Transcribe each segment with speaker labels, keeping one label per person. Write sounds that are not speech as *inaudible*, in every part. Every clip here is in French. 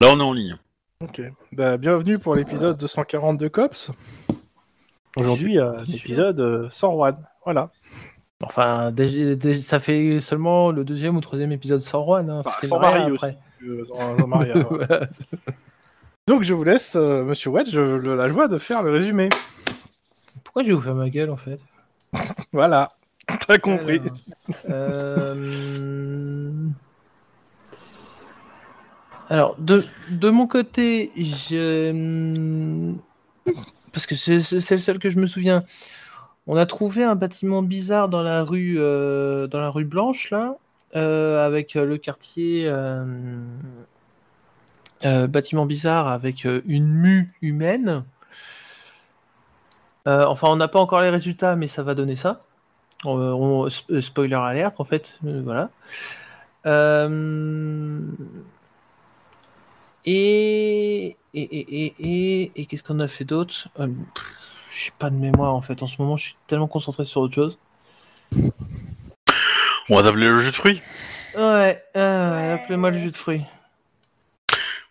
Speaker 1: Là, on est en ligne.
Speaker 2: Ok. Bah, bienvenue pour l'épisode 240 de Cops. Aujourd'hui, euh,
Speaker 3: Bien sûr.
Speaker 2: épisode euh, sans Juan. Voilà.
Speaker 3: Enfin, déjà- déjà- ça fait seulement le deuxième ou troisième épisode sans Juan. Hein.
Speaker 2: Bah,
Speaker 3: C'était
Speaker 2: sans
Speaker 3: le vrai
Speaker 2: Marie
Speaker 3: après.
Speaker 2: Euh, sans- sans
Speaker 3: *laughs*
Speaker 2: Maria, ouais.
Speaker 3: Voilà, c'est-
Speaker 2: Donc, je vous laisse, euh, monsieur Wedge, euh, le- la joie de faire le résumé.
Speaker 3: Pourquoi j'ai ouvert ma gueule en fait
Speaker 2: Voilà. *laughs* T'as compris.
Speaker 3: Alors, euh, Alors, de, de mon côté, je... parce que c'est c'est- c'est le seul que je me souviens, on a trouvé un bâtiment bizarre dans la rue, euh, dans la rue Blanche, là, euh, avec euh, le quartier euh, euh, bâtiment bizarre avec euh, une mue humaine. Euh, enfin, on n'a pas encore les résultats, mais ça va donner ça. On- on- sp- euh, spoiler alerte, en fait. euh, voilà. Euh, Et. Et, et, et, et, et qu'est-ce qu'on a fait d'autre Euh, pff, Je n'ai pas de mémoire, en fait. En ce moment, je suis tellement concentré sur autre chose.
Speaker 1: On va t'appeler le jus de fruits
Speaker 3: Ouais, euh, appelez-moi le jus de fruits.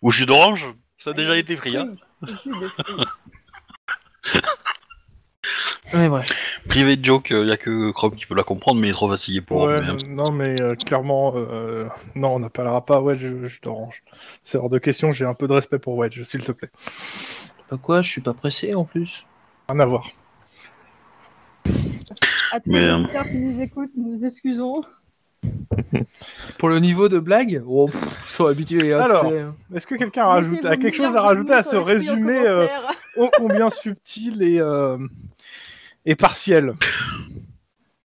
Speaker 1: Ou jus d'orange Ça a déjà été pris. Hein.
Speaker 3: Mais bref.
Speaker 1: Privé de joke, il y a que Chrome qui peut la comprendre, mais il est trop fatigué pour. hein.
Speaker 2: ouais,
Speaker 1: mais,
Speaker 2: non, non, mais euh, clairement, euh, non, on n'appellera pas Wedge, je, je t'orange. C'est hors de question, j'ai un peu de respect pour Wedge, s'il te plaît.
Speaker 3: Bah quoi, je suis pas pressé en plus.
Speaker 2: Rien à voir.
Speaker 4: À tous
Speaker 1: Mais,
Speaker 4: les
Speaker 1: euh,
Speaker 4: auditeurs qui nous écoutent, nous excusons.
Speaker 3: Pour le niveau de blague, oh, pff, ils sont habitués. hein,
Speaker 2: Alors.
Speaker 3: tu sais.
Speaker 2: Est-ce que quelqu'un rajoute, a quelque chose à rajouter à ce résumé euh, ô combien subtil et, euh, et partiel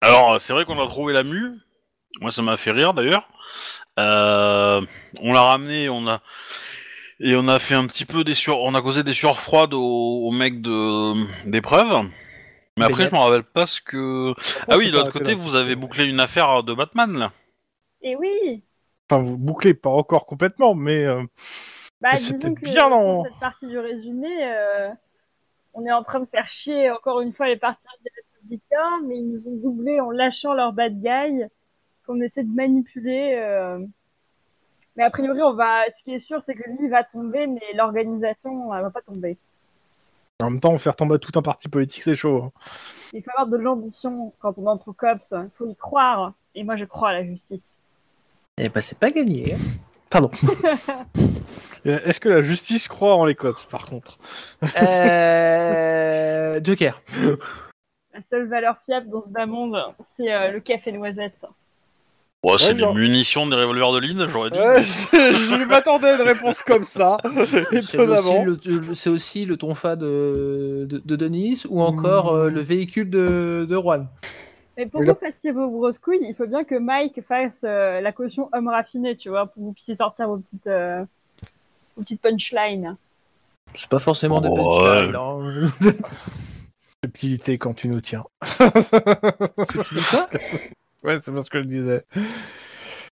Speaker 1: Alors, euh, c'est vrai qu'on a trouvé la mue. Moi, ça m'a fait rire d'ailleurs. Euh, on l'a ramené, on a et on a fait un petit peu des sueurs, on a causé des sueurs froides au, au mec de d'épreuve. Mais après,
Speaker 3: Bennett.
Speaker 1: je m'en rappelle pas ce que. Ah oui, de l'autre côté, vous avez
Speaker 2: bouclé.
Speaker 1: bouclé une affaire de Batman là.
Speaker 4: Et oui
Speaker 2: Enfin, vous bouclez pas encore complètement, mais euh,
Speaker 4: bah,
Speaker 2: Mais
Speaker 4: disons
Speaker 2: c'était
Speaker 4: que
Speaker 2: bien en-
Speaker 4: dans cette partie du résumé, euh, on est en train de faire chier encore une fois les partisans des républicains, mais ils nous ont doublés en lâchant leur bad guy qu'on essaie de manipuler. euh. Mais a priori, on va... ce qui est sûr, c'est que lui, il va tomber, mais l'organisation, elle va pas tomber.
Speaker 2: en même temps, faire tomber tout un parti politique, c'est chaud. hein.
Speaker 4: Il faut avoir de l'ambition quand on entre au COPS, il faut y croire. Et moi, je crois à la justice.
Speaker 3: Eh bah, c'est pas gagné. hein. Pardon.
Speaker 2: Et Est-ce que la justice croit en les cops, par contre
Speaker 3: Euh, Joker.
Speaker 4: La seule valeur fiable dans ce bas monde, c'est euh, le café noisette.
Speaker 1: Ouais, c'est
Speaker 2: Ouais,
Speaker 1: des
Speaker 2: genre-
Speaker 1: munitions des revolvers de Lynn, j'aurais dit.
Speaker 2: *laughs* Ouais, Je m'attendais à une réponse comme *laughs* ça,
Speaker 3: C'est aussi,
Speaker 2: étonnamment.
Speaker 3: le- c'est aussi le tonfa de, de, de Denis ou encore
Speaker 2: Hmm.
Speaker 3: euh, le véhicule de, de Juan.
Speaker 4: Mais pour
Speaker 2: Et
Speaker 4: vous
Speaker 2: là-
Speaker 4: fassiez vos grosses couilles, il faut bien que Mike fasse euh, la caution homme raffiné, tu vois, pour que vous puissiez sortir vos petites, euh, vos petites
Speaker 2: *laughs*
Speaker 4: punchlines.
Speaker 3: C'est pas forcément des hein.
Speaker 1: Ouais.
Speaker 3: punchlines. *laughs* non.
Speaker 2: Subtilité quand tu nous tiens.
Speaker 3: Subtil, quoi
Speaker 2: Ouais, c'est parce que je disais.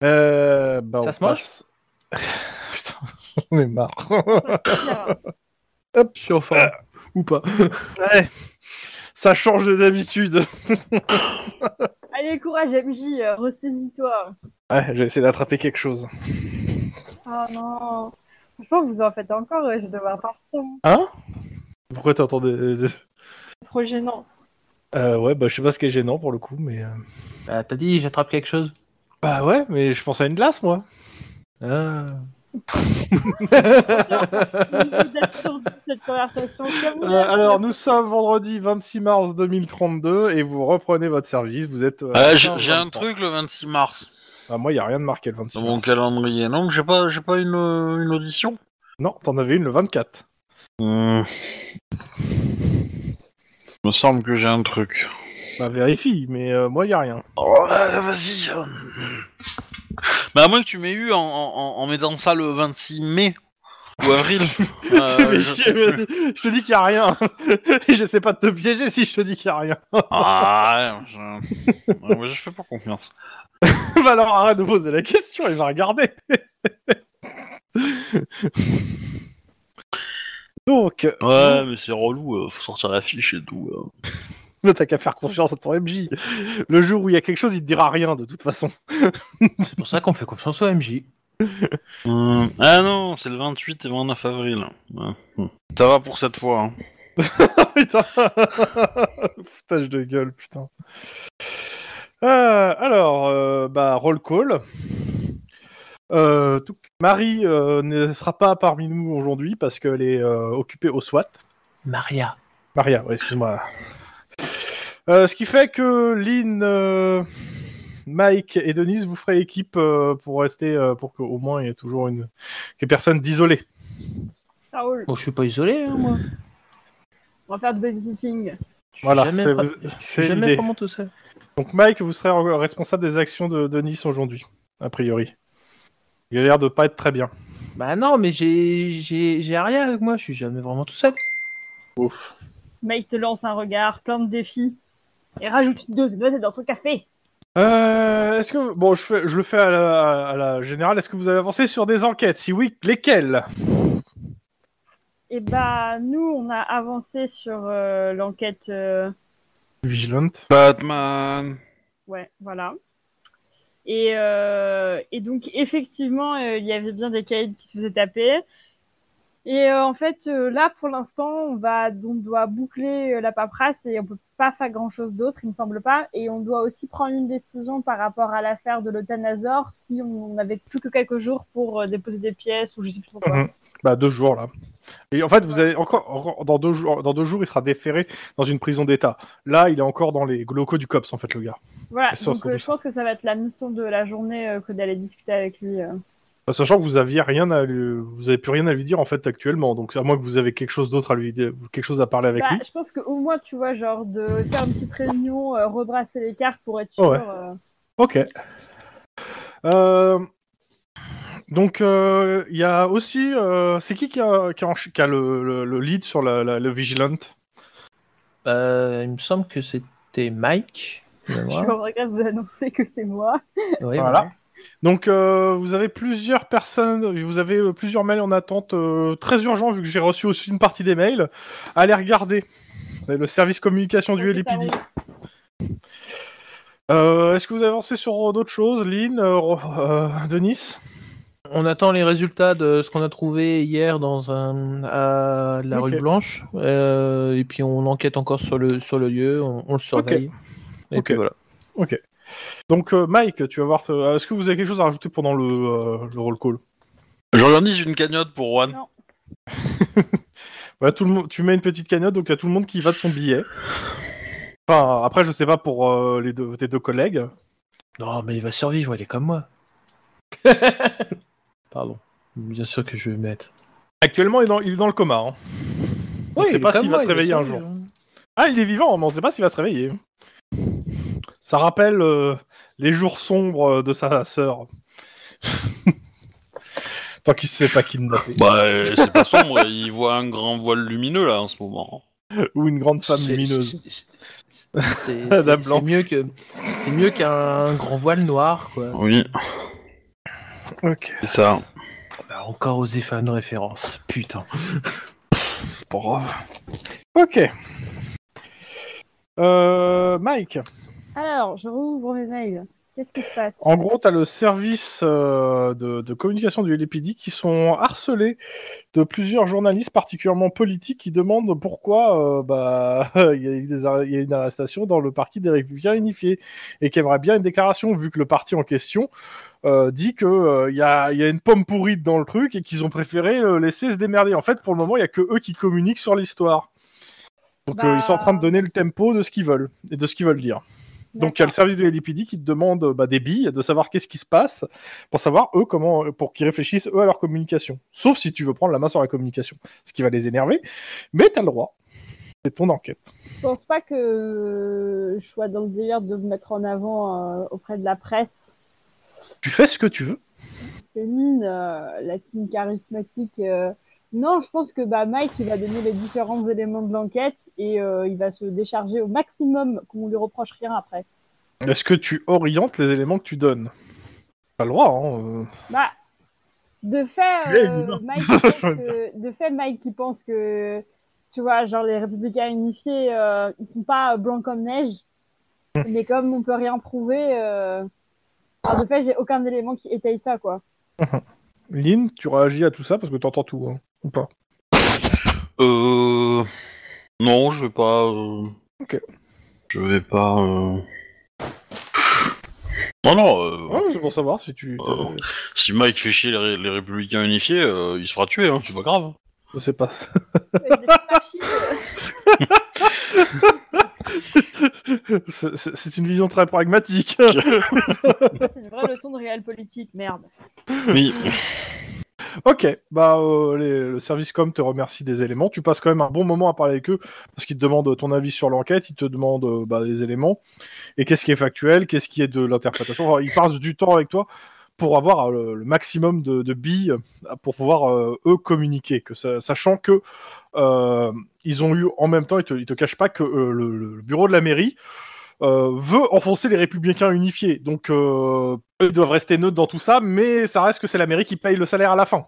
Speaker 2: Euh, bah,
Speaker 3: Ça
Speaker 2: on
Speaker 3: se mange
Speaker 2: passe. *laughs* Putain, j'en ai marre.
Speaker 3: Je suis en forme. Ou pas.
Speaker 2: Ouais, ça change des habitudes.
Speaker 4: Allez, courage, MJ, euh, ressaisis-toi.
Speaker 2: Ouais, j'ai essayé d'attraper quelque chose.
Speaker 4: Oh non. Franchement, vous en faites encore, euh, je vais devoir partir.
Speaker 2: Hein Pourquoi t'entends des...
Speaker 4: C'est trop
Speaker 2: *laughs*
Speaker 4: gênant.
Speaker 2: Euh, ouais, bah je sais pas ce qui est gênant pour le coup, mais... euh,
Speaker 3: Bah, T'as dit, j'attrape quelque chose.
Speaker 2: Bah ouais, mais je pense à une glace, moi.
Speaker 3: Ah.
Speaker 4: Vous êtes sur cette conversation comme vous
Speaker 2: Euh,
Speaker 4: êtes.
Speaker 2: alors, nous sommes vendredi 26 mars 2032, et vous reprenez votre service, vous êtes... euh,
Speaker 1: Euh,
Speaker 2: à
Speaker 1: j'ai
Speaker 2: 15,
Speaker 1: j'ai un
Speaker 2: 20.
Speaker 1: truc le 26 mars
Speaker 2: Bah moi, y a rien de marqué le 26
Speaker 1: dans mon
Speaker 2: mars.
Speaker 1: calendrier. Non, j'ai pas, j'ai pas une, euh, une audition.
Speaker 2: Non, t'en avais une le 24.
Speaker 1: Hmm. Il me semble que j'ai un truc.
Speaker 2: Bah vérifie, mais euh, moi, y a rien.
Speaker 1: Oh, euh, vas-y. Bah, à moins que tu m'aies eu en, en, en- en mettant ça le 26 mai ou *laughs* avril. Euh,
Speaker 2: Mais
Speaker 1: je
Speaker 2: *laughs* je...
Speaker 1: sais plus.
Speaker 2: je te dis qu'il y a rien. *laughs* J'essaie pas de te piéger si je te dis qu'il y a rien. *laughs*
Speaker 1: Ah, je... ouais, moi, je fais pas confiance.
Speaker 2: bah alors, arrête de poser la question, il va regarder. *laughs* Donc,
Speaker 1: Ouais, mais c'est relou, euh, faut sortir la fiche et tout. euh.
Speaker 2: Ne t'as qu'à faire confiance à ton MJ. Le jour où il y a quelque chose, il te dira rien de toute façon.
Speaker 3: c'est pour ça qu'on fait confiance au MJ.
Speaker 1: Hum, ah non, c'est le 28 et 29 avril. Ouais. Hum. Ça va pour cette fois. hein.
Speaker 2: putain. *laughs* Foutage de gueule, putain. Euh, alors, euh, bah, roll call. Euh, tout- Marie euh, ne sera pas parmi nous aujourd'hui parce qu'elle est euh, occupée au SWAT.
Speaker 3: Maria.
Speaker 2: Maria, ouais, excuse-moi. Euh, ce qui fait que Lynn, euh, Mike et Denise vous ferez équipe euh, pour rester, euh, pour qu'au moins il y ait toujours une que personne d'isolé.
Speaker 4: Ça roule.
Speaker 3: Bon, je suis pas isolé, hein, moi.
Speaker 4: On va faire du babysitting.
Speaker 3: Je suis
Speaker 2: Voilà,
Speaker 3: jamais,
Speaker 2: c'est-
Speaker 3: fra-
Speaker 2: vous-
Speaker 3: je suis
Speaker 2: c'est
Speaker 3: jamais
Speaker 2: l'idée.
Speaker 3: vraiment tout seul.
Speaker 2: Donc Mike, vous serez re- responsable des actions de Denise aujourd'hui, a priori. Il a l'air de pas être très bien.
Speaker 3: Bah non, mais j'ai, j'ai, j'ai Aria avec moi, je suis jamais vraiment tout seul.
Speaker 2: Ouf.
Speaker 4: Mike te lance un regard plein de défis et rajoute une dose de noisette dans son café.
Speaker 2: Euh, est-ce que bon, je, fais- je le fais à la, à la générale. Est-ce que vous avez avancé sur des enquêtes Si oui, lesquelles
Speaker 4: Et bah, nous, on a avancé sur euh, l'enquête. euh,
Speaker 2: Vigilante.
Speaker 1: Batman.
Speaker 4: Ouais, voilà. Et, euh, et donc, effectivement, euh, il y avait bien des caïds qui se faisaient taper. Et euh, en fait, euh, là, pour l'instant, on va, on doit boucler euh, la paperasse et on peut pas faire grand chose d'autre, il me semble pas. Et on doit aussi prendre une décision par rapport à l'affaire de l'Otanazor si on n'avait plus que quelques jours pour euh, déposer des pièces ou je sais plus trop quoi.
Speaker 2: Mhm. Bah deux jours là. Et en fait, vous avez encore, encore- dans deux jours, dans deux jours, il sera déféré dans une prison d'État. Là, il est encore dans les locaux du cops en fait, le gars.
Speaker 4: Voilà,
Speaker 2: C'est sûr,
Speaker 4: donc
Speaker 2: surtout
Speaker 4: euh, je pense que ça va être la mission de la journée euh, que d'aller discuter avec lui. euh.
Speaker 2: Bah, sachant que vous aviez rien à lui, vous avez plus rien à lui dire en fait actuellement. Donc à moins que vous avez quelque chose d'autre à lui dire, quelque chose à parler avec
Speaker 4: Bah,
Speaker 2: lui.
Speaker 4: je pense qu'au moins, tu vois, genre de faire une petite réunion, euh, rebrasser les cartes pour être sûr.
Speaker 2: Oh, Ouais.
Speaker 4: euh,
Speaker 2: Ok. Euh, Donc euh, il y a aussi, euh, c'est qui qui a, qui a, en- qui a le, le- le lead sur la, la- le vigilant
Speaker 3: Euh, il me semble que
Speaker 2: *laughs*
Speaker 3: c'était Mike. de
Speaker 4: je
Speaker 3: mémoire.
Speaker 4: regrette de vous annoncer que c'est moi.
Speaker 3: Oui,
Speaker 2: Voilà. Donc euh, vous avez plusieurs personnes, vous avez euh, plusieurs mails en attente euh, très urgents vu que j'ai reçu aussi une partie des mails. Allez regarder C'est le service communication du
Speaker 4: Ok, ça
Speaker 2: LPD.
Speaker 4: roule.
Speaker 2: Euh, Est-ce que vous avancez sur euh, d'autres choses, Lynn, euh, euh, Denis
Speaker 3: On attend les résultats de ce qu'on a trouvé hier dans un, à la
Speaker 2: Ok.
Speaker 3: rue Blanche. Euh, et puis on enquête encore sur le, sur le lieu, on, on le surveille. Et
Speaker 2: Ok.
Speaker 3: puis voilà.
Speaker 2: Donc euh, Mike, tu vas voir. euh, Est-ce que vous avez quelque chose à rajouter pendant le, euh, le roll call
Speaker 1: J'organise une cagnotte pour Juan.
Speaker 2: Voilà, Bah, tout le monde. Tu mets une petite cagnotte, donc il y a tout le monde qui va de son billet. Enfin, après, je sais pas pour euh, les deux, tes deux collègues.
Speaker 3: Non, mais il va survivre, il est comme *laughs* moi. Pardon. Bien sûr que je vais le mettre.
Speaker 2: Actuellement, il est dans, il est dans le coma. hein. On sait
Speaker 3: il est
Speaker 2: pas
Speaker 3: comme
Speaker 2: s'il
Speaker 3: moi,
Speaker 2: va se
Speaker 3: il
Speaker 2: réveiller un jour.
Speaker 3: survivre.
Speaker 2: Ah, il est vivant, mais on sait pas s'il va se réveiller. Ça rappelle euh, les jours sombres de sa sœur. *laughs* Tant qu'il se fait pas kidnapper.
Speaker 1: Bah, euh, c'est pas sombre, il voit un grand voile lumineux là en ce moment.
Speaker 2: Ou une grande femme
Speaker 3: C'est-
Speaker 2: lumineuse.
Speaker 3: c'est-
Speaker 2: *laughs*
Speaker 3: c'est- C'est
Speaker 2: Dame
Speaker 3: c'est- c'est
Speaker 2: Blanche.
Speaker 3: mieux que c'est mieux qu'un grand voile noir, quoi.
Speaker 1: Oui,
Speaker 2: Ok.
Speaker 1: c'est ça.
Speaker 3: Bah, encore osé faire une référence, putain.
Speaker 2: Ok. Euh, Mike,
Speaker 4: Alors, je rouvre mes mails. Qu'est-ce qui se passe
Speaker 2: en gros, t'as le service euh, de, de communication du LPD qui sont harcelés de plusieurs journalistes, particulièrement politiques, qui demandent pourquoi euh, bah, *laughs* il y a eu des arr- il y a eu une arrestation dans le parti des Républicains Unifiés et qui aimerait bien une déclaration, vu que le parti en question euh, dit que euh, il y, a, il y a une pomme pourrite dans le truc et qu'ils ont préféré euh, laisser se démerder. En fait, pour le moment, il y a que eux qui communiquent sur l'histoire. Donc euh, ils sont en train de donner le tempo de ce qu'ils veulent et de ce qu'ils veulent dire. Donc il y a le
Speaker 4: D'accord.
Speaker 2: service du LPD qui te demande euh, bah, des billes, de savoir qu'est-ce qui se passe, pour savoir eux comment, euh, pour qu'ils réfléchissent eux à leur communication. Sauf si tu veux prendre la main sur la communication, ce qui va les énerver, mais t'as le droit. C'est ton enquête.
Speaker 4: Bah, Je pense pas que je sois dans le délire de me mettre en avant euh, auprès de la presse.
Speaker 2: Tu fais ce que tu veux.
Speaker 4: C'est mine, euh, la team charismatique. euh. Non, je pense que bah, Mike, il va donner les différents éléments de l'enquête et euh, il va se décharger au maximum qu'on lui reproche rien après.
Speaker 2: Est-ce que tu orientes les éléments que tu donnes T'as le droit. Hein, euh.
Speaker 4: Bah, de fait,
Speaker 2: Tu es
Speaker 4: euh,
Speaker 2: humain.
Speaker 4: Mike, qui pense
Speaker 2: *laughs*
Speaker 4: que- de fait, Mike qui pense que, tu vois, genre les républicains unifiés, euh, ils sont pas euh, blancs comme neige, *laughs* mais comme on peut rien prouver, euh, alors de fait, j'ai aucun élément qui étaye ça, quoi.
Speaker 2: Lynn, tu réagis à tout ça parce que t'entends tout, hein, ou pas
Speaker 1: Euh... Non, je vais pas... euh,
Speaker 2: Ok.
Speaker 1: Je vais pas... euh, Non, non, euh,
Speaker 2: Ouais, c'est pour savoir si tu.
Speaker 1: Euh, si Mike fait chier les, ré- les Républicains Unifiés, euh, il se fera tuer, hein, c'est pas grave.
Speaker 2: Je sais pas. *laughs*
Speaker 4: Avec des hiérarchies, euh,
Speaker 2: C'est- C'est c'est une vision très pragmatique.
Speaker 4: c'est une vraie leçon de réel politique, merde.
Speaker 1: Oui.
Speaker 2: Ok, bah euh, les- le service com te remercie des éléments. Tu passes quand même un bon moment à parler avec eux parce qu'ils te demandent ton avis sur l'enquête, ils te demandent euh, bah, les éléments et qu'est-ce qui est factuel, qu'est-ce qui est de l'interprétation. Enfin, Ils passent du temps avec toi pour avoir euh, le, le maximum de, de billes euh, pour pouvoir euh, eux communiquer, que ça- sachant que euh, ils ont eu en même temps, ils te, ils te cachent pas que euh, le, le bureau de la mairie euh, veut enfoncer les républicains unifiés. Donc euh, eux doivent rester neutres dans tout ça, mais ça reste que c'est la mairie qui paye le salaire à la fin.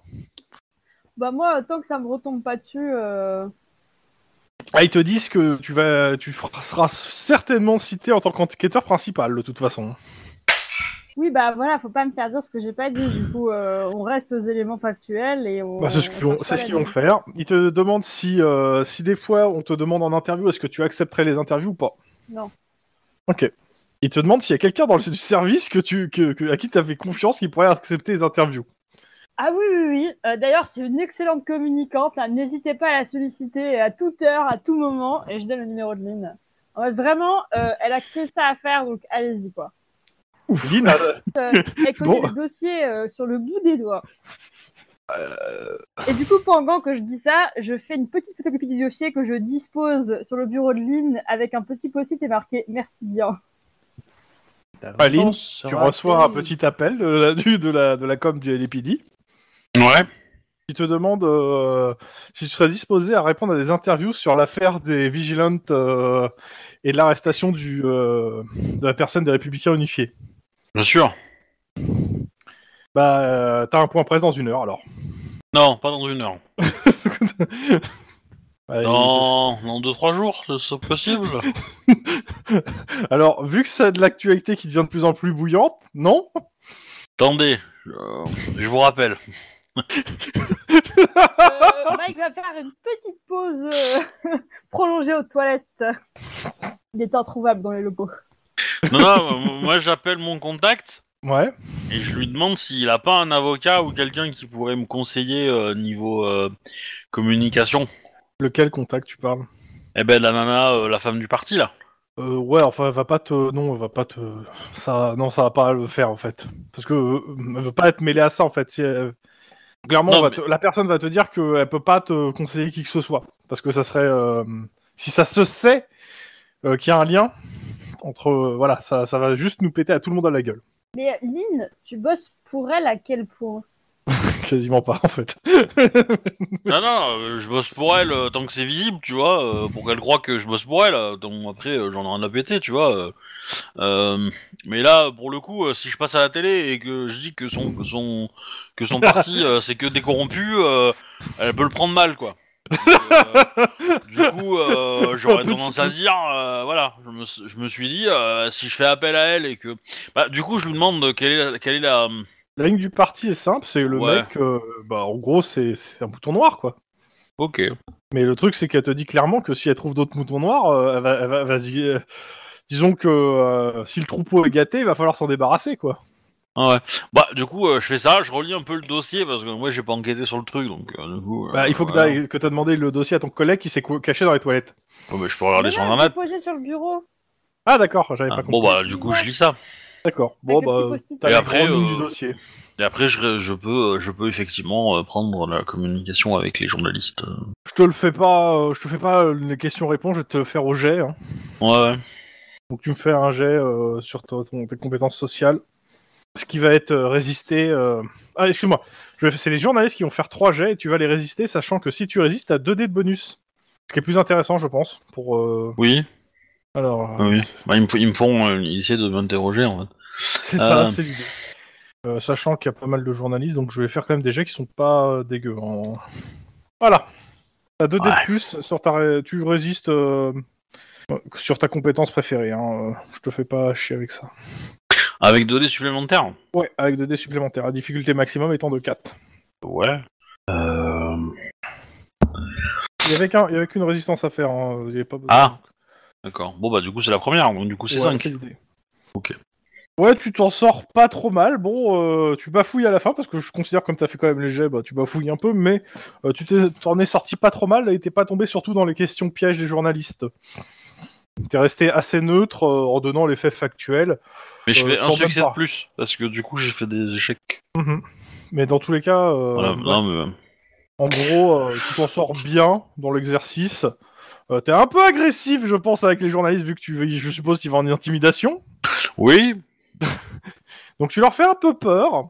Speaker 4: Bah moi, tant que ça me retombe pas dessus, euh,
Speaker 2: Ah, ils te disent que tu vas, tu feras- seras certainement cité en tant qu'enquêteur principal, de toute façon.
Speaker 4: oui, bah voilà, faut pas me faire dire ce que j'ai pas dit. Du coup, euh, on reste aux éléments factuels et on.
Speaker 2: Bah, c'est ce
Speaker 4: on
Speaker 2: qu'ils vont,
Speaker 4: cherche
Speaker 2: c'est
Speaker 4: pas
Speaker 2: ce
Speaker 4: la
Speaker 2: qu'ils vont
Speaker 4: nuance.
Speaker 2: faire. Ils te demandent si, euh, si des fois on te demande en interview, est-ce que tu accepterais les interviews ou pas
Speaker 4: Non.
Speaker 2: Ok. Ils te demandent s'il y a quelqu'un dans le *laughs* du service que tu, que, que- à qui tu as fait confiance qui pourrait accepter les interviews.
Speaker 4: Ah oui, oui, oui. Euh, D'ailleurs, c'est une excellente communicante. hein. N'hésitez pas à la solliciter à toute heure, à tout moment. Et je donne le numéro de Lynn. En fait, vraiment, euh, elle a que ça à faire, donc allez-y, quoi.
Speaker 2: Lynn, euh,
Speaker 4: Euh, elle connaît
Speaker 2: Bon.
Speaker 4: le dossier euh, sur le bout des doigts. Et du coup, pendant que je dis ça, je fais une petite photocopie du dossier que je dispose sur le bureau de Lynn avec un petit post-it et marqué « Merci bien
Speaker 2: Aline, tu reçois un petit appel de la, du- de la, de la com du LPD.
Speaker 1: Ouais.
Speaker 2: qui te demande euh, si tu serais disposé à répondre à des interviews sur l'affaire des vigilantes euh, et de l'arrestation du euh, de la personne des Républicains Unifiés.
Speaker 1: Bien sûr.
Speaker 2: Bah, euh, t'as un point presse dans une heure alors.
Speaker 1: Non, pas dans une heure.
Speaker 2: Ouais,
Speaker 1: Dans, dans deux, trois jours, c'est- c'est possible.
Speaker 2: il- Alors, vu que c'est de l'actualité qui devient de plus en plus bouillante, non
Speaker 1: Attendez, euh, je vous rappelle. ».
Speaker 4: Euh, Mike va faire une petite pause euh, *laughs* prolongée aux toilettes. Il est introuvable dans les locaux.
Speaker 1: Non, non, moi j'appelle mon contact
Speaker 2: Ouais.
Speaker 1: et je lui demande s'il a pas un avocat ou quelqu'un qui pourrait me conseiller euh, niveau euh, communication.
Speaker 2: Lequel contact tu parles
Speaker 1: Eh ben la nana, euh, la femme du parti là.
Speaker 2: Euh, ouais, enfin, va pas te, non, va pas te, ça, non, ça va pas le faire en fait, parce que euh, elle veut pas être mêlée à ça en fait. Si elle- Clairement,
Speaker 1: Non,
Speaker 2: on va
Speaker 1: mais-
Speaker 2: te- la personne va te dire qu'elle peut pas te conseiller qui que ce soit, parce que ça serait, euh, si ça se sait euh, qu'il y a un lien entre, euh, voilà, ça, ça va juste nous péter à tout le monde à la gueule, *laughs*
Speaker 4: Mais Lynn, tu bosses pour elle à quel point
Speaker 2: quasiment pas en fait.
Speaker 1: Non, non, euh, je bosse pour elle euh, tant que c'est visible, tu vois, euh, pour qu'elle croie que je bosse pour elle. euh, donc après, euh, j'en ai rien à péter, tu vois. euh. Euh, mais là, pour le coup, euh, si je passe à la télé et que je dis que son, que son, que son parti, euh, c'est que des corrompus, euh, elle peut le prendre mal, quoi. Donc, euh, du coup, euh, j'aurais tendance à dire, euh, voilà, je me, je me suis dit, euh, si je fais appel à elle et que, bah, du coup, je lui demande quelle est, la- quelle est la, euh,
Speaker 2: La ligne du parti est simple, c'est le
Speaker 1: Ouais.
Speaker 2: mec, euh, bah, en gros, c'est c'est un bouton noir quoi.
Speaker 1: ok,
Speaker 2: Mais le truc, c'est qu'elle te dit clairement que si elle trouve d'autres moutons noirs, euh, elle va, elle va- vas-y. euh, disons que euh, si le troupeau est gâté, il va falloir s'en débarrasser, quoi.
Speaker 1: Ah ouais. Bah du coup euh, je fais ça, je relis un peu le dossier parce que moi j'ai pas enquêté sur le truc donc euh, du coup. euh,
Speaker 2: Bah, il faut que
Speaker 1: voilà.
Speaker 2: t'as- que t'as demandé le dossier à ton collègue qui s'est cou- caché dans les toilettes.
Speaker 1: Oh, bah, je peux regarder
Speaker 4: Mais
Speaker 1: sur
Speaker 4: non,
Speaker 1: internet.
Speaker 4: c'est posé sur le bureau.
Speaker 2: Ah, d'accord, j'avais
Speaker 1: Ah,
Speaker 2: pas
Speaker 1: bon
Speaker 2: compris.
Speaker 1: bah du coup je lis ça
Speaker 2: D'accord. Bon,
Speaker 4: Avec le petit
Speaker 2: bah,
Speaker 4: post-it.
Speaker 2: t'as
Speaker 1: Et
Speaker 2: les
Speaker 1: après,
Speaker 2: grandes lignes
Speaker 1: euh,
Speaker 2: du dossier.
Speaker 1: et après je, ré- je peux euh, je peux effectivement euh, prendre la communication avec les journalistes. euh.
Speaker 2: Je te le fais pas, euh, je te fais pas euh, les questions-réponses, je vais te le faire au jet. hein.
Speaker 1: Ouais. ouais.
Speaker 2: Donc, tu me fais un jet euh, sur ton- ton- tes compétences sociales. Ce qui va être euh, résisté. euh, Ah, excuse-moi. Je vais- C'est les journalistes qui vont faire trois jets et tu vas les résister, sachant que si tu résistes, t'as 2 dés de bonus. Ce qui est plus intéressant, je pense, pour. euh,
Speaker 1: Oui.
Speaker 2: Alors, euh,
Speaker 1: Oui. Bah, ils me f- ils me font euh, ils essaient de m'interroger en fait.
Speaker 2: c'est ça,
Speaker 1: Euh.
Speaker 2: c'est l'idée. Euh, sachant qu'il y a pas mal de journalistes, donc je vais faire quand même des jets qui sont pas euh, dégueux. en- Voilà. T'as 2 dés
Speaker 1: Ouais.
Speaker 2: de plus sur ta. ré- Tu résistes euh, sur ta compétence préférée. hein, euh, Je te fais pas chier avec ça.
Speaker 1: Avec 2 dés supplémentaires
Speaker 2: Ouais, avec 2 dés supplémentaires. La difficulté maximum étant de 4.
Speaker 1: Ouais. Euh...
Speaker 2: Il y avait qu'un- il y avait qu'une résistance à faire. hein, il y avait pas besoin.
Speaker 1: Ah D'accord. Bon, bah, du coup, c'est la première. Donc, du coup, c'est
Speaker 2: Ouais,
Speaker 1: 5.
Speaker 2: c'est l'idée.
Speaker 1: Ok.
Speaker 2: Ouais, tu t'en sors pas trop mal. Bon, euh, tu bafouilles à la fin parce que je considère comme t'as fait quand même les jets, bah, tu bafouilles un peu, mais euh, tu t'es- t'en es sorti pas trop mal et t'es pas tombé surtout dans les questions pièges des journalistes. T'es resté assez neutre euh, en donnant les faits factuels,
Speaker 1: Mais je
Speaker 2: euh,
Speaker 1: fais
Speaker 2: sans
Speaker 1: un
Speaker 2: même
Speaker 1: succès
Speaker 2: pas.
Speaker 1: de plus. Parce que, du coup, j'ai fait des échecs.
Speaker 2: mais dans tous les cas, euh,
Speaker 1: Voilà, non, mais...
Speaker 2: en gros, euh, tu t'en sors bien dans l'exercice. Euh, t'es un peu agressif, je pense, avec les journalistes vu que tu, je suppose, qu'ils vont en intimidation.
Speaker 1: Oui,
Speaker 2: Donc tu leur fais un peu peur.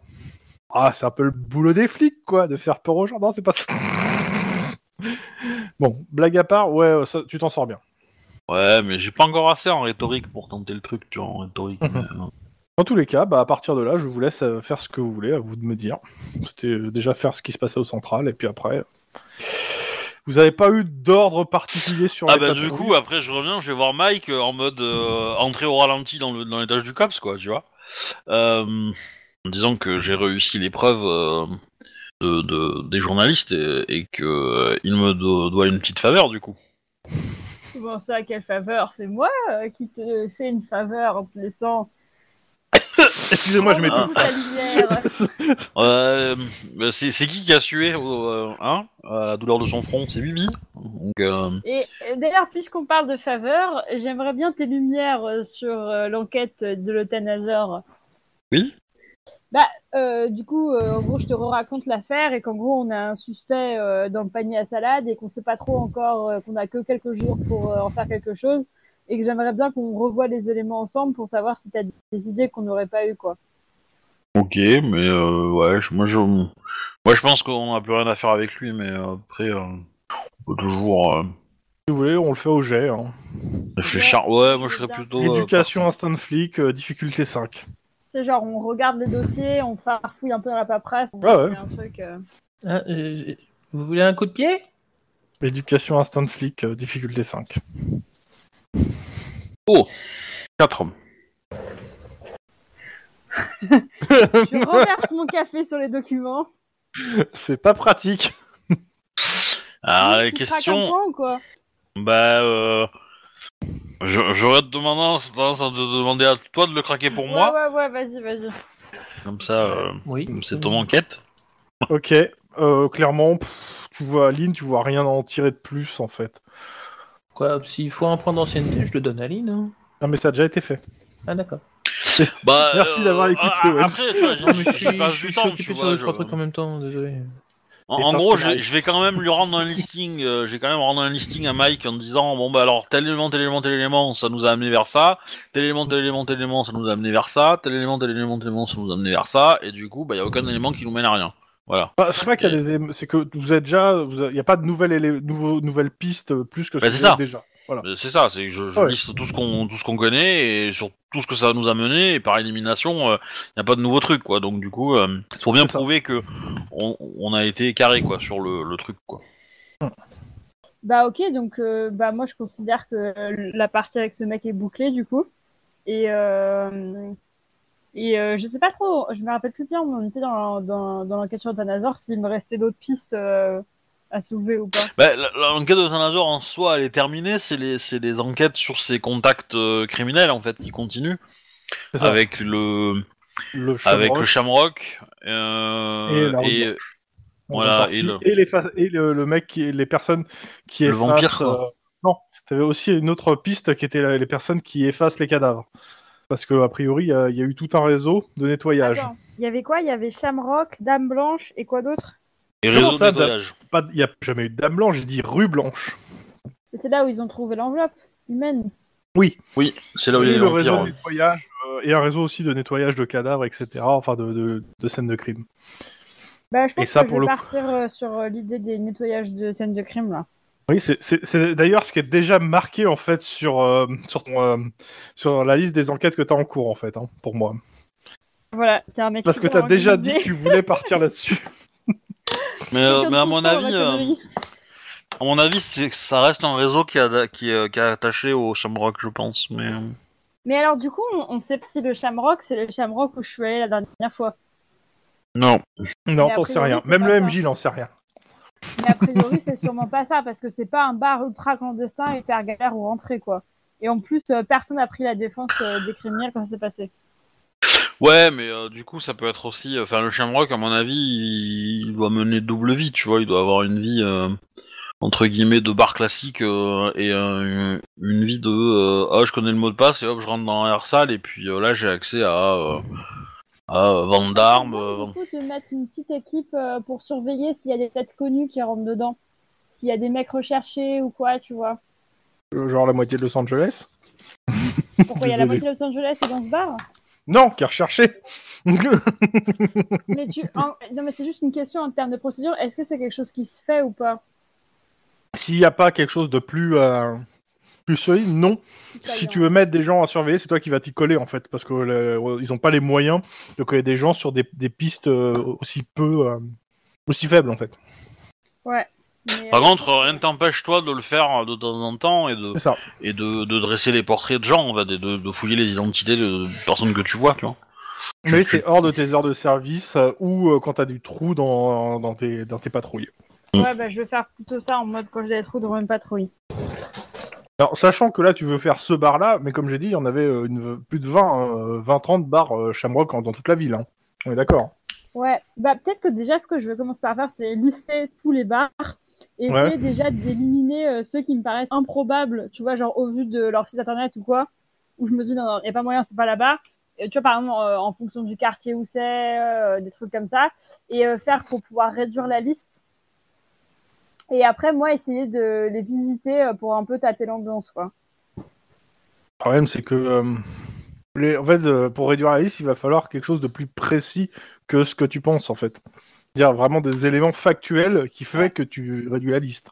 Speaker 2: Ah, c'est un peu le boulot des flics, quoi, de faire peur aux gens. Non, c'est pas ça. *laughs* Bon, blague à part, ouais, euh, ça- tu t'en sors bien.
Speaker 1: Ouais, mais j'ai pas encore assez en rhétorique pour tenter le truc, tu vois, en rhétorique. mais, euh,
Speaker 2: Dans tous les cas, bah, à partir de là, je vous laisse euh, faire ce que vous voulez, à vous de me dire. C'était euh, déjà faire ce qui se passait au central, et puis après... euh, Vous avez pas eu d'ordre particulier sur
Speaker 1: Ah
Speaker 2: les
Speaker 1: bah du
Speaker 2: patrouilles.
Speaker 1: coup, après je reviens, je vais voir Mike euh, en mode euh, entrée au ralenti dans le- dans l'étage du COPS, quoi, tu vois. Euh, en disant que j'ai réussi l'épreuve euh, de, de- des journalistes et, et que euh, il me do- doit une petite faveur, du coup.
Speaker 4: Comment ça, quelle faveur C'est moi euh, qui te fais une faveur en te laissant.
Speaker 2: Excusez-moi, je mets
Speaker 4: prendre
Speaker 1: ah.
Speaker 2: tout.
Speaker 4: toute la lumière.
Speaker 1: Euh, bah, c'est c'est qui qui a sué, au- euh, hein à la douleur de son front C'est Bibi. Donc, euh,
Speaker 4: Et euh, d'ailleurs, puisqu'on parle de faveur, j'aimerais bien tes lumières euh, sur euh, l'enquête de l'euthanasaur.
Speaker 1: Oui.
Speaker 4: Bah, euh, du coup, euh, en gros, je te raconte l'affaire et qu'en gros, on a un suspect euh, dans le panier à salade et qu'on sait pas trop encore, euh, qu'on a que quelques jours pour euh, en faire quelque chose et que j'aimerais bien qu'on revoie les éléments ensemble pour savoir si t'as des idées qu'on n'aurait pas eues, quoi.
Speaker 1: ok, mais euh, ouais, je- moi je... Moi je pense qu'on n'a plus rien à faire avec lui, mais euh, après, euh, on peut toujours... euh,
Speaker 2: Si vous voulez, on le fait au jet. hein.
Speaker 1: Réfléchir. Ouais, moi je serais plutôt. euh,
Speaker 2: Éducation instinct de flic, euh, difficulté 5.
Speaker 4: C'est genre, on regarde les dossiers, on farfouille un peu dans la paperasse. on
Speaker 2: Ouais, ouais.
Speaker 4: fait un truc, euh,
Speaker 3: Hein, euh, j'ai- vous voulez un coup de pied
Speaker 2: Éducation instinct de flic, euh, difficulté 5.
Speaker 1: 4.
Speaker 4: Je renverse mon café sur les documents.
Speaker 2: *laughs* C'est pas pratique. *laughs*
Speaker 1: Ah, les
Speaker 4: Tu craques un
Speaker 1: questions.
Speaker 4: point ou quoi
Speaker 1: Bah, euh. je- J'aurais tendance, tendance à te demander à toi de le craquer pour moi.
Speaker 4: Ouais, ouais, ouais, vas-y, vas-y.
Speaker 1: Comme ça, euh,
Speaker 3: Oui.
Speaker 1: c'est ton enquête.
Speaker 2: Ok, euh, clairement, pff, tu vois Lynn, tu vois rien en tirer de plus en fait.
Speaker 3: Quoi, s'il faut un point d'ancienneté, je le donne à Lynn. hein.
Speaker 2: Non mais ça a déjà été fait.
Speaker 3: Ah d'accord.
Speaker 1: Bah,
Speaker 2: Merci d'avoir écouté,
Speaker 1: ah,
Speaker 2: Owen.
Speaker 1: Après, tu vois,
Speaker 3: Non mais je
Speaker 1: j'y- j'y
Speaker 3: suis,
Speaker 1: passe
Speaker 3: je suis
Speaker 1: du temps, tu
Speaker 3: occupé sur
Speaker 1: vois,
Speaker 3: deux,
Speaker 1: je-
Speaker 3: trois trucs en même temps, désolé.
Speaker 1: En,
Speaker 2: Et
Speaker 1: en
Speaker 2: t'en
Speaker 1: gros,
Speaker 2: serais
Speaker 1: je, je vais quand même lui rendre un listing. euh, je vais quand même rendre un listing à Mike en disant bon bah alors tel élément, tel élément, tel élément, ça nous a amené vers ça. Tel élément, tel élément, tel élément, ça nous a amené vers ça. Tel élément, tel élément, tel élément, ça nous a amené vers ça. Et du coup, bah y a aucun élément qui nous mène à rien. Voilà.
Speaker 2: Bah, c'est pas qu'il y a des, c'est que vous êtes déjà, vous a- il n'y a pas de nouvelle élé- nouveau- nouvelle piste euh, plus que ce
Speaker 1: Bah,
Speaker 2: que
Speaker 1: c'est
Speaker 2: vous avez
Speaker 1: ça.
Speaker 2: déjà. Voilà.
Speaker 1: Euh, C'est ça. C'est que je, je
Speaker 2: Ouais.
Speaker 1: liste tout ce qu'on tout ce qu'on connaît et sur tout ce que ça nous a mené. Et par élimination, euh, y a pas de nouveau truc quoi. Donc du coup, euh, c'est pour bien
Speaker 2: C'est ça.
Speaker 1: prouver que on, on a été carré quoi sur le, le truc quoi.
Speaker 4: Bah, ok, donc euh, bah, moi je considère que euh, la partie avec ce mec est bouclée du coup. Et, euh, et euh, je sais pas trop, je me rappelle plus bien, on était dans, dans, dans l'enquête sur Thanazor, s'il me restait d'autres pistes euh, à soulever ou pas.
Speaker 1: Bah, la- la- L'enquête de Saint-Lazare en soi, elle est terminée. C'est les, c'est les enquêtes sur ses contacts euh, criminels en fait qui continuent
Speaker 2: C'est ça.
Speaker 1: avec le
Speaker 2: le
Speaker 1: avec le
Speaker 2: Shamrock,
Speaker 1: Shamrock euh,
Speaker 2: Et la
Speaker 1: et,
Speaker 2: on
Speaker 1: voilà,
Speaker 2: est parti,
Speaker 1: et le-
Speaker 2: et les fa- et le, le mec qui, les personnes qui
Speaker 1: Le
Speaker 2: effacent.
Speaker 1: vampire, quoi.
Speaker 2: euh, non, t'avais aussi une autre piste qui était la- les personnes qui effacent les cadavres. Parce que a priori, il y, a- il y a eu tout un réseau de nettoyage.
Speaker 4: Attends, il y avait quoi Il y avait Shamrock, Dame Blanche et quoi d'autre
Speaker 1: et
Speaker 2: Comment
Speaker 1: réseau de
Speaker 2: ça, Dan-
Speaker 1: nettoyage.
Speaker 2: Pas, de- il y a jamais eu de dame blanche, j'ai dit rue blanche.
Speaker 4: Et C'est là où ils ont trouvé l'enveloppe humaine.
Speaker 1: Oui, c'est là où il y
Speaker 2: Et
Speaker 1: a
Speaker 2: le
Speaker 1: les
Speaker 2: réseau
Speaker 1: vampires.
Speaker 2: de nettoyage euh, et un réseau aussi de nettoyage de cadavres, etc. Enfin, de, de, de scènes de crime.
Speaker 4: Bah, je pense
Speaker 2: Et ça,
Speaker 4: que
Speaker 2: pour
Speaker 4: je vais
Speaker 2: le coup-
Speaker 4: partir euh, sur euh, l'idée des nettoyages de scènes de crime là.
Speaker 2: Oui, c'est- c'est c'est d'ailleurs ce qui est déjà marqué en fait sur euh, sur ton, euh, sur la liste des enquêtes que t'as en cours en fait, hein, pour moi.
Speaker 4: Voilà, t'es un mec.
Speaker 2: Parce que
Speaker 4: super
Speaker 2: t'as déjà dit
Speaker 4: organisé.
Speaker 2: que tu voulais partir là-dessus.
Speaker 1: Mais, euh, mais à mon
Speaker 4: 50% dans la
Speaker 1: avis, euh,
Speaker 4: connerie.
Speaker 1: à mon avis, c'est que ça reste un réseau qui, a, qui, est- qui est attaché au Shamrock, je pense. Mais euh,
Speaker 4: Mais alors, du coup, on, on sait si le Shamrock, c'est le Shamrock où je suis allée la dernière fois.
Speaker 1: Non.
Speaker 2: Non,
Speaker 4: Mais a
Speaker 2: t'en sais
Speaker 4: priori,
Speaker 2: rien.
Speaker 4: c'est
Speaker 2: Même
Speaker 4: pas
Speaker 2: le
Speaker 4: ça.
Speaker 2: MJ n'en sait rien.
Speaker 4: Mais a priori, c'est sûrement pas ça, parce que c'est pas un bar ultra clandestin et faire galère ou rentrer, quoi. Et en plus, euh, personne n'a pris la défense euh, des criminels quand ça s'est passé.
Speaker 1: Ouais, mais euh, du coup, ça peut être aussi. euh, Enfin, le Shamrock, à mon avis, il, il doit mener double vie, tu vois. Il doit avoir une vie, euh, entre guillemets, de bar classique euh, et euh, une, une vie de. euh, ah, je connais le mot de passe et hop, je rentre dans l'air salle et puis euh, là, j'ai accès à. euh, à euh, vente d'armes. euh,
Speaker 4: Du coup, de mettre une petite équipe euh, pour surveiller s'il y a des têtes connues qui rentrent dedans. S'il y a des mecs recherchés ou quoi, tu vois.
Speaker 2: Euh, Genre la moitié de Los Angeles
Speaker 4: Pourquoi il y a la
Speaker 2: Désolé.
Speaker 4: moitié de Los Angeles et dans ce bar
Speaker 2: Non, qui est recherché. *laughs*
Speaker 4: Mais tu... en- Non, mais c'est juste une question en termes de procédure. Est-ce que c'est quelque chose qui se fait ou pas
Speaker 2: S'il n'y a pas quelque chose de plus, euh, plus solide, non. Si tu veux mettre des gens à surveiller, c'est toi qui vas t'y coller en fait, parce que euh, ils n'ont pas les moyens de coller des gens sur des, des pistes euh, aussi peu, euh, aussi faibles en fait.
Speaker 4: Mais,
Speaker 1: Par
Speaker 4: euh,
Speaker 1: contre, rien ne t'empêche, toi, de le faire euh, de temps en temps et de,
Speaker 2: C'est ça.
Speaker 1: et de, de dresser les portraits de gens, en fait, et de, de fouiller les identités de personnes que tu vois, tu vois.
Speaker 2: Mais c'est hors de tes heures de service euh, ou euh, quand t'as du trou dans, dans, tes, dans tes patrouilles.
Speaker 4: Ouais, bah, je vais faire plutôt ça en mode quand j'ai des trous dans une patrouille.
Speaker 2: Alors sachant que là tu veux faire ce bar là, mais comme j'ai dit, il y en avait euh, une, plus de 20, 20-30 bars euh, Shamrock en- dans toute la ville. hein. On est d'accord.
Speaker 4: Ouais, bah, peut-être que déjà, ce que je vais commencer par faire, c'est lister tous les bars et
Speaker 2: Ouais.
Speaker 4: essayer déjà d'éliminer euh, ceux qui me paraissent improbables, tu vois, genre au vu de leur site internet ou quoi, où je me dis, non, non, il n'y a pas moyen, c'est pas là-bas. Et Tu vois, par exemple, euh, en fonction du quartier où c'est, euh, des trucs comme ça, et euh, faire pour pouvoir réduire la liste. Et après, moi, essayer de les visiter euh, pour un peu tâter l'ambiance, quoi.
Speaker 2: Le problème c'est que euh, les- en fait euh, pour réduire la liste, il va falloir quelque chose de plus précis que ce que tu penses en fait. Dire vraiment des éléments factuels qui fait que tu réduis la liste.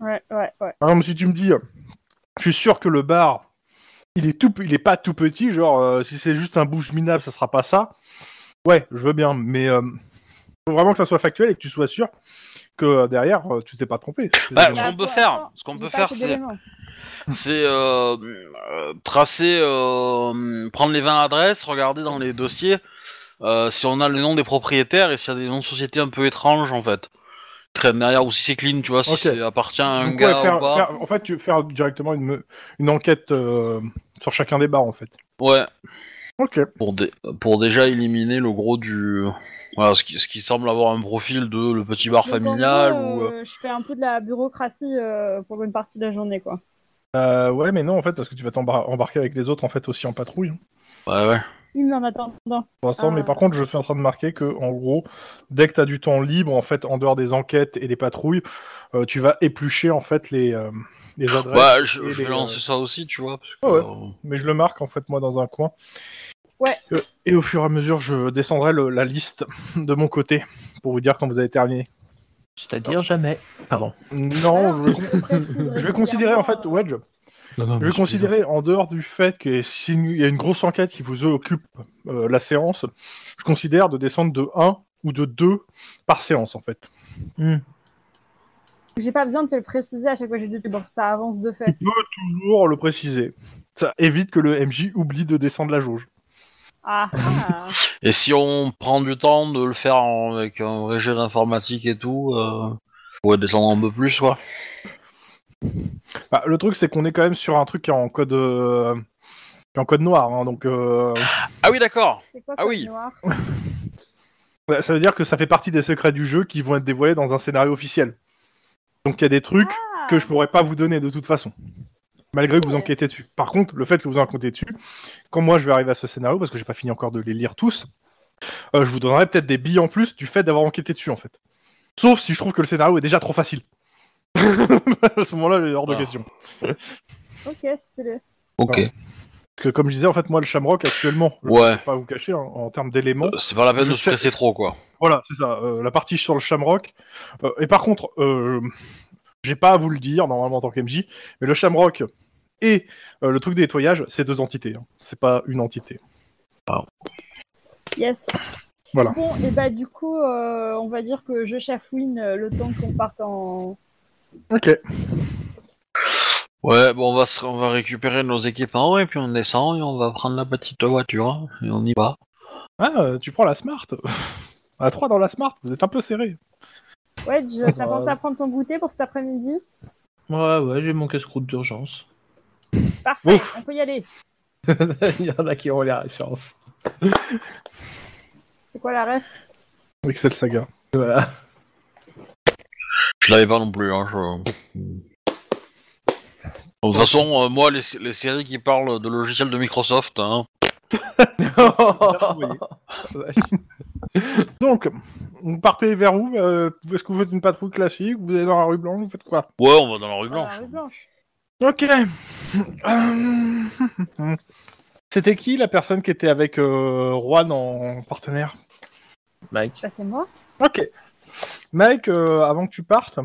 Speaker 4: Ouais, ouais, ouais.
Speaker 2: Par exemple, si tu me dis, euh, je suis sûr que le bar, il est tout, il est pas tout petit, genre euh, si c'est juste un bouge minable, ça sera pas ça. Ouais, je veux bien, mais euh, faut vraiment que ça soit factuel et que tu sois sûr que euh, derrière, euh, tu t'es pas trompé.
Speaker 1: Bah,
Speaker 4: Bah,
Speaker 1: ce qu'on peut
Speaker 4: pour
Speaker 1: faire,
Speaker 4: l'instant,
Speaker 1: ce qu'on
Speaker 4: j'ai
Speaker 1: peut
Speaker 4: pas
Speaker 1: faire,
Speaker 4: assez
Speaker 1: c'est-
Speaker 4: d'éléments.
Speaker 1: c'est euh, euh, tracer, euh, prendre les 20 adresses, regarder dans les dossiers euh, si on a le nom des propriétaires et s'il y a des noms de sociétés un peu étranges en fait. Qui traînent derrière ou si c'est clean, tu vois, si
Speaker 2: Ok.
Speaker 1: c'est appartient à un
Speaker 2: Donc, ouais,
Speaker 1: gars
Speaker 2: faire-
Speaker 1: ou pas.
Speaker 2: faire- en fait, tu veux faire directement une, me- une enquête euh, sur chacun des bars, en fait.
Speaker 1: Ouais,
Speaker 2: Ok.
Speaker 1: pour, dé- pour déjà éliminer le gros du. Voilà, ce qui, ce qui semble avoir un profil de le petit bar
Speaker 4: Donc, en
Speaker 1: familial
Speaker 4: gros,
Speaker 1: ou. euh,
Speaker 4: euh, Je fais un peu de la bureaucratie euh, pour une partie de la journée, quoi.
Speaker 2: Euh, ouais, mais non, en fait, parce que tu vas t'embar- embarquer avec les autres, en fait, aussi en patrouille. hein.
Speaker 1: euh, Ouais, ouais.
Speaker 4: Oui, mais en attendant.
Speaker 2: Pour l'instant,
Speaker 4: Ah.
Speaker 2: mais par contre, je suis en train de marquer que, en gros, dès que tu as du temps libre, en fait, en dehors des enquêtes et des patrouilles, euh, tu vas éplucher en fait les, euh, les adresses.
Speaker 1: Ouais, je,
Speaker 2: et
Speaker 1: je vais
Speaker 2: les,
Speaker 1: lancer
Speaker 2: euh,
Speaker 1: ça aussi, tu vois. Parce que,
Speaker 2: Ouais,
Speaker 1: euh,
Speaker 2: Mais je le marque en fait moi dans un coin.
Speaker 4: Ouais.
Speaker 2: Euh, et au fur et à mesure, je descendrai le- la liste de mon côté pour vous dire quand vous avez terminé.
Speaker 3: C'est-à-dire jamais. Pardon.
Speaker 4: Ah.
Speaker 2: Non, je vais, con- je vais considérer en fait, ouais, je,
Speaker 3: Non, non,
Speaker 2: je vais considérer en dehors du fait qu'il y ait- s'il y a une grosse enquête qui vous occupe euh, la séance, je considère de descendre de 1 ou de 2 par séance en fait.
Speaker 3: Hmm.
Speaker 4: J'ai pas besoin de te le préciser à chaque fois que j'ai dit bon, ça avance de
Speaker 2: Tu
Speaker 4: fait.
Speaker 2: peux toujours le préciser. Ça évite que le MJ oublie de descendre la jauge.
Speaker 4: Ah, ah.
Speaker 1: Et si on prend du temps de le faire en- avec un vrai jeu d'informatique et tout, euh, pourrait descendre un peu plus, quoi.
Speaker 2: Bah, le truc, c'est qu'on est quand même sur un truc qui est en code, euh, qui est en code noir. hein, donc, euh,
Speaker 1: Ah oui, d'accord.
Speaker 4: C'est quoi
Speaker 1: Ah
Speaker 4: Code
Speaker 1: oui.
Speaker 4: Noir
Speaker 2: ouais, ça veut dire que ça fait partie des secrets du jeu qui vont être dévoilés dans un scénario officiel. Donc, il y a des trucs
Speaker 4: Ah.
Speaker 2: que je pourrais pas vous donner de toute façon, malgré que vous
Speaker 4: Ouais.
Speaker 2: enquêtez dessus. Par contre, le fait que vous enquêtez dessus, quand moi je vais arriver à ce scénario, parce que j'ai pas fini encore de les lire tous, euh, je vous donnerai peut-être des billes en plus du fait d'avoir enquêté dessus en fait. Sauf si je trouve que le scénario est déjà trop facile. *laughs* à ce moment-là, il est hors de
Speaker 1: Ah.
Speaker 2: question.
Speaker 4: Ok, stylé.
Speaker 1: Ok.
Speaker 2: Ouais. Parce que comme je disais, en fait, moi, le Shamrock actuellement, je
Speaker 1: Ouais.
Speaker 2: vais pas vous cacher, hein, en termes d'éléments,
Speaker 1: C'est pas la peine
Speaker 2: Je
Speaker 1: de se presser trop, quoi.
Speaker 2: Voilà, c'est ça, euh, la partie sur le Shamrock. Euh, et par contre, euh, j'ai pas à vous le dire normalement en tant qu'MJ, mais le Shamrock et euh, le truc de nettoyage, c'est deux entités. hein. C'est pas une entité.
Speaker 4: Yes.
Speaker 2: Voilà.
Speaker 4: Bon, et bah du coup, euh, on va dire que je chafouine euh, le temps qu'on parte en.
Speaker 2: Ok.
Speaker 1: Ouais, bon, on va, se- on va récupérer nos équipements et puis on descend et on va prendre la petite voiture hein, et on y va.
Speaker 2: Ah, euh, tu prends la Smart. *laughs* à 3 dans la Smart, vous êtes un peu serré.
Speaker 4: Ouais, je, t'as
Speaker 3: Bah,
Speaker 4: pensé à prendre ton goûter pour cet après-midi
Speaker 3: Ouais, ouais, j'ai mon casse-croûte d'urgence. *laughs*
Speaker 4: Parfait,
Speaker 2: Ouf.
Speaker 4: on peut y aller.
Speaker 3: Il y en a qui ont la référence.
Speaker 4: C'est quoi la ref
Speaker 2: Excel Saga.
Speaker 3: Voilà.
Speaker 1: Je l'avais pas non plus. Hein, je... De toute façon, euh, moi, les, les séries qui parlent de logiciels de Microsoft, hein,
Speaker 3: *laughs*
Speaker 2: Donc, vous partez vers où euh, Est-ce que vous faites une patrouille classique Vous allez dans la rue Blanche Vous faites quoi
Speaker 1: ouais, on va dans la rue
Speaker 4: Ah,
Speaker 1: blanche.
Speaker 4: la ref blanche.
Speaker 2: Ok. *laughs* Euh, C'était qui la personne qui était avec euh, Juan en partenaire
Speaker 3: Mike.
Speaker 4: Bah, c'est moi.
Speaker 2: Ok. Mike, euh, avant que tu partes,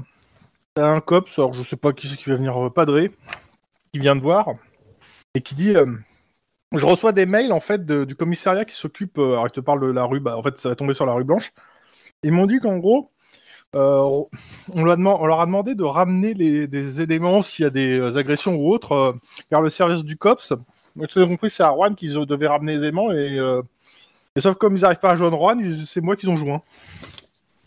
Speaker 2: t'as un cops, alors je sais pas qui c'est qui va venir euh, padrer, qui vient te voir, et qui dit euh, Je reçois des mails en fait de- du commissariat qui s'occupe, euh, alors il te parle de la rue, bah en fait ça va tomber sur la rue Blanche. Ils m'ont dit qu'en gros, euh, on, leur a deman- on leur a demandé de ramener les, des éléments s'il y a des euh, agressions ou autres euh, vers le service du cops. Donc, j'ai compris, c'est à Rouen qu'ils euh, devaient ramener les éléments, et, euh, et sauf comme ils n'arrivent pas à joindre Rouen, ils- c'est moi qu'ils ont joint.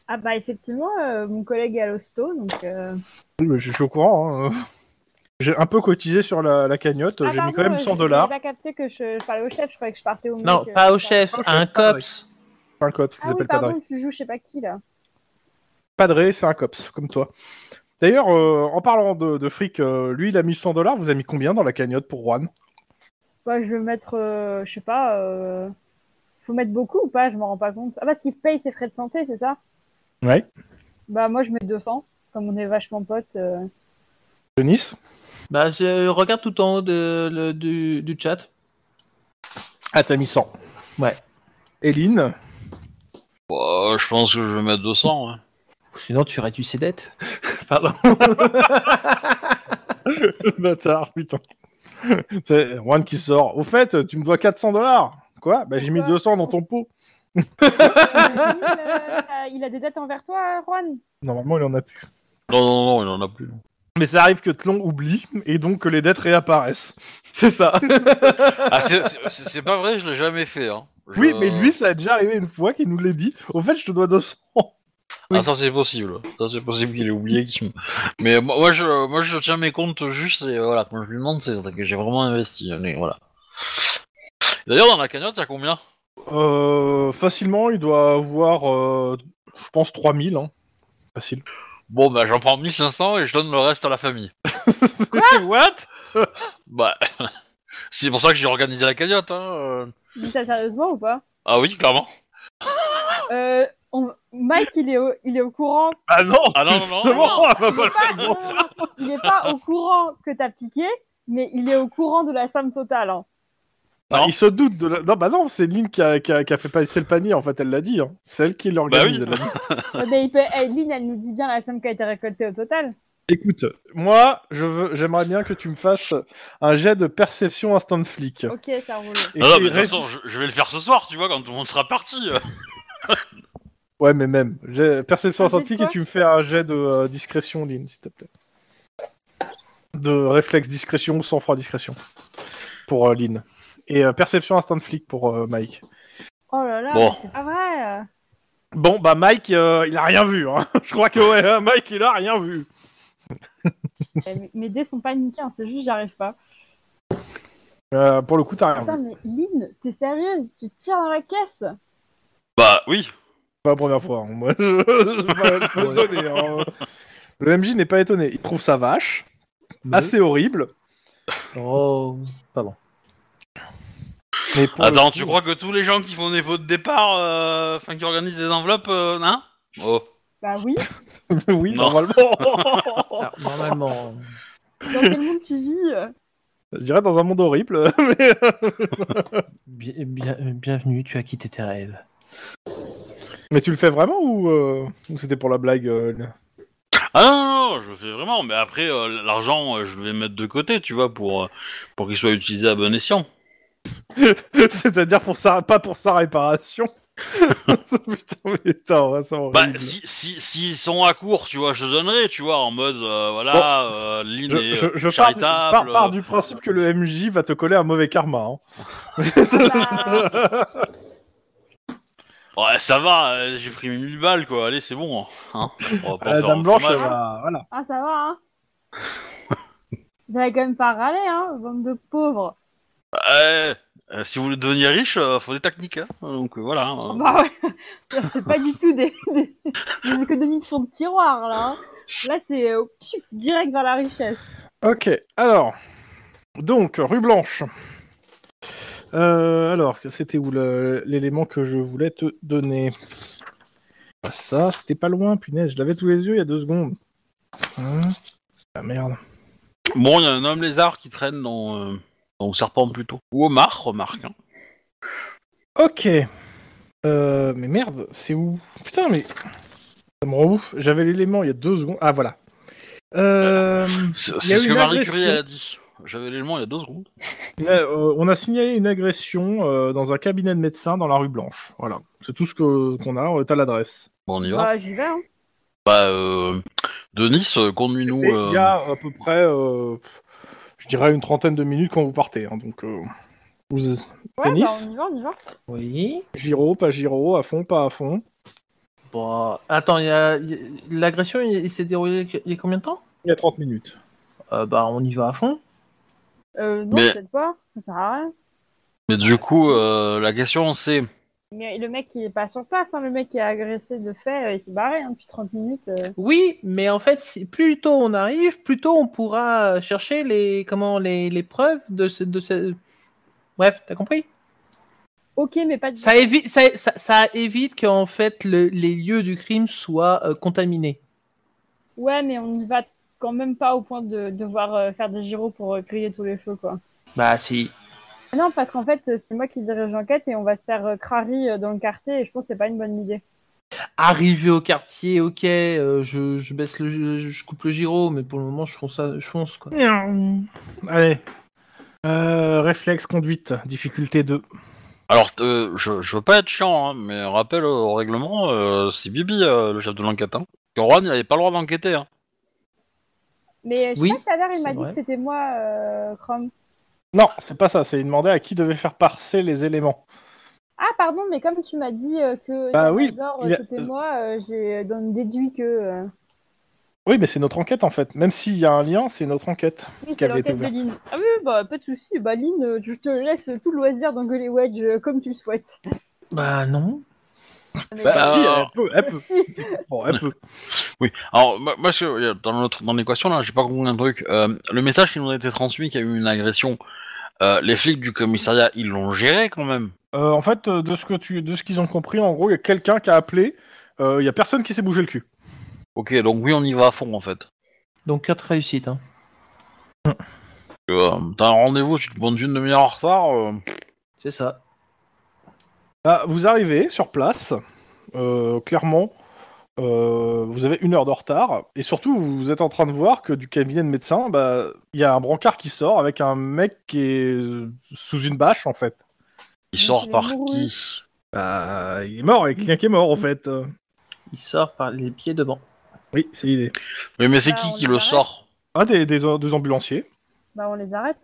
Speaker 4: Ah bah effectivement, euh, mon collègue est à l'hosto, donc... euh,
Speaker 2: Oui, mais je suis au courant. hein. *laughs* J'ai un peu cotisé sur la, la cagnotte.
Speaker 4: ah,
Speaker 2: J'ai mis
Speaker 4: pardon,
Speaker 2: quand même
Speaker 4: euh,
Speaker 2: 100
Speaker 4: je-
Speaker 2: dollars.
Speaker 4: J'ai pas capté que je, je parlais au chef, je croyais que je partais au
Speaker 3: Non,
Speaker 4: mec, euh,
Speaker 3: pas au
Speaker 4: qui
Speaker 3: chef,
Speaker 4: parle.
Speaker 3: à un cops.
Speaker 2: C'est un cops, ils
Speaker 4: Ah oui,
Speaker 2: appellent
Speaker 4: pardon,
Speaker 2: padré.
Speaker 4: tu joues je sais pas qui, là.
Speaker 2: Padré, c'est un cops, comme toi. D'ailleurs, euh, en parlant de, de fric, euh, lui, il a mis 100 dollars. Vous avez mis combien dans la cagnotte pour Juan
Speaker 4: Bah, je vais mettre, euh, je sais pas, euh... faut mettre beaucoup ou pas Je m'en rends pas compte. Ah bah, s'il paye ses frais de santé, c'est ça
Speaker 2: Ouais.
Speaker 4: Bah, moi, je mets 200, comme on est vachement potes. euh.
Speaker 3: *laughs*
Speaker 2: Denis
Speaker 3: Bah, je regarde tout en haut de, le- du, du chat.
Speaker 2: Ah, t'as mis 100.
Speaker 3: Ouais.
Speaker 2: Eline
Speaker 1: Bah, je pense que je vais mettre 200. hein.
Speaker 3: Sinon, tu réduis ses dettes. *laughs* Pardon.
Speaker 2: *laughs* Bâtard, putain. *laughs* C'est Juan qui sort. Au fait, tu me dois 400 dollars. Quoi Bah, j'ai mis
Speaker 4: Pourquoi
Speaker 2: 200 dans ton pot.
Speaker 4: Euh, il a des dettes envers toi, Juan
Speaker 2: Normalement, il en a plus.
Speaker 1: Non, non, non, il en a plus.
Speaker 2: Mais ça arrive que Tlon oublie et donc que les dettes réapparaissent.
Speaker 3: C'est ça.
Speaker 1: Ah, c'est- c'est c'est pas vrai, je l'ai jamais fait. Hein. Je-
Speaker 2: Oui, mais lui, ça a déjà arrivé une fois qu'il nous l'ait dit. Au fait, je te dois 200.
Speaker 1: Ah, ça c'est possible. Ça c'est possible qu'il ait oublié. qu'il me- Mais moi, moi, je, moi je tiens mes comptes juste et voilà, quand je lui demande, c'est que j'ai vraiment investi. hein, Mais voilà. D'ailleurs, dans la cagnotte, il y a combien
Speaker 2: *laughs* Euh, facilement, il doit avoir, euh, je pense, 3000. Hein. Facile.
Speaker 1: Bon, bah j'en prends 1500 et je donne le reste à la famille.
Speaker 2: What
Speaker 1: Bah, *laughs* c'est pour ça que j'ai organisé la cagnotte. Hein. euh.
Speaker 4: Dis ça sérieusement ou pas
Speaker 1: Ah oui, clairement.
Speaker 4: euh, on- Mike, il est au, il est au courant.
Speaker 2: Ah *laughs* non
Speaker 1: Ah non, non,
Speaker 2: justement,
Speaker 1: non,
Speaker 2: *laughs* elle va
Speaker 4: Il
Speaker 2: pas
Speaker 4: est
Speaker 2: le
Speaker 4: pas,
Speaker 2: faire.
Speaker 4: euh, il est pas au courant que t'as piqué, mais il est au courant de la somme totale. hein.
Speaker 2: Ah, Il se doute de la... Non, bah non, c'est Lynn qui a, qui a- qui a fait passer le panier, en fait, elle l'a dit. Hein. C'est elle qui l'organise.
Speaker 1: Bah oui.
Speaker 2: elle l'a dit. *laughs*
Speaker 4: Ouais, mais il peut... eh, Lynn, elle nous dit bien la somme qui a été récoltée au total.
Speaker 2: Écoute, moi, je veux, j'aimerais bien que tu me fasses un jet de perception instant flic.
Speaker 4: Ok, ça roule.
Speaker 2: Et
Speaker 1: Non, non,
Speaker 2: qu'il
Speaker 1: mais de toute
Speaker 2: réussisse-
Speaker 1: façon, je, je vais le faire ce soir, tu vois, quand tout le monde sera parti. euh.
Speaker 2: Ouais, mais même. J'ai- Perception
Speaker 4: Un jet de
Speaker 2: scientifique
Speaker 4: quoi
Speaker 2: et tu me fais un jet de euh, discrétion, Lynn, s'il te plaît. De réflexe discrétion ou sang-froid discrétion pour euh, Lynn. Et euh, perception instinct de flic pour euh, Mike.
Speaker 4: Oh là là,
Speaker 1: Bon.
Speaker 4: mais c'est pas vrai. *laughs*
Speaker 2: Bon, bah Mike, euh, il a rien vu. Hein. *laughs* Je crois que ouais, hein, Mike, il a rien vu.
Speaker 4: Eh, mais- Mes dés sont paniqués, hein, c'est juste j'arrive pas.
Speaker 2: Euh, pour le coup, t'as rien
Speaker 4: Attends,
Speaker 2: vu.
Speaker 4: mais Lynn, t'es sérieuse Tu tires dans la caisse
Speaker 1: Bah
Speaker 2: *laughs*
Speaker 1: oui.
Speaker 2: Pas la première fois. hein. Moi, *laughs* je, je- je peux le donner, hein. Le MJ n'est pas étonné. Il trouve ça vache,
Speaker 1: Ah,
Speaker 2: assez horrible.
Speaker 3: Oh, pardon.
Speaker 2: Mais pour le
Speaker 1: Attends,
Speaker 2: coup,
Speaker 1: tu crois que tous les gens qui font des pots de départ, euh, enfin qui organisent des enveloppes, euh, hein Oh.
Speaker 4: Bah oui.
Speaker 2: *laughs* Oui,
Speaker 1: Non.
Speaker 2: normalement.
Speaker 3: Alors, normalement.
Speaker 4: Dans quel monde tu vis euh
Speaker 2: Je dirais dans un monde horrible. *laughs* mais, euh,
Speaker 3: Bien, bien- bienvenue, tu as quitté tes rêves.
Speaker 2: Mais tu le fais vraiment ou, euh, ou c'était pour la blague euh, Lina
Speaker 1: Ah non, non, non, je le fais vraiment, mais après, euh, l'argent, euh, je vais le mettre de côté, tu vois, pour, euh, pour qu'il soit utilisé à bon escient.
Speaker 2: *laughs*
Speaker 1: *laughs*
Speaker 2: C'est-à-dire pour sa... pas pour sa réparation. Putain, mais attends, ouais, c'est
Speaker 1: Bah,
Speaker 2: horrible.
Speaker 1: si, si, s'ils sont à court, tu vois, je donnerai, tu vois, en mode, euh, voilà, euh, Lynn
Speaker 2: je,
Speaker 1: est
Speaker 2: je- je
Speaker 1: euh,
Speaker 2: pars, du,
Speaker 1: charitable.
Speaker 2: pars- pars du principe que le MJ va te coller un mauvais karma. hein.
Speaker 4: Bah,
Speaker 1: Ouais, ça va, euh, j'ai pris 1000 balles, quoi, allez, c'est bon.
Speaker 2: *laughs*
Speaker 1: Hein. On va pas en
Speaker 2: La
Speaker 1: faire
Speaker 2: Euh, Dame
Speaker 1: un
Speaker 2: Blanche, elle
Speaker 1: fromage.
Speaker 2: va- voilà.
Speaker 4: ah, ça va, hein. Vous allez quand même pas râler, hein, bande de pauvres.
Speaker 1: Euh, euh, si vous voulez devenir riche, euh, faut des techniques, hein. donc euh, voilà. hein.
Speaker 4: Bah ouais, *laughs* c'est pas du tout des, des- des économies de fond de tiroir, là. hein. Là, c'est euh, pif, direct vers la richesse.
Speaker 2: Ok, alors. Donc, rue Blanche. Euh, alors, c'était où le- l'élément que je voulais te donner Ah, Ça, c'était pas loin, punaise. Je l'avais tous les yeux il y a deux secondes. Hein ah merde.
Speaker 1: Bon, il y a un homme lézard qui traîne dans, euh, dans le serpent plutôt. Ou au mar, remarque. hein.
Speaker 2: Ok. Euh, mais merde, c'est où Putain, mais. Ça me rend ouf. J'avais l'élément il y a deux secondes. Ah, voilà. Euh,
Speaker 1: C'est
Speaker 2: Il y
Speaker 1: c'est
Speaker 2: a
Speaker 1: ce
Speaker 2: une
Speaker 1: que Marie
Speaker 2: agression.
Speaker 1: Curie elle a dit. J'avais l'élément il y a deux secondes.
Speaker 2: une- euh, on a signalé une agression euh, dans un cabinet de médecin dans la rue Blanche. Voilà. C'est tout ce que- qu'on a. Euh, T'as l'adresse.
Speaker 1: Bon, on y va.
Speaker 4: Bah, j'y vais, hein.
Speaker 1: Bah, euh, Denis, euh, conduis-nous.
Speaker 2: Et Il y
Speaker 1: euh,
Speaker 2: a à peu près, euh, je dirais, une trentaine de minutes quand vous partez. hein, donc, euh, vous-
Speaker 4: Ouais,
Speaker 2: Tennis
Speaker 4: bah, on y va, on y va.
Speaker 3: Oui.
Speaker 2: Giro, pas Giro, à fond, pas à fond.
Speaker 3: Bon, attends, il y a- il y a- l'agression, il, il s'est déroulée il y a combien de temps
Speaker 2: Il y a 30 minutes.
Speaker 3: Euh, Bah, on y va à fond.
Speaker 4: Euh, non,
Speaker 1: Mais-
Speaker 4: peut-être pas, ça sert à rien.
Speaker 1: Mais du coup, euh, la question c'est.
Speaker 4: Mais le mec, il est pas sur place, hein. le mec qui a agressé de fait, euh, il s'est barré hein, depuis 30 minutes. euh.
Speaker 3: Oui, mais en fait, si- plus tôt on arrive, plus tôt on pourra euh, chercher les comment les, les preuves de ce, de ce... Bref, t'as compris
Speaker 4: Ok, mais pas du
Speaker 3: ça évite, ça, ça, ça évite qu'en fait le- les lieux du crime soient euh, contaminés.
Speaker 4: Ouais, mais on y va quand même pas au point de devoir euh, faire des gyros pour euh, griller tous les feux, quoi.
Speaker 3: Bah si.
Speaker 4: Non, parce qu'en fait, euh, c'est moi qui dirige l'enquête et on va se faire euh, crari euh, dans le quartier et je pense que c'est pas une bonne idée.
Speaker 3: Arrivé au quartier, ok, euh, je, je baisse le, je, je coupe le giro, mais pour le moment je fonce, ça, je fonce quoi.
Speaker 2: Allez. Euh, réflexe conduite, difficulté 2.
Speaker 1: Alors, euh, je, je veux pas être chiant, hein, mais rappel au règlement, euh, c'est Bibi euh, le chef de l'enquête. Hein. Que Juan, il avait pas le droit d'enquêter. Hein.
Speaker 4: Mais euh, je sais
Speaker 3: Oui,
Speaker 4: pas, tout à l'heure, il
Speaker 3: c'est
Speaker 4: m'a dit
Speaker 3: vrai.
Speaker 4: que c'était moi, euh, Chrome.
Speaker 2: Non, c'est pas ça, c'est demander à qui devait faire passer les éléments.
Speaker 4: Ah, pardon, mais comme tu m'as dit euh, que
Speaker 2: Bah oui,
Speaker 4: Salvador,
Speaker 2: il
Speaker 4: euh,
Speaker 2: a-
Speaker 4: c'était moi, euh, j'ai donc déduit que. euh,
Speaker 2: Oui, mais c'est notre enquête en fait. Même s'il y a un lien, c'est notre enquête.
Speaker 4: Oui, c'est
Speaker 2: Qu'elle avait été
Speaker 4: l'enquête de
Speaker 2: ouverte.
Speaker 4: Lynn. Ah oui, bah pas de souci. Bah Lynn, euh, je te laisse tout le loisir d'engueuler Wedge euh, comme tu
Speaker 2: *laughs*
Speaker 4: le souhaites.
Speaker 3: Bah non.
Speaker 4: Mais
Speaker 1: Bah,
Speaker 4: bah,
Speaker 2: si,
Speaker 1: alors-
Speaker 2: elle peut, elle peut.
Speaker 4: si.
Speaker 2: Bon, elle peut.
Speaker 1: Oui. Alors, moi, moi, je- euh, dans notre dans l'équation là, j'ai pas compris un truc. Euh, le message qui nous a été transmis, qu'il y a eu une agression, euh, les flics du commissariat, ils l'ont géré quand même.
Speaker 2: Euh, en fait, euh, de ce que tu, de ce qu'ils ont compris, en gros, il y a quelqu'un qui a appelé. euh, Il y a personne qui s'est bougé le cul.
Speaker 1: Ok, donc oui, on y va à fond en fait.
Speaker 3: Donc quatre réussites. Hein.
Speaker 1: Euh, T'as un rendez-vous, tu te prends une demi-heure en retard. euh,
Speaker 3: C'est ça.
Speaker 2: Bah, vous arrivez sur place, euh, clairement, euh, vous avez une heure de retard, et surtout vous êtes en train de voir que du cabinet de médecin, bah, il y a un brancard qui sort avec un mec qui est euh, sous une bâche en fait.
Speaker 1: il
Speaker 4: Donc,
Speaker 1: sort
Speaker 4: il est
Speaker 1: par
Speaker 4: bourru.
Speaker 1: qui
Speaker 2: Bah, il est mort, il y a quelqu'un qui est mort en fait. Euh,
Speaker 3: Il sort par les pieds devant.
Speaker 2: oui, c'est l'idée.
Speaker 1: Oui, mais c'est
Speaker 4: Bah,
Speaker 1: qui
Speaker 4: on
Speaker 1: qui
Speaker 4: les
Speaker 1: le
Speaker 4: arrête.
Speaker 1: sort
Speaker 2: Ah, des, des, des ambulanciers.
Speaker 4: Bah on les arrête.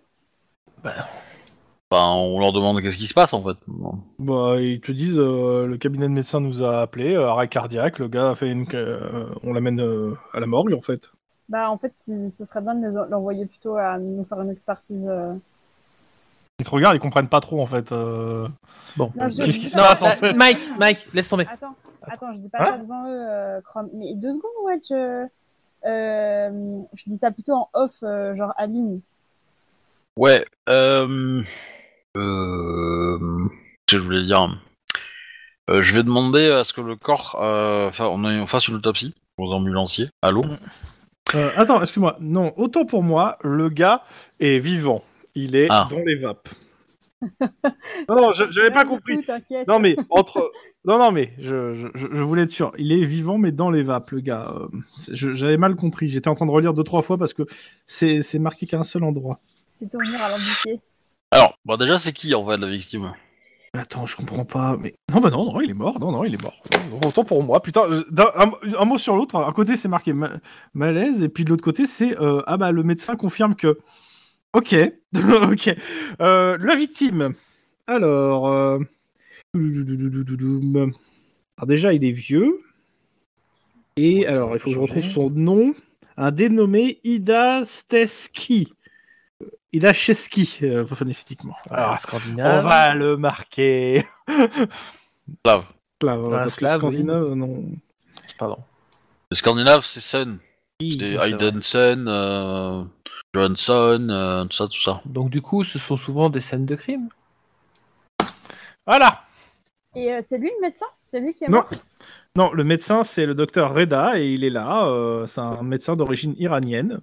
Speaker 1: Enfin, on leur demande qu'est-ce qui se passe en fait.
Speaker 2: Bah, ils te disent euh, le cabinet de médecin nous a appelé, euh, arrêt cardiaque, le gars a fait une. ca- euh, on l'amène euh, à la morgue en fait.
Speaker 4: Bah en fait, il- ce serait bien de les en- l'envoyer plutôt à nous faire une expertise. euh.
Speaker 2: Ils te regardent, ils comprennent pas trop en fait. euh,
Speaker 3: Bon.
Speaker 4: Non, je-
Speaker 2: Qu'est-ce qui se
Speaker 4: Non,
Speaker 2: passe en
Speaker 3: Bah,
Speaker 2: fait
Speaker 3: Mike, Mike, laisse tomber.
Speaker 4: Attends, attends, je dis pas
Speaker 2: Hein
Speaker 4: ça devant eux, euh, Chrome. Mais deux secondes, Wedge. euh, euh, je dis ça plutôt en off, euh, genre à Lynn.
Speaker 1: Ouais. Euh... Euh... qu'est-ce que je voulais dire. Euh, je vais demander à ce que le corps, euh, fa- on, ait- on fasse une autopsie aux ambulanciers. Allô.
Speaker 2: Euh, attends, excuse-moi. Non, autant pour moi, le gars est vivant. Il est
Speaker 1: Ah.
Speaker 2: dans les vapes. *laughs* non, non, je- j'avais pas
Speaker 4: Ouais,
Speaker 2: compris.
Speaker 4: Ah, du coup, T'inquiète.
Speaker 2: Non, mais entre. Non, non, mais je, je- je- je voulais être sûr. Il est vivant, mais dans les vapes, le gars. Euh, c'est- je- J'avais mal compris. J'étais en train de relire deux, trois fois parce que c'est c'est marqué qu'à un seul endroit.
Speaker 4: C'est tourner à l'embouquet.
Speaker 1: Alors, bon, déjà, c'est qui en fait la victime
Speaker 2: Attends, je comprends pas. Mais non, bah non, non, il est mort. Non, non, il est mort. Autant pour moi. Putain, je- d'un- un, un mot sur l'autre. Un côté, c'est marqué ma- malaise, et puis de l'autre côté, c'est euh, ah bah le médecin confirme que. Ok, *laughs* ok. Euh, la victime. Alors, euh, alors déjà, il est vieux. Et alors, il faut que je retrouve son nom. Un dénommé Ida Steski. Euh, Ida Cheski, euh, phonétiquement. Alors,
Speaker 3: Ah,
Speaker 2: on
Speaker 3: scandinave.
Speaker 2: va le *laughs* marquer.
Speaker 1: Slave.
Speaker 2: Là, euh, parce que
Speaker 3: slave,
Speaker 2: scandinave, non.
Speaker 3: Pardon.
Speaker 1: Les Scandinaves, c'est Sun.
Speaker 3: c'est
Speaker 1: C'est
Speaker 3: vrai.
Speaker 1: Haydensen, euh, Johansson, euh, tout ça, tout ça.
Speaker 3: Donc du coup, ce sont souvent des scènes de crime.
Speaker 2: Voilà.
Speaker 4: Et euh, c'est lui le médecin C'est lui qui est
Speaker 2: Non.
Speaker 4: mort
Speaker 2: Non, le médecin, c'est le docteur Reda, et il est là. euh, c'est un médecin d'origine iranienne.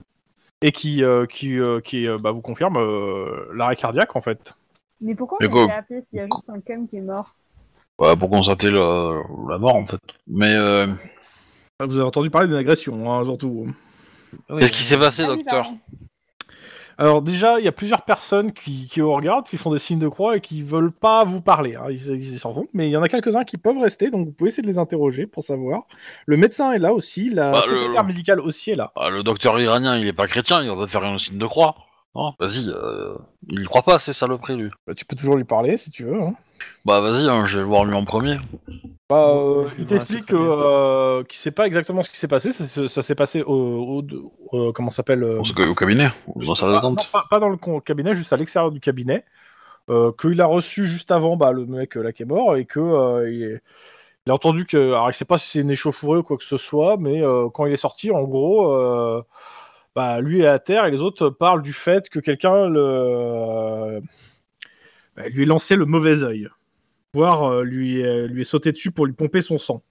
Speaker 2: Et qui, euh, qui, euh, qui euh, bah, vous confirme euh, l'arrêt cardiaque, en fait.
Speaker 4: Mais pourquoi
Speaker 1: Mais
Speaker 4: on
Speaker 1: go.
Speaker 4: l'a appelé s'il y a juste un cum qui est mort
Speaker 1: Ouais, pour constater le- la mort, en fait. Mais euh,
Speaker 2: Ah, Vous avez entendu parler d'une agression, hein, surtout.
Speaker 3: Oui,
Speaker 1: qu'est-ce qui s'est passé,
Speaker 4: Ah oui,
Speaker 1: docteur
Speaker 4: pardon.
Speaker 2: Alors déjà, il y a plusieurs personnes qui, qui vous regardent, qui font des signes de croix et qui veulent pas vous parler. hein. Ils ils s'en vont, mais il y en a quelques-uns qui peuvent rester, donc vous pouvez essayer de les interroger pour savoir. Le médecin est là aussi, la
Speaker 1: Bah, le-
Speaker 2: secrétaire
Speaker 1: le-
Speaker 2: médicale aussi est là.
Speaker 1: Ah, Le docteur iranien, il est pas chrétien, il va pas faire un signe de croix. Hein vas-y, euh, il y croit pas, c'est ça le prélu.
Speaker 2: Bah, tu peux toujours lui parler si tu veux. hein.
Speaker 1: Bah vas-y, hein, je vais le voir lui en premier.
Speaker 2: Bah,
Speaker 3: Ouais,
Speaker 2: euh,
Speaker 3: je
Speaker 2: il
Speaker 3: vois,
Speaker 2: t'explique
Speaker 3: c'est
Speaker 2: que,
Speaker 3: très bien.
Speaker 2: euh, qu'il sait pas exactement ce qui s'est passé. Ça, se- ça s'est passé au, au- au- euh, comment ça s'appelle euh,
Speaker 1: On se cueille au cabinet, dans sa
Speaker 2: pas, non,
Speaker 1: attente.
Speaker 2: pas- pas dans le con- cabinet, juste à l'extérieur du cabinet, euh, qu'il a reçu juste avant bah, le mec euh, là qui est mort et que euh, il, est- il a entendu que, alors il sait pas si c'est une échauffourée ou quoi que ce soit, mais euh, quand il est sorti, en gros, euh, bah, lui est à terre et les autres parlent du fait que quelqu'un le- bah, lui ait lancé le mauvais œil, voire euh, lui, euh, lui ait sauté dessus pour lui pomper son sang.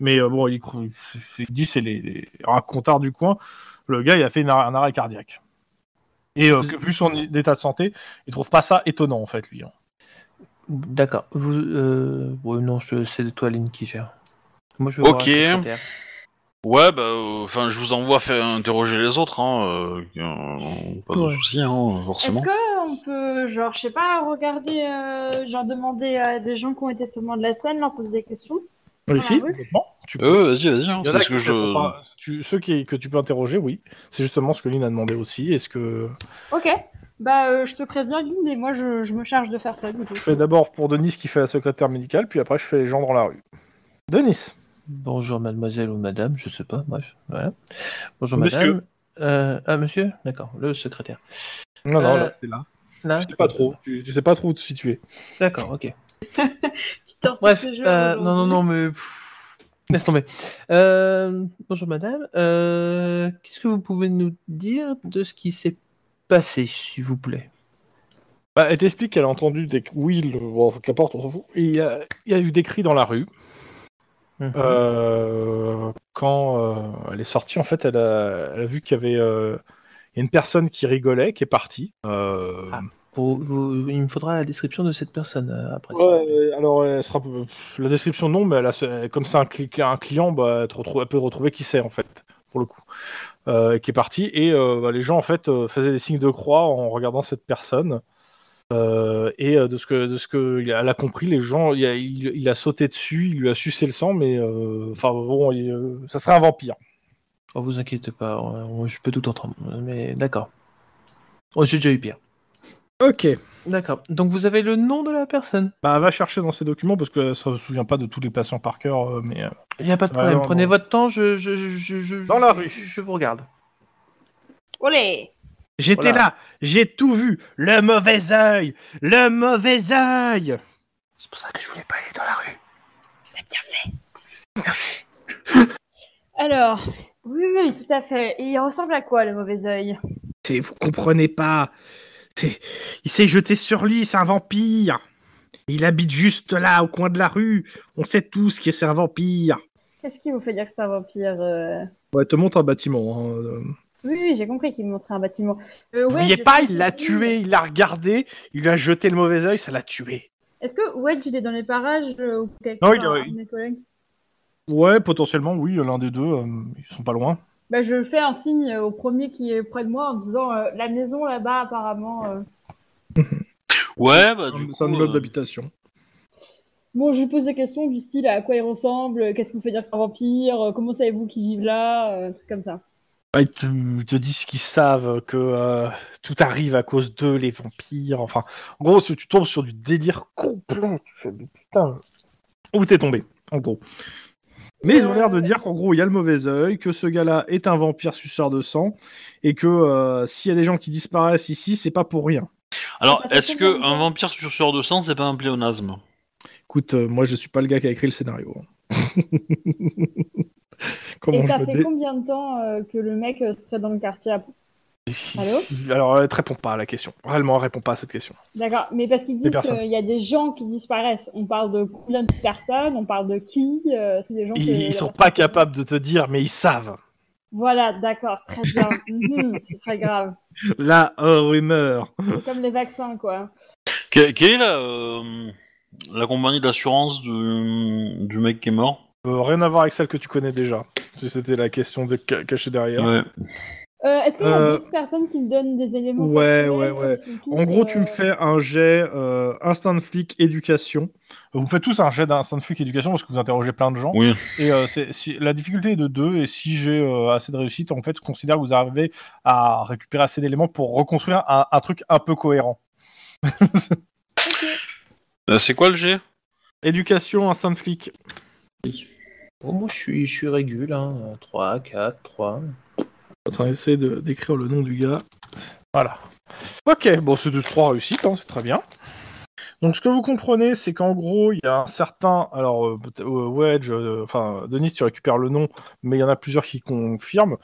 Speaker 2: Mais euh, bon, il, cro- il dit c'est les, les racontars du coin. Le gars, il a fait une ar- un arrêt cardiaque. Et euh, que, vu son i- état de santé, il trouve pas ça étonnant en fait, lui. hein.
Speaker 3: D'accord. Vous, euh... ouais, non, je... c'est toi, Lynn, qui gère. Moi, je
Speaker 1: Ok.
Speaker 3: la secrétaire.
Speaker 1: Ouais, bah, euh, enfin, je vous envoie faire interroger les autres, hein, euh, euh, pas de
Speaker 3: Ouais.
Speaker 1: soucis, hein,
Speaker 4: Est-ce
Speaker 1: forcément.
Speaker 4: qu'on peut, genre, je sais pas, regarder, euh, genre demander à des gens qui ont été témoins de la scène, leur poser des questions
Speaker 2: Oui,
Speaker 4: Ah,
Speaker 2: si,
Speaker 4: oui.
Speaker 2: complètement, tu peux.
Speaker 1: Euh, vas-y, vas-y, hein,
Speaker 2: Il y en a
Speaker 1: c'est ce
Speaker 2: qui
Speaker 1: que je...
Speaker 2: sont pas- tu- ceux qui, que tu peux interroger, oui. C'est justement ce que Lynn a demandé aussi. Est-ce que
Speaker 4: Ok. Bah, euh, je te préviens, Guine, et moi, je, je me charge de faire ça, du coup.
Speaker 2: je fais d'abord pour Denis qui fait la secrétaire médicale, puis après je fais les gens dans la rue. Denis,
Speaker 3: Bonjour, mademoiselle ou madame, je sais pas, bref. Voilà. Bonjour,
Speaker 2: Monsieur.
Speaker 3: madame. Euh, Ah, monsieur D'accord, le secrétaire.
Speaker 2: non, non,
Speaker 3: Euh,
Speaker 2: là, c'est là.
Speaker 3: Là
Speaker 2: Je sais
Speaker 4: euh,
Speaker 2: pas trop. Tu, tu sais pas trop où te situer.
Speaker 3: D'accord, ok.
Speaker 4: Putain,
Speaker 3: Bref,
Speaker 4: c'est ce jeu,
Speaker 3: euh, non, non,
Speaker 4: aujourd'hui.
Speaker 3: non, mais. pff, Laisse tomber. Euh, bonjour madame. Euh, Qu'est-ce que vous pouvez nous dire de ce qui s'est passé, s'il vous plaît
Speaker 2: Bah, elle t'explique qu'elle a entendu des oui, le- bon, qu'importe, on s'en fout. Il y, a, il y a eu des cris dans la rue.
Speaker 3: Mhm.
Speaker 2: Euh, quand euh, elle est sortie, en fait, elle a, elle a vu qu'il y avait euh, il y a une personne qui rigolait, qui est partie. Euh,
Speaker 3: Ah. Pour- vous- il me faudra la description de cette personne euh, après.
Speaker 2: ouais, euh, alors, elle sera, pff, la description, non, mais elle a ce- comme c'est un, cli- un client, bah, elle, te retrouve- elle peut retrouver qui c'est, en fait, pour le coup, Euh, qui est parti. Et euh, bah, les gens, en fait, euh, faisaient des signes de croix en regardant cette personne. Euh, et euh, de ce que de ce que il a- elle a compris, les gens, il a, il- il a sauté dessus, il lui a sucé le sang, mais euh, enfin bon, il- euh, ça serait un vampire.
Speaker 3: Oh, vous inquiétez pas, on- je peux tout entendre. Mais d'accord. Oh, j'ai déjà eu pire.
Speaker 2: Ok.
Speaker 3: D'accord. Donc vous avez le nom de la personne.
Speaker 2: Bah, va chercher dans ses documents parce que ça ne se souvient pas de tous les patients par cœur, euh, mais. euh,
Speaker 3: Il n'y a pas de
Speaker 2: Ouais,
Speaker 3: problème.
Speaker 2: non,
Speaker 3: Prenez
Speaker 2: non.
Speaker 3: votre temps. Je, je, je, je-
Speaker 2: Dans la
Speaker 3: je-
Speaker 2: rue.
Speaker 3: Je vous regarde.
Speaker 4: Olé
Speaker 2: J'étais
Speaker 3: Voilà.
Speaker 2: là, j'ai tout vu, le mauvais œil, le mauvais œil.
Speaker 3: C'est pour ça que je voulais pas aller dans la rue.
Speaker 4: T'as bien fait
Speaker 3: Merci.
Speaker 4: Alors, oui, oui, tout à fait. Et il ressemble à quoi, le mauvais œil
Speaker 2: C'est vous comprenez pas. C'est il s'est jeté sur lui, c'est un vampire. Il habite juste là, au coin de la rue. On sait tous que c'est un vampire.
Speaker 4: Qu'est-ce qui vous fait dire que c'est un vampire euh
Speaker 2: Ouais, te montre un bâtiment. hein, euh.
Speaker 4: Oui, oui, j'ai compris qu'il me montrait un bâtiment. Euh,
Speaker 2: Vous
Speaker 4: Wedge,
Speaker 2: voyez
Speaker 4: j'ai
Speaker 2: pas,
Speaker 4: fait
Speaker 2: il l'a
Speaker 4: signe.
Speaker 2: tué, il l'a regardé, il lui a jeté le mauvais œil, ça l'a tué.
Speaker 4: Est-ce que Wedge, il est dans les parages euh, ou quelque
Speaker 2: Non, il est-
Speaker 4: part, un de mes collègues
Speaker 2: Ouais, potentiellement, oui, l'un des deux, euh, ils sont pas loin.
Speaker 4: Bah, je fais un signe au premier qui est près de moi en disant euh, la maison là-bas apparemment. euh.
Speaker 1: Ouais, bah, du
Speaker 2: C'est un
Speaker 1: coup,
Speaker 2: immeuble
Speaker 1: euh,
Speaker 2: d'habitation.
Speaker 4: Bon, je lui pose des questions du style à quoi il ressemble, euh, qu'est-ce qui vous fait dire que c'est un vampire, euh, comment savez-vous qu'ils vivent là, euh, un truc comme ça.
Speaker 2: Ouais, ils te, ils te disent qu'ils savent que euh, tout arrive à cause d'eux, les vampires. Enfin, en gros, si tu tombes sur du délire complet, tu fais mais putain, où t'es tombé, en gros. Mais ils ont l'air de dire qu'en gros, il y a le mauvais œil, que ce gars-là est un vampire suceur de sang, et que euh, s'il y a des gens qui disparaissent ici, c'est pas pour rien.
Speaker 1: Alors,
Speaker 4: Ça fait
Speaker 1: est-ce
Speaker 4: tellement
Speaker 1: que
Speaker 4: bizarre.
Speaker 1: un vampire suceur de sang, c'est pas un pléonasme
Speaker 2: Écoute, euh, moi, je suis pas le gars qui a écrit le scénario. hein. *laughs* Comment
Speaker 4: Et ça
Speaker 2: je me
Speaker 4: fait
Speaker 2: dé-
Speaker 4: combien de temps euh, que le mec euh, serait dans le quartier après Allô
Speaker 2: Alors, elle te répond pas à la question. Réellement, elle répond pas à cette question.
Speaker 4: D'accord, mais parce qu'ils
Speaker 2: Des
Speaker 4: disent
Speaker 2: personnes.
Speaker 4: qu'il y a des gens qui disparaissent. On parle de combien de personnes, on parle de qui euh, C'est des gens que-
Speaker 2: Ils, ils sont pas capables de te dire, mais ils savent.
Speaker 4: Voilà, d'accord, très bien. *laughs* Mhm, c'est très grave.
Speaker 2: La euh, rumeur.
Speaker 4: C'est comme les vaccins, quoi.
Speaker 1: Que- Quelle est la, euh, la compagnie d'assurance du, du mec qui est mort
Speaker 2: Euh, rien à voir avec celle que tu connais déjà. Si c'était la question de ca- cachée derrière.
Speaker 1: Ouais.
Speaker 4: Euh, Est-ce qu'il y a
Speaker 2: Euh,
Speaker 4: d'autres personnes qui me donnent des éléments
Speaker 2: ouais,
Speaker 4: personnels
Speaker 2: ouais,
Speaker 4: ou
Speaker 2: ouais.
Speaker 4: ils sont tous,
Speaker 2: En gros, tu me
Speaker 4: euh,
Speaker 2: fais un jet euh, instinct de flic éducation. Euh, Vous faites tous un jet d'instinct de flic éducation parce que vous interrogez plein de gens.
Speaker 1: Oui.
Speaker 2: Et euh, c'est- si- la difficulté est de 2. Et si j'ai euh, assez de réussite, en fait, je considère que vous arrivez à récupérer assez d'éléments pour reconstruire un, un truc un peu cohérent.
Speaker 4: ok.
Speaker 1: Euh, c'est quoi le G
Speaker 2: Éducation, instinct de flic.
Speaker 3: Bon, moi, je suis, je suis régule, hein. 3, 4, 3.
Speaker 2: en train d'essayer de- d'écrire le nom du gars. Voilà. Ok, bon, c'est deux, trois réussites, hein, c'est très bien. Donc, ce que vous comprenez, c'est qu'en gros, il y a un certain. Alors, euh, peut- euh, Wedge, euh, enfin, Denis, tu récupères le nom, mais il y en a plusieurs qui confirment.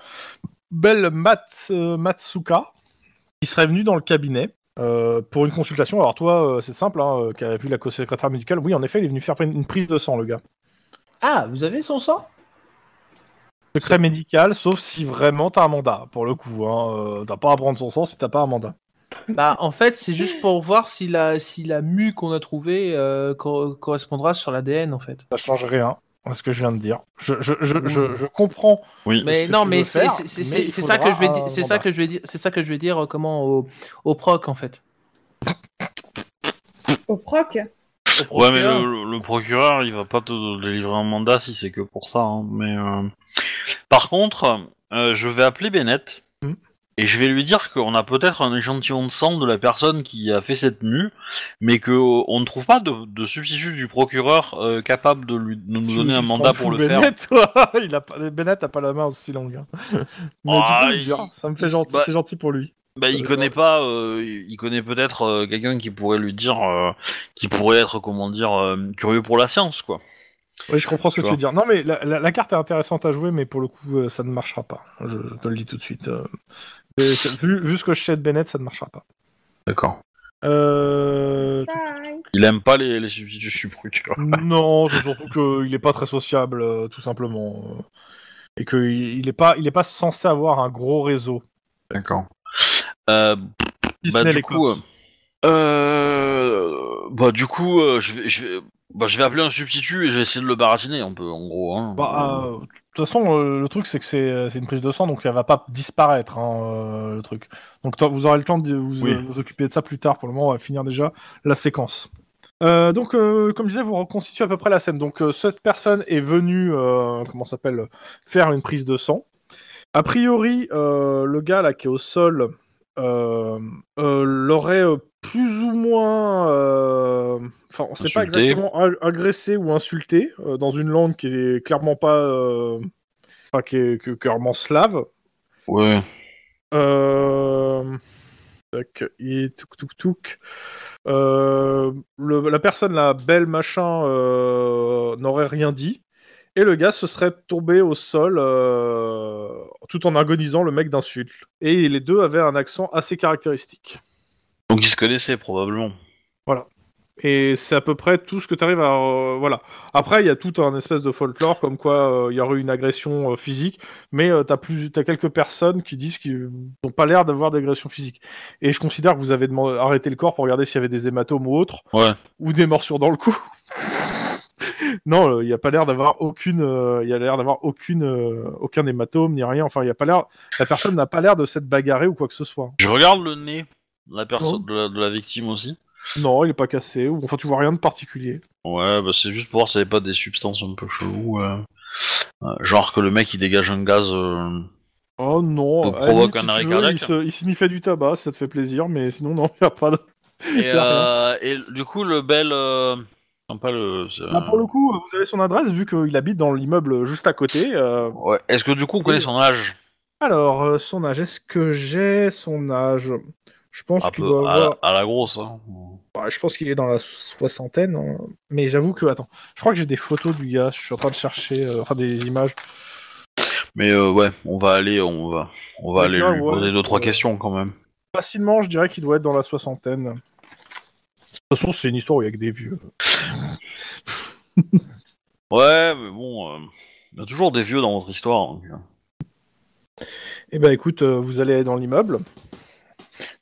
Speaker 2: Belle Mat- euh, Matsuka, qui serait venue dans le cabinet euh, pour une consultation. Alors, toi, euh, c'est simple, hein, euh, qui a vu la secrétaire médicale. Oui, en effet, il est venu faire une prise de sang, le gars.
Speaker 3: Ah, vous avez son sang
Speaker 2: Secret médical, sauf si vraiment t'as un mandat, pour le coup. Hein, euh, t'as pas à prendre son sang si t'as pas un mandat.
Speaker 3: Bah, en fait, c'est juste pour voir si la, si la mue qu'on a trouvée euh, cor- correspondra sur l'ADN, en fait.
Speaker 2: Ça change rien à ce que je viens de dire. Je, je, je, je, je comprends.
Speaker 1: Oui.
Speaker 3: Mais
Speaker 2: que
Speaker 3: non,
Speaker 2: tu
Speaker 3: mais
Speaker 2: veux
Speaker 3: c'est
Speaker 2: faire,
Speaker 3: c'est- c'est-
Speaker 2: mais
Speaker 3: c'est-
Speaker 2: il
Speaker 3: c'est ça que je vais
Speaker 2: faudra
Speaker 3: dire,
Speaker 2: un
Speaker 3: c'est ça
Speaker 2: mandat.
Speaker 3: que je vais dire, c'est ça que je vais dire euh, comment au, au proc en fait.
Speaker 4: Au proc
Speaker 3: Au
Speaker 1: Ouais, mais
Speaker 3: procureur.
Speaker 1: le, le procureur, il va pas te délivrer un mandat si c'est que pour ça. hein, Mais euh, par contre, euh, je vais appeler Bennett
Speaker 2: Mhm.
Speaker 1: et je vais lui dire qu'on a peut-être un échantillon de sang de la personne qui a fait cette mue, mais que euh, on ne trouve pas de, de substitut du procureur euh, capable de, lui, de nous donner un
Speaker 2: Tu
Speaker 1: mandat
Speaker 2: t'en
Speaker 1: pour
Speaker 2: fous,
Speaker 1: le faire.
Speaker 2: Bennett, toi *laughs* il a pas, Bennett a pas la main aussi longue. hein. Mais tu
Speaker 1: Ah,
Speaker 2: peux le dire,
Speaker 1: il-
Speaker 2: ça me fait gentil,
Speaker 1: bah-
Speaker 2: c'est gentil pour lui.
Speaker 1: Bah, il connaît pas, euh, il connaît peut-être euh, quelqu'un qui pourrait lui dire, euh, qui pourrait être, comment dire, euh, curieux pour la science, quoi.
Speaker 2: Oui, je comprends ce que
Speaker 1: Tu
Speaker 2: tu veux dire. Non, mais la, la- la carte est intéressante à jouer, mais pour le coup, euh, ça ne marchera pas. Je, je te le dis tout de suite. euh. Et ça- vu, vu ce que je sais de Bennett, ça ne marchera pas.
Speaker 1: D'accord.
Speaker 2: Euh,
Speaker 4: Bye.
Speaker 1: Il aime pas les, les substituts du procureur.
Speaker 2: Non, c'est surtout qu'il n'est pas très sociable, euh, tout simplement. euh, Et qu'il n'est pas, il est pas censé avoir un gros réseau.
Speaker 1: D'accord. Euh,
Speaker 2: Si ce
Speaker 1: bah,
Speaker 2: n'est
Speaker 1: du
Speaker 2: les
Speaker 1: coup,
Speaker 2: cops.
Speaker 1: euh, bah du coup, euh, je vais, je vais, bah, je vais appeler un substitut et je vais essayer de le baratiner un peu, en gros. Hein.
Speaker 2: Bah, euh, de toute façon, euh, le truc, c'est que c'est euh, c'est une prise de sang, donc elle va pas disparaître, hein, euh, le truc. Donc toi, vous aurez le temps de vous,
Speaker 1: Oui.
Speaker 2: euh, vous occuper de ça plus tard. Pour le moment, on va finir déjà la séquence. Euh, donc, euh, comme je disais, vous reconstituez à peu près la scène. Donc, euh, cette personne est venue, euh, comment ça s'appelle, faire une prise de sang. A priori, euh, le gars là qui est au sol euh, euh, l'aurait euh, plus ou moins, euh, enfin, on sait pas
Speaker 1: Insulté.
Speaker 2: exactement, ag- agressé ou insulté euh, dans une langue qui est clairement pas, euh, enfin, qui est, qui est clairement slave.
Speaker 1: ouais.
Speaker 2: Euh... Tac, et touc touc touc. Euh, le- la personne, la belle machin, euh, n'aurait rien dit. Et le gars se serait tombé au sol euh, tout en agonisant le mec d'insulte. Et les deux avaient un accent assez caractéristique.
Speaker 1: Donc ils se connaissaient probablement.
Speaker 2: Et c'est à peu près tout ce que tu arrives à... euh, voilà. Après, il y a tout un espèce de folklore comme quoi euh, il y aurait eu une agression euh, physique, mais euh, t'as plus, t'as quelques personnes qui disent qu'ils n'ont pas l'air d'avoir d'agression physique. Et je considère que vous avez demandé- arrêté le corps pour regarder s'il y avait des hématomes ou autres,
Speaker 1: Ouais.
Speaker 2: ou des morsures dans le cou. *laughs* non, euh, il n'y a pas l'air d'avoir aucune, euh, il y a l'air d'avoir aucune, euh, aucun hématome ni rien. Enfin, il y a pas l'air, la personne n'a pas l'air de s'être bagarrée ou quoi que ce soit.
Speaker 1: Je regarde le nez de la
Speaker 2: Oh.
Speaker 1: personne, de, la, de la victime aussi.
Speaker 2: Non, il est pas cassé. Ou enfin, tu vois rien de particulier.
Speaker 1: Ouais, bah c'est juste pour voir s'il n'y avait pas des substances un peu cheloues. euh, euh, genre que le mec il dégage un gaz. euh,
Speaker 2: Oh non,
Speaker 1: Donc,
Speaker 2: à la limite,
Speaker 1: provoque un
Speaker 2: si
Speaker 1: arrêt
Speaker 2: tu veux,
Speaker 1: cardiaque.
Speaker 2: il, se, il sniffait du tabac, si ça te fait plaisir, mais sinon, non, il a pas de.
Speaker 1: Et,
Speaker 2: *laughs* Il y a
Speaker 1: euh, et du coup, le bel. euh, Non, pas le. c'est,
Speaker 2: Bah, pour le coup, vous avez son adresse, vu qu'il habite dans l'immeuble juste à côté. euh,
Speaker 1: Ouais. Est-ce que du coup on connaît son âge
Speaker 2: Alors, euh, son âge, est-ce que j'ai son âge Je pense
Speaker 1: Un
Speaker 2: qu'il
Speaker 1: Ah, peu
Speaker 2: doit
Speaker 1: à,
Speaker 2: avoir.
Speaker 1: à la grosse. Hein.
Speaker 2: Bah, je pense qu'il est dans la soixantaine, hein. mais j'avoue que attends, je crois que j'ai des photos du gars. Je suis en train de chercher, euh, enfin des images.
Speaker 1: Mais euh, ouais, on va aller, on va, on va
Speaker 2: Mais
Speaker 1: aller
Speaker 2: tu vois,
Speaker 1: lui
Speaker 2: ouais,
Speaker 1: poser deux trois
Speaker 2: euh,
Speaker 1: questions quand même.
Speaker 2: Facilement, je dirais qu'il doit être dans la soixantaine. De toute façon, c'est une histoire où il y a que des vieux.
Speaker 1: Ouais, mais bon, euh, il y a toujours des vieux dans votre histoire. donc, euh.
Speaker 2: Eh ben, écoute, euh, vous allez dans l'immeuble.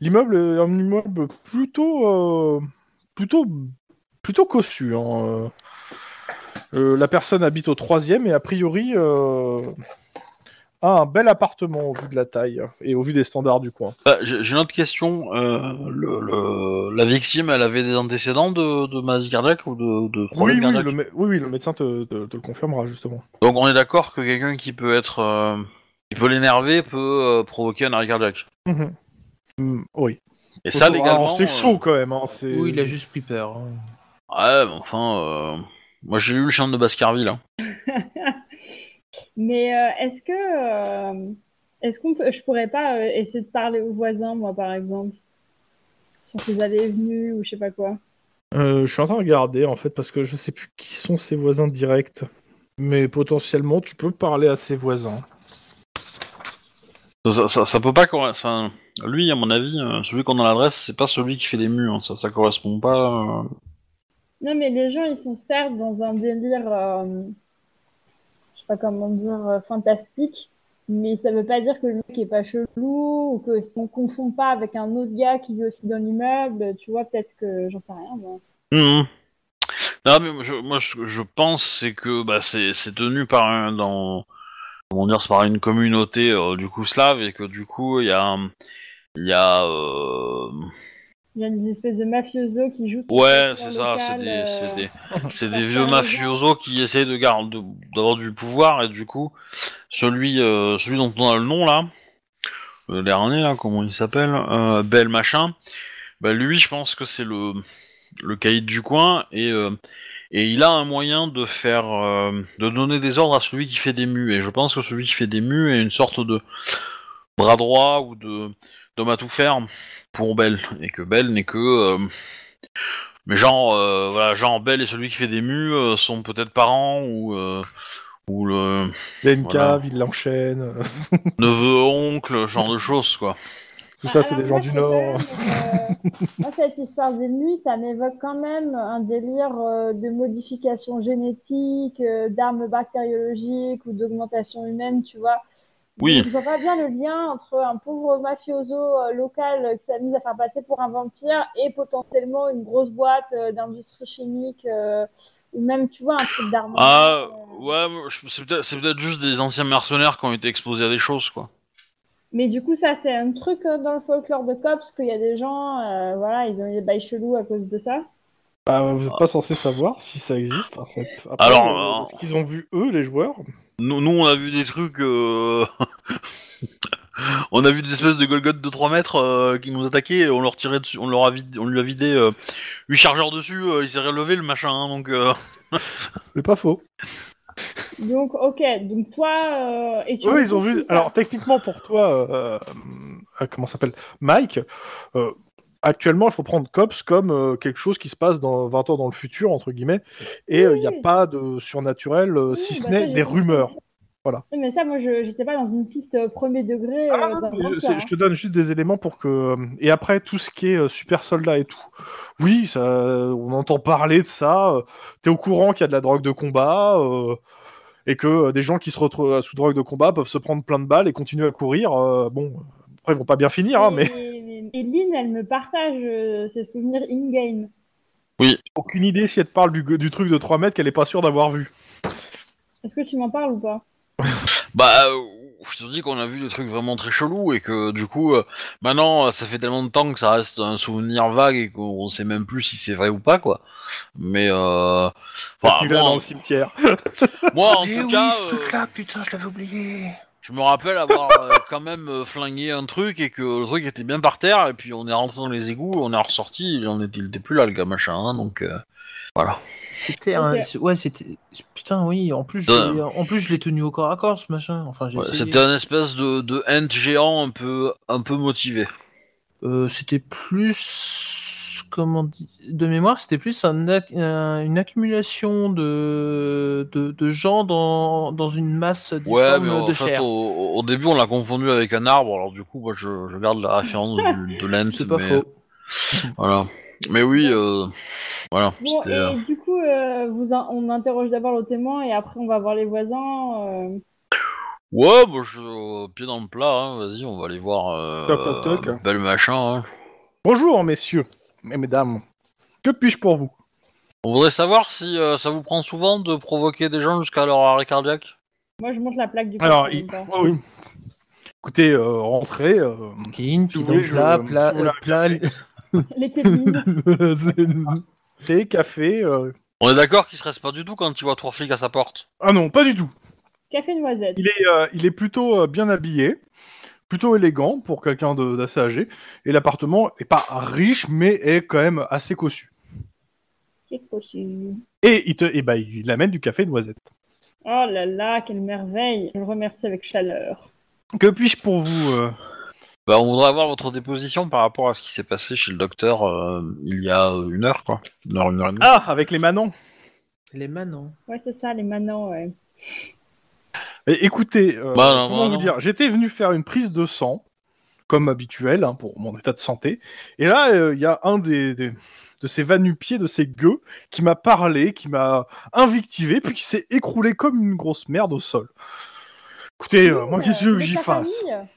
Speaker 2: L'immeuble est un immeuble plutôt, euh, plutôt, plutôt cossu. hein, euh. Euh, la personne habite au troisième et a priori euh, a un bel appartement au vu de la taille et au vu des standards du coin.
Speaker 1: Bah, J'ai j'ai une autre question. euh, le, le- la victime, elle avait des antécédents de, de maladie cardiaque ou de, de
Speaker 2: Oui
Speaker 1: problème
Speaker 2: oui,
Speaker 1: cardiaque
Speaker 2: le mé- oui, oui, le médecin te, te- te le confirmera justement.
Speaker 1: Donc on est d'accord que quelqu'un qui peut être, euh, qui peut l'énerver, peut euh, provoquer un arrêt cardiaque.
Speaker 2: Mm, oui.
Speaker 1: Et ça
Speaker 2: Alors,
Speaker 1: légalement.
Speaker 2: Ah, C'est
Speaker 1: euh,
Speaker 2: chaud quand même. Hein, c'est-
Speaker 3: Ou il a juste pris peur. hein.
Speaker 1: Ouais, mais enfin, euh, moi j'ai lu le chien de Baskerville. hein.
Speaker 4: Mais euh, est-ce que euh, est-ce qu'on peut, je pourrais pas euh, essayer de parler aux voisins, moi par exemple, sur ses allées et venues ou je sais pas quoi.
Speaker 2: Euh, je suis en train de regarder en fait parce que je sais plus qui sont ses voisins directs. Mais potentiellement, tu peux parler à ses voisins.
Speaker 1: Ça, ça- ça peut pas corre- Enfin, lui, à mon avis, euh, celui qu'on a l'adresse, c'est pas celui qui fait les murs. hein. Ça, ça correspond pas. euh.
Speaker 4: Non, mais les gens ils sont certes dans un délire, euh, je sais pas comment dire, euh, fantastique, mais ça veut pas dire que le mec est pas chelou ou que on confond pas avec un autre gars qui vit aussi dans l'immeuble. Tu vois, peut-être que j'en sais rien. moi.
Speaker 1: Mhm. Non, mais moi, je, moi, je- je pense c'est que bah, c'est c'est tenu par un dans comment dire, c'est par une communauté euh, du coup slave et que du coup il y a un- il y a euh,
Speaker 4: Il y a des espèces de mafiosos qui jouent. sur
Speaker 1: ouais
Speaker 4: le
Speaker 1: c'est ça c'est
Speaker 4: local,
Speaker 1: des
Speaker 4: euh,
Speaker 1: c'est
Speaker 4: *laughs*
Speaker 1: des c'est
Speaker 4: par
Speaker 1: des vieux
Speaker 4: exemple.
Speaker 1: mafiosos qui essayent de gar- de- d'avoir du pouvoir et du coup celui euh, celui dont on a le nom là le dernier là comment il s'appelle euh, Bel machin bah lui je pense que c'est le le caïd du coin et euh, et il a un moyen de faire euh, de donner des ordres à celui qui fait des mues et je pense que celui qui fait des mues est une sorte de bras droit ou de d'homme à tout faire pour Belle et que Belle n'est que euh, mais genre euh, voilà genre Belle et celui qui fait des mues euh, sont peut-être parents ou euh, ou le *laughs*
Speaker 2: Il a une
Speaker 1: Voilà.
Speaker 2: cave, il l'enchaîne. *laughs*
Speaker 1: neveu oncle genre de choses quoi
Speaker 2: Tout ça,
Speaker 4: Ah,
Speaker 2: c'est
Speaker 4: alors
Speaker 2: des
Speaker 4: moi,
Speaker 2: gens du
Speaker 4: je sais
Speaker 2: Nord.
Speaker 4: pas, mais,
Speaker 2: *laughs*
Speaker 4: euh, moi, cette histoire des mues, ça m'évoque quand même un délire euh, de modification génétique, euh, d'armes bactériologiques ou d'augmentation humaine, tu vois.
Speaker 1: Oui.
Speaker 4: Donc, Je vois pas bien le lien entre un pauvre mafioso euh, local qui s'amuse à faire passer pour un vampire et potentiellement une grosse boîte euh, d'industrie chimique euh, ou même, tu vois, un truc Euh, d'armes.
Speaker 1: ah ouais je- c'est peut-être c'est peut-être juste des anciens mercenaires qui ont été exposés à des choses quoi
Speaker 4: Mais du coup, ça, c'est un truc euh, dans le folklore de Cops qu'il y a des gens, euh, voilà, ils ont eu des bails chelous à cause de ça.
Speaker 2: Bah, vous n'êtes pas censé savoir si ça existe en fait. Après,
Speaker 1: Alors,
Speaker 2: euh,
Speaker 1: alors.
Speaker 2: ce qu'ils ont vu eux, les joueurs.
Speaker 1: Nous, nous, on a vu des trucs. euh, *laughs* on a vu des espèces de Golgoth de 3 mètres euh, qui nous attaquaient et on leur tirait dessus, on, leur a vid- on lui a vidé 8 chargeurs dessus, euh, il s'est relevé le machin, hein, donc. euh,
Speaker 2: C'est pas faux.
Speaker 4: Donc, ok, donc toi. euh, et tu
Speaker 2: Eux, ils ont vu.
Speaker 4: ça.
Speaker 2: Alors, techniquement, pour toi, euh, euh, comment ça s'appelle Mike, euh, actuellement, il faut prendre COPS comme euh, quelque chose qui se passe dans 20 ans dans le futur, entre guillemets, et euh, il
Speaker 4: Oui,
Speaker 2: n'y a
Speaker 4: oui.
Speaker 2: pas de surnaturel, euh,
Speaker 4: Oui,
Speaker 2: si ce
Speaker 4: bah ça,
Speaker 2: n'est
Speaker 4: j'ai
Speaker 2: des
Speaker 4: compris.
Speaker 2: rumeurs.
Speaker 4: Oui, Mais ça, moi, je j'étais pas dans une piste euh, premier degré.
Speaker 2: Ah,
Speaker 4: euh, dans le
Speaker 2: mais je,
Speaker 4: folklore,
Speaker 2: c'est- je te donne juste des éléments pour que. euh, Et après, tout ce qui est euh, super soldat et tout. Oui, ça- on entend parler de ça. euh, T'es au courant qu'il y a de la drogue de combat. euh, et que euh, des gens qui se retrouvent euh, sous drogue de combat peuvent se prendre plein de balles et continuer à courir. euh, bon, après, ils vont pas bien finir,
Speaker 4: hein.
Speaker 2: hein, mais.
Speaker 4: Et, et Lynn, elle me partage euh, ses souvenirs in-game.
Speaker 2: Aucune idée si elle te parle du, du truc de 3 mètres qu'elle est pas sûre d'avoir vu.
Speaker 4: Est-ce que tu m'en parles ou pas
Speaker 1: bah, euh, je te dis qu'on a vu des trucs vraiment très chelous et que du coup, euh, maintenant, euh, ça fait tellement de temps que ça reste un souvenir vague et qu'on sait même plus si c'est vrai ou pas, quoi. Mais, euh, enfin,
Speaker 2: Il est
Speaker 1: moi,
Speaker 2: dans
Speaker 1: en,
Speaker 2: le cimetière.
Speaker 1: moi, en
Speaker 3: Eh
Speaker 1: tout
Speaker 3: oui,
Speaker 1: cas,
Speaker 3: ce
Speaker 1: euh,
Speaker 3: truc-là, putain, je l'avais oublié.
Speaker 1: je me rappelle avoir euh, quand même euh, flingué un truc et que le truc était bien par terre et puis on est rentré dans les égouts, on est ressorti, il en était, il était plus là, le gars machin, hein, donc... euh,
Speaker 3: C'était un...
Speaker 4: Ok.
Speaker 3: c'est- Ouais, c'était... Putain, oui, en plus, je
Speaker 1: Ouais.
Speaker 3: l'ai- en plus, je l'ai tenu au corps à corps, ce machin. Enfin, j'ai
Speaker 1: Ouais,
Speaker 3: essayé.
Speaker 1: C'était un espèce de, de hand géant un peu, un peu motivé.
Speaker 3: Euh, c'était plus comment di- de mémoire c'était plus un ac- un- une accumulation de, de, de gens dans, dans une masse
Speaker 1: Ouais,
Speaker 3: difforme
Speaker 1: mais en
Speaker 3: de
Speaker 1: fait,
Speaker 3: chair
Speaker 1: au, au début, on l'a confondu avec un arbre, alors du coup, moi, je, je garde la référence du- de l'ent.
Speaker 3: c'est pas
Speaker 1: mais,
Speaker 3: faux
Speaker 1: Voilà. Mais oui, euh, voilà.
Speaker 4: Bon,
Speaker 1: c'était,
Speaker 4: et
Speaker 1: euh,
Speaker 4: du coup, euh, vous in- on interroge d'abord le témoin et après on va voir les voisins. euh.
Speaker 1: Ouais, bah, je, euh, pied dans le plat, hein, vas-y, on va aller voir euh,
Speaker 2: Toc, toc, toc.
Speaker 1: le bel machin. hein.
Speaker 2: Bonjour, messieurs et mesdames. Que puis-je pour vous
Speaker 1: On voudrait savoir si euh, ça vous prend souvent de provoquer des gens jusqu'à leur arrêt cardiaque.
Speaker 4: Moi, je monte la plaque du
Speaker 2: Alors,
Speaker 4: corps en
Speaker 2: il-
Speaker 4: même temps.
Speaker 2: oh, oui. écoutez, euh, rentrez. euh,
Speaker 3: Clean,
Speaker 2: Si
Speaker 3: puis
Speaker 2: vous
Speaker 3: dans
Speaker 2: voulez,
Speaker 3: le
Speaker 2: je-
Speaker 3: plat,
Speaker 2: si vous
Speaker 3: plat,
Speaker 2: voulez un
Speaker 3: plat-
Speaker 4: Les pieds de mine.
Speaker 3: C'est-
Speaker 2: thé, café. euh,
Speaker 1: On est d'accord qu'il se reste pas du tout quand il voit trois flics à sa porte.
Speaker 2: Ah non, pas du tout.
Speaker 4: Café noisette.
Speaker 2: Il est, euh, il est plutôt euh, bien habillé, plutôt élégant pour quelqu'un de- d'assez âgé. Et l'appartement est pas riche, mais est quand même assez cossu.
Speaker 4: Qu'est-ce que c'est
Speaker 2: Et il te, et bah, il amène du café noisette.
Speaker 4: Oh là là, quelle merveille. Je le remercie avec chaleur.
Speaker 2: Que puis-je pour vous euh
Speaker 1: Bah, on voudrait avoir votre déposition par rapport à ce qui s'est passé chez le docteur euh, il y a euh, une heure, quoi. Une heure, une heure et demie.
Speaker 2: Ah, avec les manants.
Speaker 3: les manants
Speaker 4: Ouais, c'est ça, les manants, ouais.
Speaker 2: Et écoutez, euh,
Speaker 1: Bah, non,
Speaker 2: comment
Speaker 1: bah,
Speaker 2: vous
Speaker 1: non.
Speaker 2: dire, j'étais venu faire une prise de sang, comme habituel hein, pour mon état de santé. Et là, euh, il y a un des, des- de ces vanupiers, de ces gueux, qui m'a parlé, qui m'a invictivé, *laughs* puis qui s'est écroulé comme une grosse merde au sol. Écoutez, euh, moi, qu'est-ce que tu veux que
Speaker 4: Mais
Speaker 2: j'y
Speaker 4: ta
Speaker 2: fasse
Speaker 4: famille,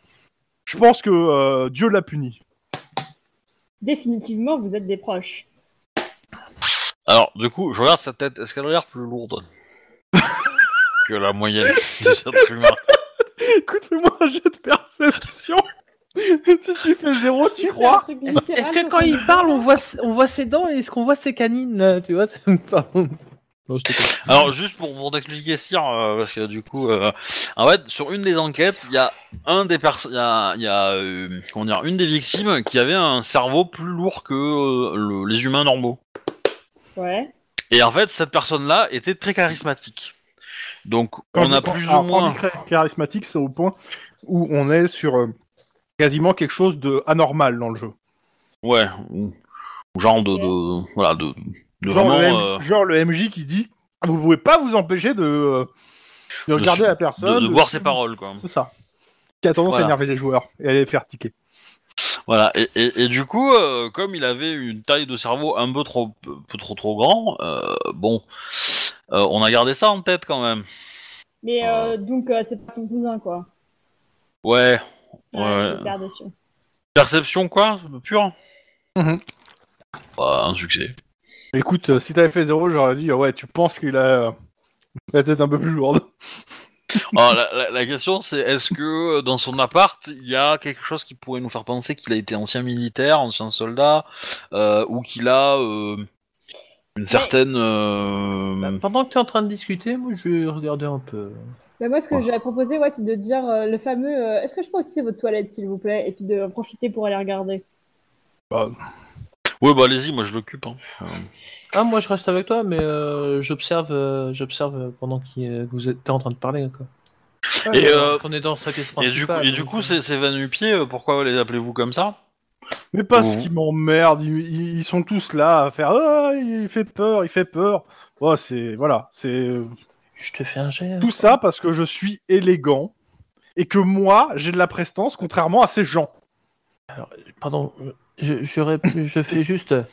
Speaker 2: Je pense que euh, Dieu l'a puni. *laughs*
Speaker 4: Définitivement, vous êtes des proches.
Speaker 1: Alors, du coup, je regarde sa tête. Est-ce qu'elle a l'air plus lourde que la moyenne des êtres humains
Speaker 2: Écoute-moi, un jet de perception. *laughs* si tu fais zéro, tu crois
Speaker 4: C'est un truc
Speaker 3: est-ce
Speaker 4: littéral,
Speaker 3: est-ce que
Speaker 4: ça
Speaker 3: quand
Speaker 4: fait
Speaker 3: il
Speaker 4: mal.
Speaker 3: parle on voit s- on voit ses dents et est-ce qu'on voit ses canines là, tu vois c'est- *laughs* pardon non je te
Speaker 1: Alors, juste pour, pour t'expliquer, Sire, euh, parce que du coup, euh, en fait, sur une des enquêtes, il y a un des perso- il y a, il y a, euh, comment dire, une des victimes qui avait un cerveau plus lourd que euh, le- les humains normaux.
Speaker 4: Ouais.
Speaker 1: Et en fait, cette personne-là était très charismatique. Donc, on a
Speaker 2: Quand-
Speaker 1: plus
Speaker 2: alors,
Speaker 1: ou moins.
Speaker 2: quand on dit char- charismatique, c'est au point où on est sur euh, quasiment quelque chose de anormal dans le jeu.
Speaker 1: Ouais. ou- ou Genre de, de- voilà, de, de
Speaker 2: Genre,
Speaker 1: vraiment,
Speaker 2: le M-
Speaker 1: euh,
Speaker 2: genre le MJ qui dit ah, Vous pouvez pas vous empêcher de, euh, de regarder
Speaker 1: su-
Speaker 2: la
Speaker 1: de-
Speaker 2: personne.
Speaker 1: de voir ses paroles, quoi.
Speaker 2: C'est ça. Qui a tendance
Speaker 1: Voilà.
Speaker 2: à énerver les joueurs et à les faire tiquer.
Speaker 1: Voilà, et, et, et du coup, euh, comme il avait une taille de cerveau un peu trop peu trop, trop grand, euh, bon, euh, on a gardé ça en tête quand même.
Speaker 4: Mais euh, donc, euh, c'est pas ton cousin, quoi.
Speaker 1: Ouais, Ouais.
Speaker 4: je vais faire dessus.
Speaker 1: perception quoi, pure
Speaker 2: Mhm.
Speaker 1: Bah, un succès.
Speaker 2: Écoute, euh, si t'avais fait zéro, j'aurais dit euh, Ouais, tu penses qu'il a euh, la tête un peu plus lourde. *laughs*
Speaker 1: Alors, Ah, la, la- la question c'est est-ce que euh, dans son appart, il y a quelque chose qui pourrait nous faire penser qu'il a été ancien militaire, ancien soldat, euh, ou qu'il a euh, une certaine... euh,
Speaker 3: Bah, pendant que tu es en train de discuter moi je vais regarder un peu
Speaker 4: Bah, moi, ce que
Speaker 1: Ouais.
Speaker 4: j'avais proposé, ouais, c'est de dire euh, le fameux euh, Est-ce que je peux utiliser votre toilette, s'il vous plaît Et puis de profiter pour aller regarder.
Speaker 1: Ouais, bah allez-y, moi je l'occupe. hein.
Speaker 3: Ah, moi je reste avec toi, mais euh, j'observe euh, j'observe euh, pendant qu'il, euh, que vous êtes t'es en train de parler. Quoi.
Speaker 1: Et, euh,
Speaker 3: Parce qu'on est dans sa caisse
Speaker 1: Et du, coup,
Speaker 3: principale.
Speaker 1: et du
Speaker 3: donc,
Speaker 1: coup,
Speaker 3: euh,
Speaker 1: ces, ces vanupiers, euh, pourquoi les appelez-vous comme ça
Speaker 2: Mais parce
Speaker 1: Mhm.
Speaker 2: qu'ils m'emmerdent, ils, ils- ils sont tous là à faire Ah, il fait peur, il fait peur. Oh, c'est. Voilà, c'est. euh,
Speaker 3: Je te fais un jet. hein.
Speaker 2: Tout ça parce que je suis élégant et que moi, j'ai de la prestance, contrairement à ces gens.
Speaker 3: hein. Pardon, je, je, rép- je
Speaker 2: *laughs*
Speaker 3: fais juste. euh,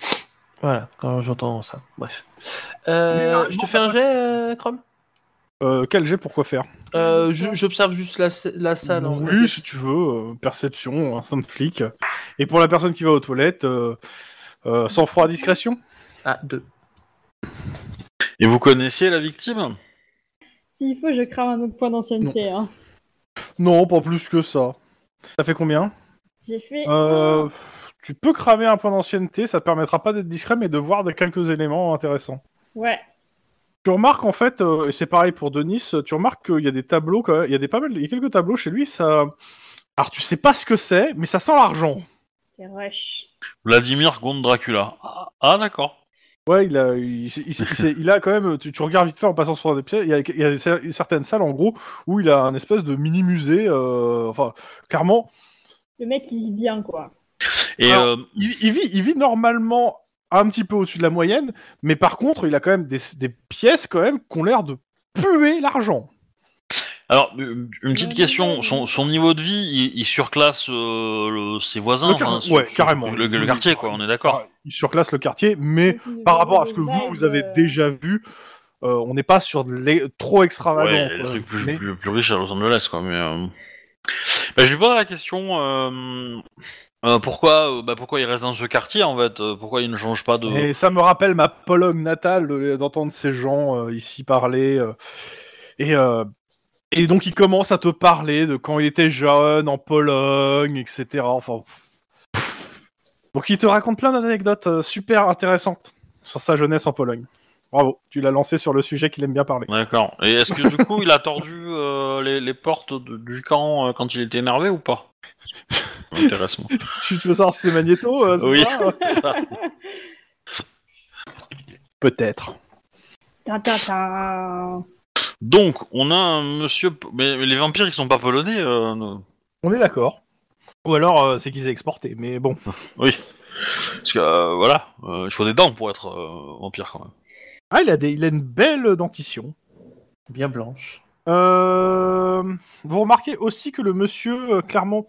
Speaker 3: Voilà, quand j'entends ça. Bref.
Speaker 2: Mais
Speaker 3: Euh,
Speaker 2: non,
Speaker 3: je te fais un jet, euh, Chrome
Speaker 2: Euh, quel jet pour quoi faire
Speaker 3: Euh, je- J'observe juste la, sa- la salle. en-
Speaker 2: Oui, si tu veux, euh, perception, instinct de flic. Et pour la personne qui va aux toilettes, euh, euh, sang-froid, discrétion
Speaker 3: Ah, deux.
Speaker 1: Et vous connaissiez la victime
Speaker 4: S'il faut, je crame un autre point d'ancienneté. Hein.
Speaker 2: Non, pas plus que ça. Ça fait combien
Speaker 4: J'ai fait. Oh,
Speaker 2: Euh, Tu peux cramer un point d'ancienneté, ça te permettra pas d'être discret, mais de voir de- quelques éléments intéressants.
Speaker 4: Ouais.
Speaker 2: Tu remarques en fait, euh, et c'est pareil pour Denis, euh, tu remarques qu'il y a des tableaux, quand même- il y a des pas mal, il y a quelques tableaux chez lui. Ça, alors tu sais pas ce que c'est, mais ça sent l'argent.
Speaker 4: C'est rush.
Speaker 1: Vladimir contre Dracula. Ah, ah, d'accord.
Speaker 2: Ouais, il a, il, il- il- il- il a quand même. euh, Tu, tu regardes vite fait en passant sur des pieds. Il y a, il y a cer- certaines salles en gros où il a un espèce de mini musée. enfin, clairement,
Speaker 4: Le mec, il vit bien, quoi.
Speaker 1: Et
Speaker 2: Alors-
Speaker 1: euh,
Speaker 2: il, il vit, il vit normalement un petit peu au-dessus de la moyenne, mais par contre, il a quand même des, des pièces quand même qui ont l'air de puer l'argent.
Speaker 1: alors, une une petite
Speaker 4: Ouais,
Speaker 1: question.
Speaker 4: ouais.
Speaker 1: Son, son niveau de vie, il, il surclasse euh, le- ses voisins,
Speaker 2: Le quar-
Speaker 1: enfin, son-
Speaker 2: ouais,
Speaker 1: son-
Speaker 2: carrément.
Speaker 1: le, le quartier, quoi. On est d'accord.
Speaker 2: Il surclasse le quartier, mais par rapport à ce que vous, vous
Speaker 4: euh.
Speaker 2: avez déjà vu, euh, on n'est pas sur de l'é- trop extravagant.
Speaker 1: Ouais,
Speaker 2: quoi.
Speaker 1: le truc plus,
Speaker 2: Mais-
Speaker 1: plus, plus riche à Los Angeles, quoi. Mais, euh, bah, je lui pose la question euh, euh, pourquoi, euh, bah, pourquoi il reste dans ce quartier, en fait euh, Pourquoi il ne change pas de.
Speaker 2: Et ça me rappelle ma Pologne natale de- d'entendre ces gens euh, ici parler. euh, et, euh, et donc, il commence à te parler de quand il était jeune en Pologne, etc. Enfin, pff. donc, il te raconte plein d'anecdotes euh, super intéressantes sur sa jeunesse en Pologne. Bravo, tu l'as lancé sur le sujet qu'il aime bien parler.
Speaker 1: D'accord. Et est-ce que du coup il a tordu euh, les, les portes de- du camp euh, quand il était énervé ou pas Ça m'intéresse, moi.
Speaker 2: tu te veux savoir si c'est Magneto euh, c'est
Speaker 1: Oui.
Speaker 2: ça Peut-être.
Speaker 4: Tintintin.
Speaker 1: Donc on a un monsieur. p- Mais, mais les vampires ils sont pas polonais. euh, non.
Speaker 2: On est d'accord. Ou alors, euh, c'est qu'ils aient exporté, mais bon.
Speaker 1: Parce que euh, voilà, euh, il faut des dents pour être euh, vampire quand même.
Speaker 2: Ah, il a, des, il a une belle dentition.
Speaker 3: Bien blanche.
Speaker 2: Euh, vous remarquez aussi que le monsieur, euh, clairement,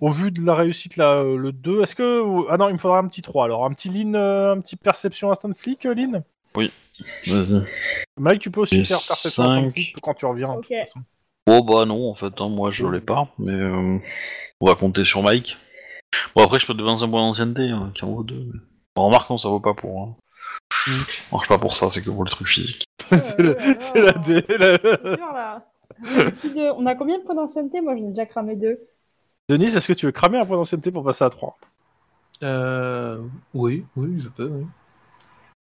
Speaker 2: au vu de la réussite, là, euh, le 2, est-ce que... Ah non, il me faudra un petit 3, alors. Un petit Lynn, euh, un petit perception instant flic, euh, Lynn
Speaker 1: Vas-y.
Speaker 2: Mike, tu peux aussi
Speaker 1: Et
Speaker 2: faire perception instant
Speaker 1: cinq.
Speaker 2: flic quand tu reviens, de
Speaker 4: Ok.
Speaker 2: toute façon. *laughs*
Speaker 1: Oh bah non en fait, hein, moi je l'ai pas. Mais euh, on va compter sur Mike. Bon après je peux devancer un point d'ancienneté hein, qui en vaut deux. mais- Bon, remarque non ça vaut pas pour. Hein. Ça marche pas pour ça, c'est que pour le truc physique.
Speaker 2: *laughs* C'est le- c'est la dé- la-
Speaker 4: Oh C'est dur, là. Plus de- On a combien de points d'ancienneté Moi, j'en ai déjà cramé deux.
Speaker 2: Denis, est-ce que tu veux cramer un point d'ancienneté pour passer à 3
Speaker 3: Euh, oui, oui, je peux. oui.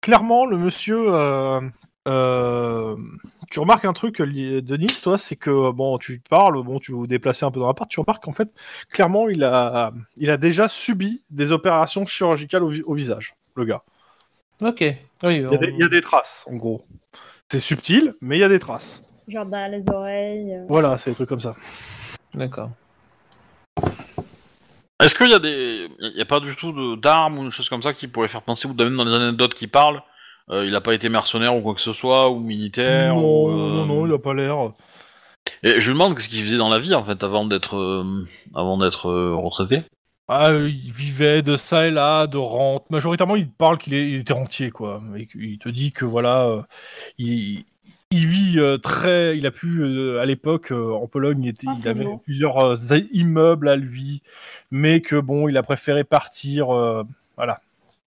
Speaker 2: clairement, le monsieur. euh, euh, tu remarques un truc, li- Denis, toi, c'est que bon, tu parles, bon, tu vous déplacer un peu dans l'appart, tu remarques qu'en fait, clairement, il a, il a déjà subi des opérations chirurgicales au, vi- au visage, le gars.
Speaker 3: Ok. Oui,
Speaker 2: Il y, a
Speaker 3: on-
Speaker 2: des, il y a des traces, en gros. C'est subtil, mais il y a des traces.
Speaker 4: Genre derrière les oreilles. euh.
Speaker 2: Voilà, c'est des trucs comme ça.
Speaker 3: D'accord.
Speaker 1: Est-ce qu'il y a des, il y a pas du tout de- d'armes ou une chose comme ça qui pourrait faire penser ou même dans les anecdotes qui parlent, euh, il a pas été mercenaire ou quoi que ce soit ou militaire.
Speaker 2: non,
Speaker 1: ou, euh,
Speaker 2: non, non, il a pas l'air.
Speaker 1: Et je me demande qu'est-ce qu'il faisait dans la vie en fait avant d'être, euh, avant d'être euh, retraité.
Speaker 2: Ah, euh, il vivait de ça et là, de rente. Majoritairement, il te parle qu'il est, il était rentier, quoi. Et il te dit que voilà, euh, il, il vit euh, très. Il a pu, euh, à l'époque, euh, en Pologne, il, était,
Speaker 4: Ah,
Speaker 2: il
Speaker 4: c'est
Speaker 2: avait
Speaker 4: beau.
Speaker 2: plusieurs euh, za- immeubles à lui, mais que bon, il a préféré partir, euh, voilà,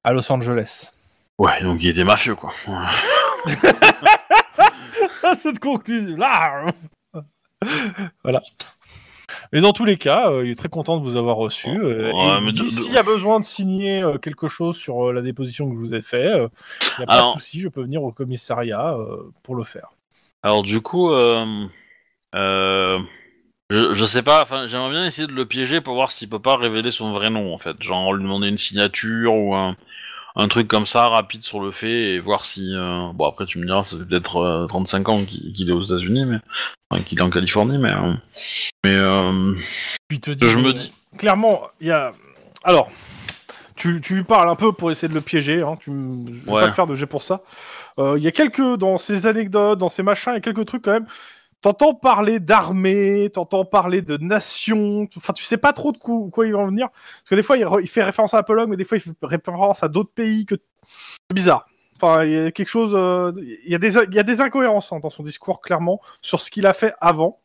Speaker 2: à Los Angeles.
Speaker 1: Ouais, donc il était mafieux quoi.
Speaker 2: *laughs* Cette conclusion là *laughs* Voilà. Mais dans tous les cas, euh, il est très content de vous avoir reçu. euh,
Speaker 1: Ouais,
Speaker 2: et il
Speaker 1: mais
Speaker 2: dit,
Speaker 1: de- de-
Speaker 2: S'il y a besoin de signer euh, quelque chose sur euh, la déposition que je vous ai fait, euh, il n'y a pas
Speaker 1: Alors-
Speaker 2: de souci, je peux venir au commissariat euh, pour le faire.
Speaker 1: Alors du coup, euh, euh, je, je sais pas. Enfin, j'aimerais bien essayer de le piéger pour voir s'il peut pas révéler son vrai nom en fait. Genre lui demander une signature ou un, un truc comme ça rapide sur le fait et voir si. euh, Bon après tu me diras, ça fait peut-être euh, 35 ans qu'il qu'il est aux États-Unis, mais enfin, qu'il est en Californie, mais euh, mais euh,
Speaker 2: Puis il te dit,
Speaker 1: je me dis.
Speaker 2: Clairement, il y a. Alors, tu, tu lui parles un peu pour essayer de le piéger, hein, tu m- je vais
Speaker 1: Ouais.
Speaker 2: pas te faire de jet pour ça. Euh, Il y a quelques. Dans ses anecdotes, dans ses machins, il y a quelques trucs quand même. T'entends parler d'armée, t'entends parler de nation, t- enfin tu sais pas trop de cou- quoi il va en venir. Parce que des fois il, re- il fait référence à la Pologne, mais des fois il fait référence à d'autres pays que. C'est bizarre. Enfin, il y a quelque chose. euh, Il y, a des, il y a des incohérences hein, dans son discours, clairement, sur ce qu'il a fait avant.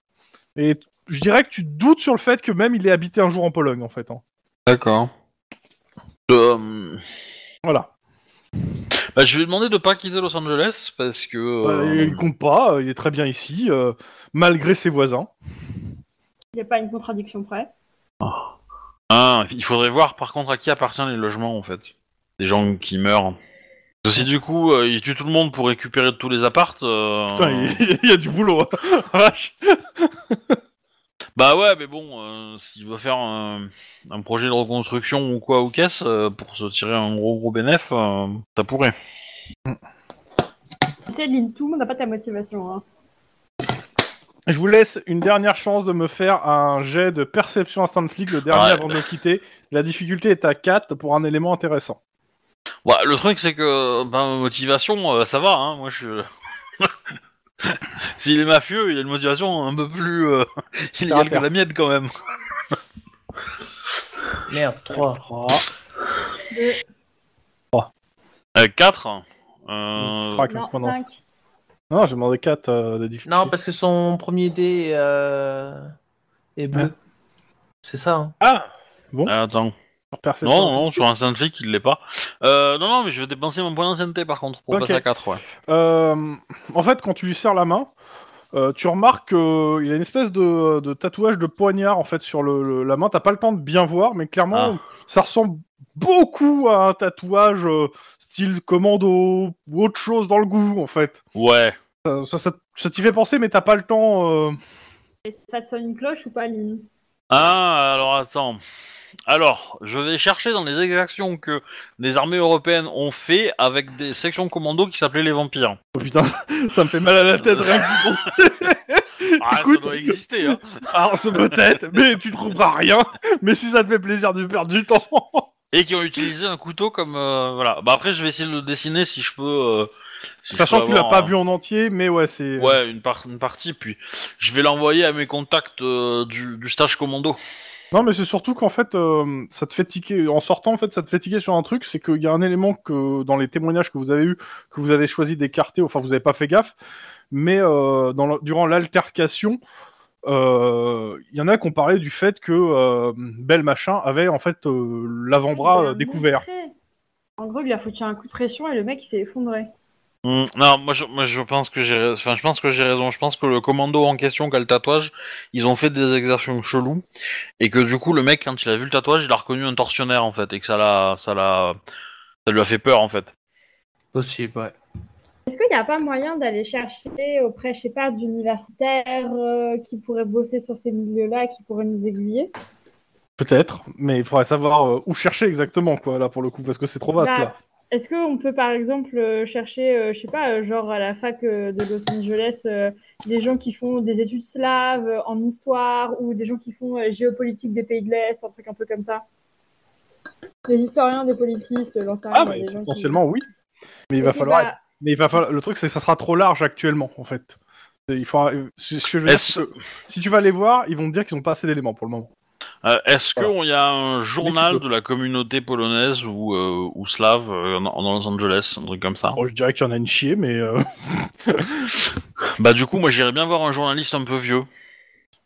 Speaker 2: Et je dirais que tu doutes sur le fait que même il ait habité un jour en Pologne, en fait. hein.
Speaker 1: D'accord. Euh,
Speaker 2: Voilà.
Speaker 1: bah, je vais lui demander de pas quitter Los Angeles parce que.
Speaker 2: Euh,
Speaker 1: euh,
Speaker 2: il compte pas, euh, il est très bien ici, euh, malgré ses voisins.
Speaker 4: Il n'y a pas une contradiction près.
Speaker 1: Ah, il faudrait voir par contre à qui appartiennent les logements en fait. Des gens qui meurent. Parce que si du coup euh, ils tuent tout le monde pour récupérer tous les appartes. euh,
Speaker 2: Putain, il *laughs* il y a du boulot. hein. *laughs* Vache.
Speaker 1: Bah ouais, mais bon, euh, s'il veut faire un, un projet de reconstruction ou quoi ou caisse euh, pour se tirer un gros gros bénéf, euh, ça pourrait.
Speaker 4: Tu sais, Lynn, tout le monde n'a pas ta motivation. Hein.
Speaker 2: Je vous laisse une dernière chance de me faire un jet de perception instinct de flic, le dernier
Speaker 1: Ouais.
Speaker 2: avant de me quitter. La difficulté est à 4 pour un élément intéressant.
Speaker 1: Ouais, Bah, le truc c'est que ben, motivation, euh, ça va. Hein, moi je. *laughs* S'il est mafieux, il a une motivation un peu plus euh, *laughs* illégale que la mienne quand même.
Speaker 3: Merde, 3.
Speaker 4: Deux,
Speaker 1: Euh, 4
Speaker 2: Mmh, Je crois que
Speaker 4: non,
Speaker 2: pendant-
Speaker 4: cinq.
Speaker 2: Non, j'ai demandé 4 euh, de difficulté.
Speaker 3: Non, parce que son premier dé euh, est bleu. C'est ça. hein.
Speaker 2: Ah
Speaker 1: Attends.
Speaker 2: Sur perception.
Speaker 1: Non, non, non, sur un scientifique, il l'est pas. Euh, non, non, mais je vais dépenser mon point d'ancienneté par contre pour
Speaker 2: Ok.
Speaker 1: passer à 4. Ouais.
Speaker 2: Euh, en fait, quand tu lui serres la main, euh, tu remarques qu'il a une espèce de, de tatouage de poignard en fait sur le, le- la main. T'as pas le temps de bien voir, mais
Speaker 1: Ah.
Speaker 2: clairement, ça ressemble beaucoup à un tatouage euh, style commando ou autre chose dans le goût en fait.
Speaker 1: Ouais.
Speaker 2: Ça, ça, ça- ça t'y fait penser, mais t'as pas le temps. euh,
Speaker 4: Et ça te sonne une cloche ou pas, Lynn
Speaker 1: Ah, alors attends. Alors, je vais chercher dans les exactions que les armées européennes ont fait avec des sections commando qui s'appelaient les
Speaker 2: *laughs*
Speaker 1: vampires.
Speaker 2: Oh putain, ça me fait mal
Speaker 1: *laughs*
Speaker 2: à la tête rien que d'y penser.
Speaker 1: Ah,
Speaker 2: Écoute.
Speaker 1: ça doit exister, hein.
Speaker 2: *laughs* Alors, c'est peut-être, mais tu trouveras rien. Mais si ça te fait plaisir de perdre du temps.
Speaker 1: Et qui ont utilisé un couteau comme. euh, voilà. Bah, après, je vais essayer de le dessiner si je peux. euh, si je
Speaker 2: Sachant
Speaker 1: peux
Speaker 2: que tu l'as
Speaker 1: avoir
Speaker 2: pas
Speaker 1: un-
Speaker 2: vu en entier, mais ouais, c'est.
Speaker 1: hein. Ouais, une, par- une partie, puis je vais l'envoyer à mes contacts euh, du, du stage commando.
Speaker 2: Non, mais c'est surtout qu'en fait, euh, ça te fait tiquer. En sortant, en fait, ça te fait tiquer sur un truc, c'est qu'il y a un élément que dans les témoignages que vous avez eu, que vous avez choisi d'écarter. Enfin, vous avez pas fait gaffe, mais euh, dans le- durant l'altercation, euh, il y en a qui ont parlé du fait que euh, Bel Machin avait en fait euh, l'avant-bras
Speaker 4: Il a
Speaker 2: euh, découvert.
Speaker 4: montré. En gros, il a foutu un coup de pression et le mec, il s'est effondré.
Speaker 1: Hmm, non, moi je, moi je pense que j'ai, enfin je pense que j'ai raison. Je pense que le commando en question qui a le tatouage, ils ont fait des exertions chelous et que du coup le mec quand il a vu le tatouage, il a reconnu un tortionnaire en fait et que ça l'a, ça l'a, ça lui a fait peur en fait.
Speaker 3: Possible, ouais.
Speaker 4: Est-ce qu'il n'y a pas moyen d'aller chercher auprès, je sais pas, d'universitaires euh, qui pourraient bosser sur ces milieux-là, qui pourraient nous aiguiller
Speaker 2: Peut-être, mais il faudrait savoir euh, où chercher exactement, quoi, là, pour le coup, parce que c'est trop vaste,
Speaker 4: Bah,
Speaker 2: là.
Speaker 4: Est-ce qu'on peut par exemple euh, chercher, euh, je sais pas, euh, genre à la fac euh, de Los Angeles, euh, des gens qui font des études slaves euh, en histoire ou des gens qui font euh, géopolitique des pays de l'Est, un truc un peu comme ça Des historiens, des politistes, j'en sais rien,
Speaker 2: Ah,
Speaker 4: mais
Speaker 2: bah,
Speaker 4: des gens qui-
Speaker 2: potentiellement, oui. Mais il va
Speaker 4: Ok,
Speaker 2: falloir.
Speaker 4: bah,
Speaker 2: Mais il va falloir... le truc, c'est que ça sera trop large actuellement, en fait. Et Il faudra... c'est ce que je veux dire,
Speaker 1: Est-ce-
Speaker 2: c'est que si tu vas les voir, ils vont te dire qu'ils n'ont pas assez d'éléments pour le moment.
Speaker 1: Euh, est-ce
Speaker 2: Voilà.
Speaker 1: qu'il y a un journal
Speaker 2: Mais tu
Speaker 1: de la communauté polonaise ou euh, ou slave euh, dans dans Los Angeles, un truc comme ça
Speaker 2: Bon, je dirais qu'il y en a une chier, mais euh,
Speaker 1: Bah du coup moi j'irais bien voir un journaliste un peu vieux.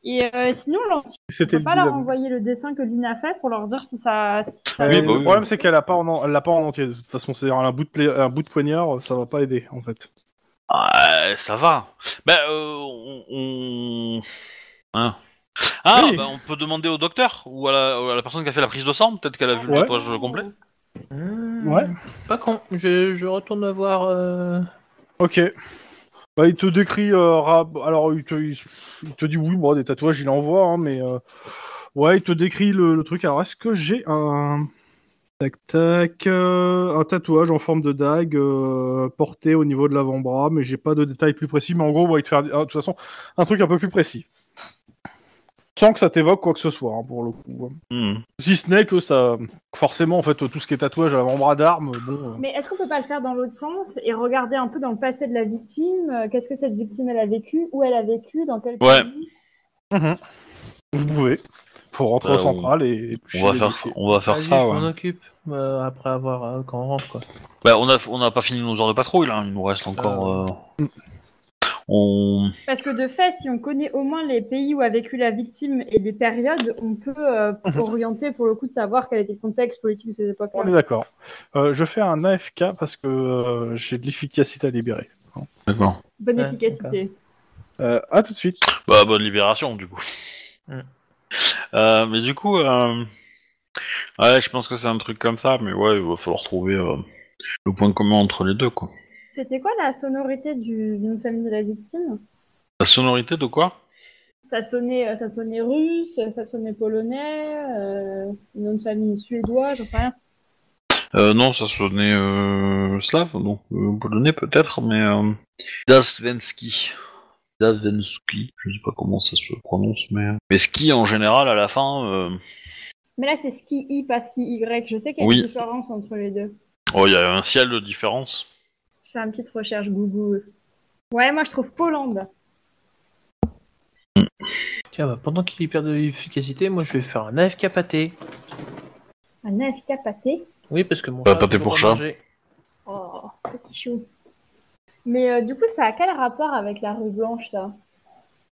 Speaker 4: Et euh, sinon, genre, on
Speaker 2: *laughs* c'était
Speaker 4: peut
Speaker 2: le
Speaker 4: pas leur
Speaker 2: dilemme.
Speaker 4: envoyer le dessin que Lina a fait pour leur dire si ça. si ça-
Speaker 2: Euh,
Speaker 1: Oui, bah
Speaker 2: le
Speaker 1: oui.
Speaker 2: problème, c'est qu'elle a pas en, en- elle l'a pas en entier. De toute façon, c'est un bout de pla- un bout de poignard, ça va pas aider, en fait.
Speaker 1: Ah, ça va. Bah euh, on. on- Hein. Ah,
Speaker 2: Oui.
Speaker 1: bah, on peut demander au docteur ou à la, ou à la personne qui a fait la prise de sang, peut-être qu'elle a vu le
Speaker 2: Ouais.
Speaker 1: tatouage complet.
Speaker 3: Hmm,
Speaker 2: Ouais.
Speaker 3: Pas con. Je, je retourne voir. euh,
Speaker 2: Ok. Bah, il te décrit. euh, rab- Alors, il te, il- il te dit oui, bon, des tatouages, il en voit, hein, mais. euh, Ouais, il te décrit le, le truc. Alors, est-ce que j'ai un. Tac, tac. euh, Un tatouage en forme de dague euh, porté au niveau de l'avant-bras, mais j'ai pas de détails plus précis. Mais en gros, ouais, il te fait un- de toute façon un truc un peu plus précis. Sans que ça t'évoque quoi que ce soit, hein, pour le coup.
Speaker 1: Hmm.
Speaker 2: Si ce n'est que ça. Forcément, en fait, tout ce qui est tatouage à l'avant-bras d'armes, bon. euh,
Speaker 4: Mais est-ce qu'on peut pas le faire dans l'autre sens et regarder un peu dans le passé de la victime euh, Qu'est-ce que cette victime elle a vécu Où elle a vécu Dans quel
Speaker 1: Ouais.
Speaker 4: pays
Speaker 2: euh, Vous pouvez. Faut rentrer
Speaker 1: Euh,
Speaker 2: au central et éplucher
Speaker 1: On va
Speaker 2: les
Speaker 1: faire,
Speaker 2: dossiers.
Speaker 1: on va faire
Speaker 3: vas-y,
Speaker 1: ça.
Speaker 3: je
Speaker 1: ouais.
Speaker 3: m'en occupe. euh, après avoir euh, quand on rentre, quoi.
Speaker 1: Bah, on a, on a pas fini nos heures de patrouille là. Il nous reste encore.
Speaker 3: hmm.
Speaker 1: euh, On.
Speaker 4: Parce que de fait, si on connaît au moins les pays où a vécu la victime et les périodes, on peut euh, orienter pour le coup de savoir quel était le contexte politique de ces époques.
Speaker 2: On est d'accord. Euh, je fais un AFK parce que euh, j'ai de l'efficacité à libérer.
Speaker 1: D'accord.
Speaker 4: Bonne
Speaker 3: Ouais,
Speaker 4: efficacité.
Speaker 2: Euh, à tout de suite.
Speaker 3: Hmm.
Speaker 1: Bah, bonne libération du coup. Euh, mais du coup, euh, ouais, je pense que c'est un truc comme ça, mais ouais, il va falloir trouver euh, le point commun entre les deux, quoi.
Speaker 4: C'était quoi la sonorité du, du famille de la victime
Speaker 1: La sonorité de quoi
Speaker 4: ça sonnait, euh, ça sonnait russe, ça sonnait polonais, euh, une nom de famille suédois, j'en sais rien.
Speaker 1: Euh, non, ça sonnait euh, slave, donc euh, polonais peut-être, mais euh, Dasvenski. Dasvenski, je sais pas comment ça se prononce, mais euh. mais ski en général à la fin. euh,
Speaker 4: Mais là, c'est ski I, pas ski Y. Je sais qu'il y a
Speaker 1: Oui.
Speaker 4: une différence entre les deux.
Speaker 1: Oh, il y a un ciel de différence.
Speaker 4: Je fais une petite recherche Google. Ouais, moi, je trouve Pologne.
Speaker 3: Tiens, bah, pendant qu'il y perd de l'efficacité, moi je vais faire un AFK pâté.
Speaker 4: Un AFK pâté.
Speaker 3: Oui, parce que mon
Speaker 1: Bah,
Speaker 3: chat a
Speaker 1: pâté
Speaker 3: toujours
Speaker 1: pour
Speaker 3: pas
Speaker 1: chat.
Speaker 3: mangé.
Speaker 4: Oh, petit chou. Mais euh, du coup, ça a quel rapport avec la rue Blanche, ça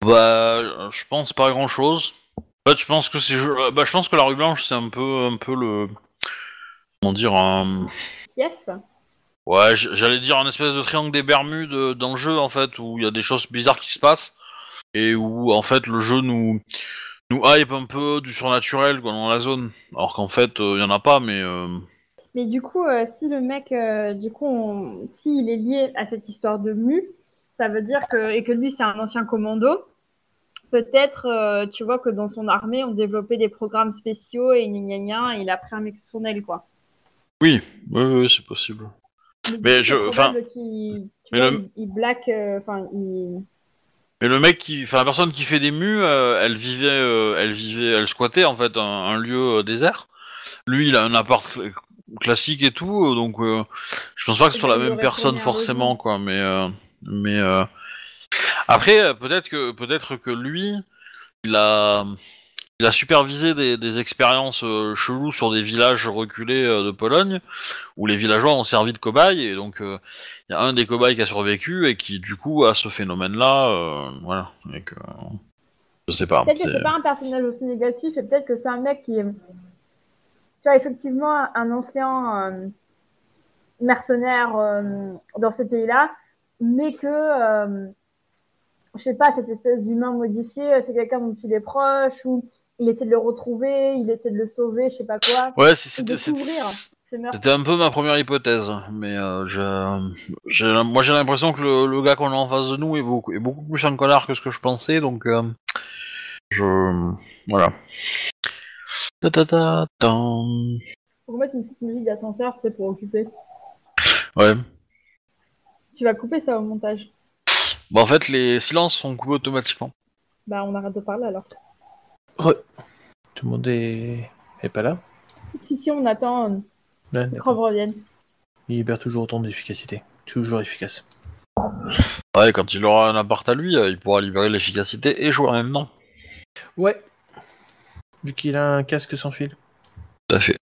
Speaker 1: Bah, euh, je pense pas grand chose. En fait, je pense que c'est, je- bah, je pense que la rue blanche c'est un peu, un peu le, comment dire, un,
Speaker 4: Kiev
Speaker 1: ouais, j- j'allais dire un espèce de triangle des Bermudes euh, dans le jeu en fait, où il y a des choses bizarres qui se passent et où en fait le jeu nous, nous hype un peu du surnaturel quoi, dans la zone, alors qu'en fait il y en a pas, mais euh,
Speaker 4: Mais du coup, euh, si le mec, euh, du coup, on- s'il est lié à cette histoire de mu, ça veut dire que, et que lui, c'est un ancien commando, peut-être, euh, tu vois, que dans son armée, on développait des programmes spéciaux et gna gna gna, et il a pris un mec sous son aile, quoi.
Speaker 1: oui, oui, oui, c'est possible. Mais je- enfin, mais
Speaker 4: mais
Speaker 1: le-
Speaker 4: il, il black, euh, enfin, il.
Speaker 1: Mais le mec qui, enfin la personne qui fait des mues, euh, elle vivait, euh, elle vivait, elle squattait en fait un, un lieu euh, désert. Lui, il a un appart cl- classique et tout, euh, donc euh, je pense pas que ce soit la
Speaker 4: Il
Speaker 1: même
Speaker 4: aurait
Speaker 1: personne
Speaker 4: tourné un
Speaker 1: forcément
Speaker 4: revenu.
Speaker 1: quoi. Mais euh, mais euh, après euh, peut-être que peut-être que lui, il a il a supervisé des, des expériences euh, cheloues sur des villages reculés euh, de Pologne où les villageois ont servi de cobayes et donc euh, il y a un des cobayes qui a survécu et qui du coup a ce phénomène-là, euh, voilà. Et que, je sais pas.
Speaker 4: Peut-être que
Speaker 1: c'est-
Speaker 4: c'est pas un personnage aussi négatif, et peut-être que c'est un mec qui est. Tu vois, effectivement, un ancien euh, mercenaire euh, dans ces pays-là, mais que, euh, je sais pas, cette espèce d'humain modifié, euh, c'est quelqu'un dont il est proche, ou il essaie de le retrouver, il essaie de le sauver, je sais pas quoi.
Speaker 1: Ouais, c'est-
Speaker 4: Et
Speaker 1: c'était
Speaker 4: découvrir
Speaker 1: c'était-
Speaker 4: ce meurtre.
Speaker 1: c'était un peu ma première hypothèse, mais euh, je, j'ai l'im- moi j'ai l'impression que le, le gars qu'on a en face de nous est beaucoup, est beaucoup plus un connard que ce que je pensais, donc euh, je voilà. Ta ta ta tan.
Speaker 4: Faut mettre une petite musique d'ascenseur, tu sais, pour occuper.
Speaker 1: Ouais.
Speaker 4: Tu vas couper ça au montage.
Speaker 1: Bah en fait les silences sont coupés automatiquement.
Speaker 4: Bah, on arrête de parler alors.
Speaker 3: Re- Tout le monde est, est pas là.
Speaker 4: Si, si, on attend euh,
Speaker 3: Ouais,
Speaker 4: que
Speaker 3: d'accord.
Speaker 4: Crov revienne.
Speaker 3: Il libère toujours autant d'efficacité. Toujours efficace.
Speaker 1: Ouais, quand il aura un appart à lui, euh, il pourra libérer l'efficacité et jouer en même temps.
Speaker 3: Ouais. Vu qu'il a un casque sans fil.
Speaker 1: Tout à fait.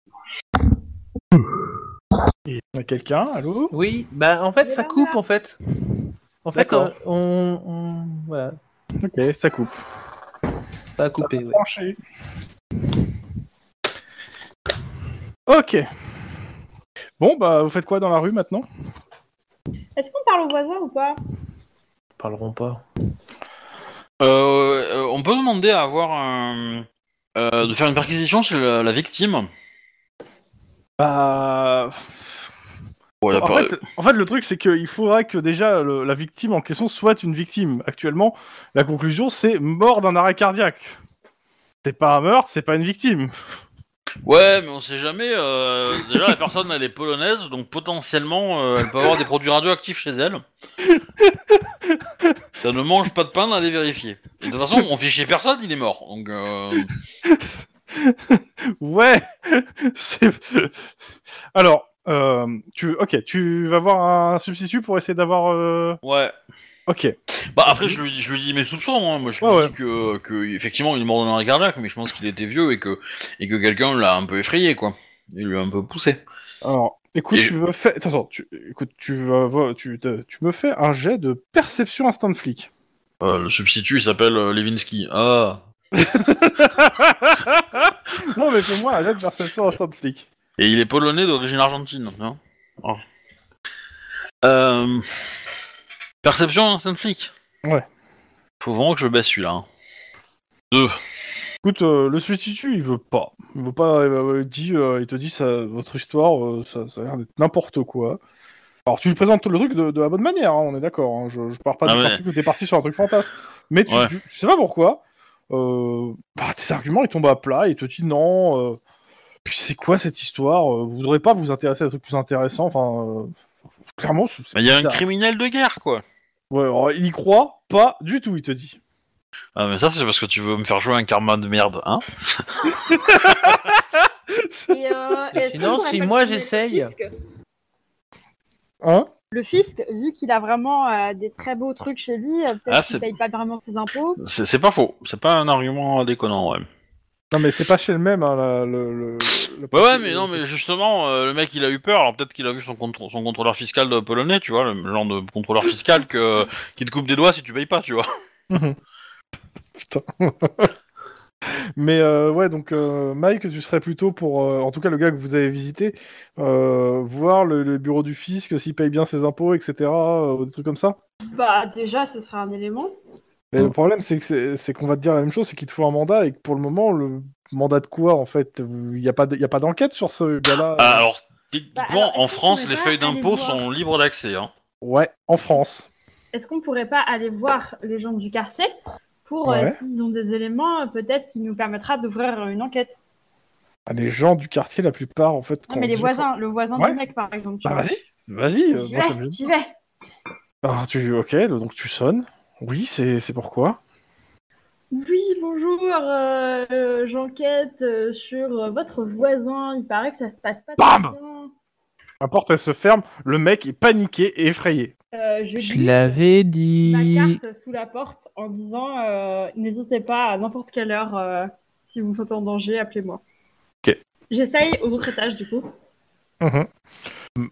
Speaker 2: Et on a quelqu'un, allô
Speaker 3: Oui, bah en fait, ça coupe en fait. En fait,
Speaker 2: D'accord.
Speaker 3: euh, on, on- Voilà,
Speaker 2: Ok, ça coupe.
Speaker 3: pas coupé. Ouais.
Speaker 2: Tranché. Ok. Bon, bah, vous faites quoi dans la rue maintenant
Speaker 4: Est-ce qu'on parle aux voisins ou pas
Speaker 3: Parleront pas.
Speaker 1: Euh, euh, on peut demander à avoir un, euh, de faire une perquisition chez la, la victime.
Speaker 2: Bah.
Speaker 1: Bon, y a
Speaker 2: En
Speaker 1: pas-
Speaker 2: fait, en fait, le truc, c'est qu'il faudra que déjà le- la victime en question soit une victime. Actuellement, la conclusion, c'est mort d'un arrêt cardiaque. C'est pas un meurtre, c'est pas une victime.
Speaker 1: Ouais, mais on sait jamais. euh, déjà, la personne, elle est polonaise, donc potentiellement, euh, elle peut avoir des produits radioactifs chez elle. Ça ne mange pas de pain d'aller vérifier. Et de toute façon, on fichait personne, il est mort. Donc, *laughs* euh,
Speaker 2: Ouais *laughs* c'est- *laughs* Alors, euh, tu... ok, tu vas voir un substitut pour essayer d'avoir. euh,
Speaker 1: ouais.
Speaker 2: Ok.
Speaker 1: Bah après, je lui, dis- je lui dis mes soupçons. Hein. Moi, je lui
Speaker 2: Ouais,
Speaker 1: dis que, que effectivement, il est mort d'un arrêt cardiaque, mais je pense qu'il était vieux et que et que quelqu'un l'a un peu effrayé, quoi. Il lui a un peu poussé.
Speaker 2: Alors, écoute,
Speaker 1: Et-
Speaker 2: tu me fais. Attends, attends, tu... écoute, tu vas voir- tu, te- tu me fais un jet de perception instant flic.
Speaker 1: Euh, le substitut il s'appelle euh, Levinsky. Ah.
Speaker 2: non, mais fais-moi un jet de perception instant flic.
Speaker 1: Et il est polonais d'origine argentine. Hein Oh. Euh, Perception instant flic.
Speaker 2: Ouais.
Speaker 1: Faut vraiment que je baisse celui-là. hein. Deux.
Speaker 2: Écoute, euh, le substitut, il veut pas. Il veut pas. euh, il, dit, euh, il te dit, ça, votre histoire, euh, ça, ça a l'air d'être n'importe quoi. Alors, tu lui présentes le truc de, de la bonne manière, hein, on est d'accord. hein, je, je pars pas
Speaker 1: Ah
Speaker 2: du
Speaker 1: ouais.
Speaker 2: principe que t'es parti sur un truc fantasme. Mais tu,
Speaker 1: Ouais.
Speaker 2: tu- tu sais pas pourquoi. euh, bah, tes arguments, ils tombent à plat. Il te dit non. euh, puis c'est quoi cette histoire euh, Vous voudrez pas vous intéresser à des trucs plus intéressants Enfin, euh, clairement, c'est.
Speaker 1: Bah, Il y a un
Speaker 2: bizarre.
Speaker 1: criminel de guerre, quoi.
Speaker 2: Ouais, alors, il y croit pas du tout, il te dit.
Speaker 1: Ah, mais ça, c'est parce que tu veux me faire jouer un karma de merde, hein
Speaker 4: Et,
Speaker 3: *laughs*
Speaker 4: euh, est-ce
Speaker 3: Sinon,
Speaker 4: qu'on pourrait
Speaker 3: si
Speaker 4: pas
Speaker 3: moi,
Speaker 4: activer le
Speaker 3: j'essaye.
Speaker 4: fisc
Speaker 2: Hein
Speaker 4: Le fisc, vu qu'il a vraiment euh, des très beaux trucs chez lui, euh, peut-être
Speaker 1: Ah,
Speaker 4: qu'il
Speaker 1: c'est-
Speaker 4: paye pas vraiment ses impôts.
Speaker 1: C'est c'est pas faux. C'est pas un argument déconnant, ouais.
Speaker 2: Non, mais c'est pas chez le même, hein, la- le, le- le-
Speaker 1: Ouais, ouais, mais non, mais justement, euh, le mec il a eu peur. Alors peut-être qu'il a vu son, contr- son contrôleur fiscal de polonais, tu vois, le genre de contrôleur fiscal *laughs* que, qui te coupe des doigts si tu payes pas, tu vois.
Speaker 2: Putain. Mais euh, ouais, donc euh, Mike, tu serais plutôt pour, euh, en tout cas le gars que vous avez visité, euh, voir le, le bureau du fisc, s'il paye bien ses impôts, etc., euh, des trucs comme ça.
Speaker 4: Bah, déjà, ce serait un élément.
Speaker 2: Mais le problème, c'est que c'est- c'est qu'on va te dire la même chose, c'est qu'il te faut un mandat, et que pour le moment, le mandat de quoi, en fait Il n'y a pas de- il y a pas d'enquête sur ce gars-là
Speaker 1: Ah, alors, techniquement,
Speaker 4: Bah, alors, est-ce
Speaker 1: en
Speaker 4: qu'on
Speaker 1: France,
Speaker 4: pourrait
Speaker 1: les
Speaker 4: pas
Speaker 1: feuilles
Speaker 4: aller
Speaker 1: d'impôt
Speaker 4: voir
Speaker 1: sont libres d'accès, hein.
Speaker 2: Ouais, en France.
Speaker 4: Est-ce qu'on pourrait pas aller voir les gens du quartier pour, euh,
Speaker 2: Ouais.
Speaker 4: s'ils ont des éléments, euh, peut-être qui nous permettra d'ouvrir euh, une enquête
Speaker 2: Ah, Les gens du quartier, la plupart, en fait...
Speaker 4: Non,
Speaker 2: quand-
Speaker 4: mais les voisins, le voisin
Speaker 2: Ouais.
Speaker 4: du mec, par exemple. tu
Speaker 2: Bah
Speaker 4: vois.
Speaker 2: vas-y, vas-y, euh,
Speaker 4: J'y
Speaker 2: moi, ça me
Speaker 4: vais,
Speaker 2: gêne
Speaker 4: j'y vais.
Speaker 2: Ah, tu, ok, donc tu sonnes. Oui, c'est c'est pourquoi
Speaker 4: Oui, bonjour, euh, euh, j'enquête euh, sur euh, votre voisin, il paraît que ça se passe pas
Speaker 2: Bam
Speaker 4: très bien.
Speaker 2: La porte, elle se ferme, le mec est paniqué et effrayé.
Speaker 4: Euh, je
Speaker 3: Je
Speaker 4: glisse
Speaker 3: l'avais
Speaker 4: ma
Speaker 3: dit.
Speaker 4: carte sous la porte en disant euh, n'hésitez pas à n'importe quelle heure, euh, si vous vous sentez en danger, appelez-moi.
Speaker 2: Ok.
Speaker 4: J'essaye aux autres étages du coup.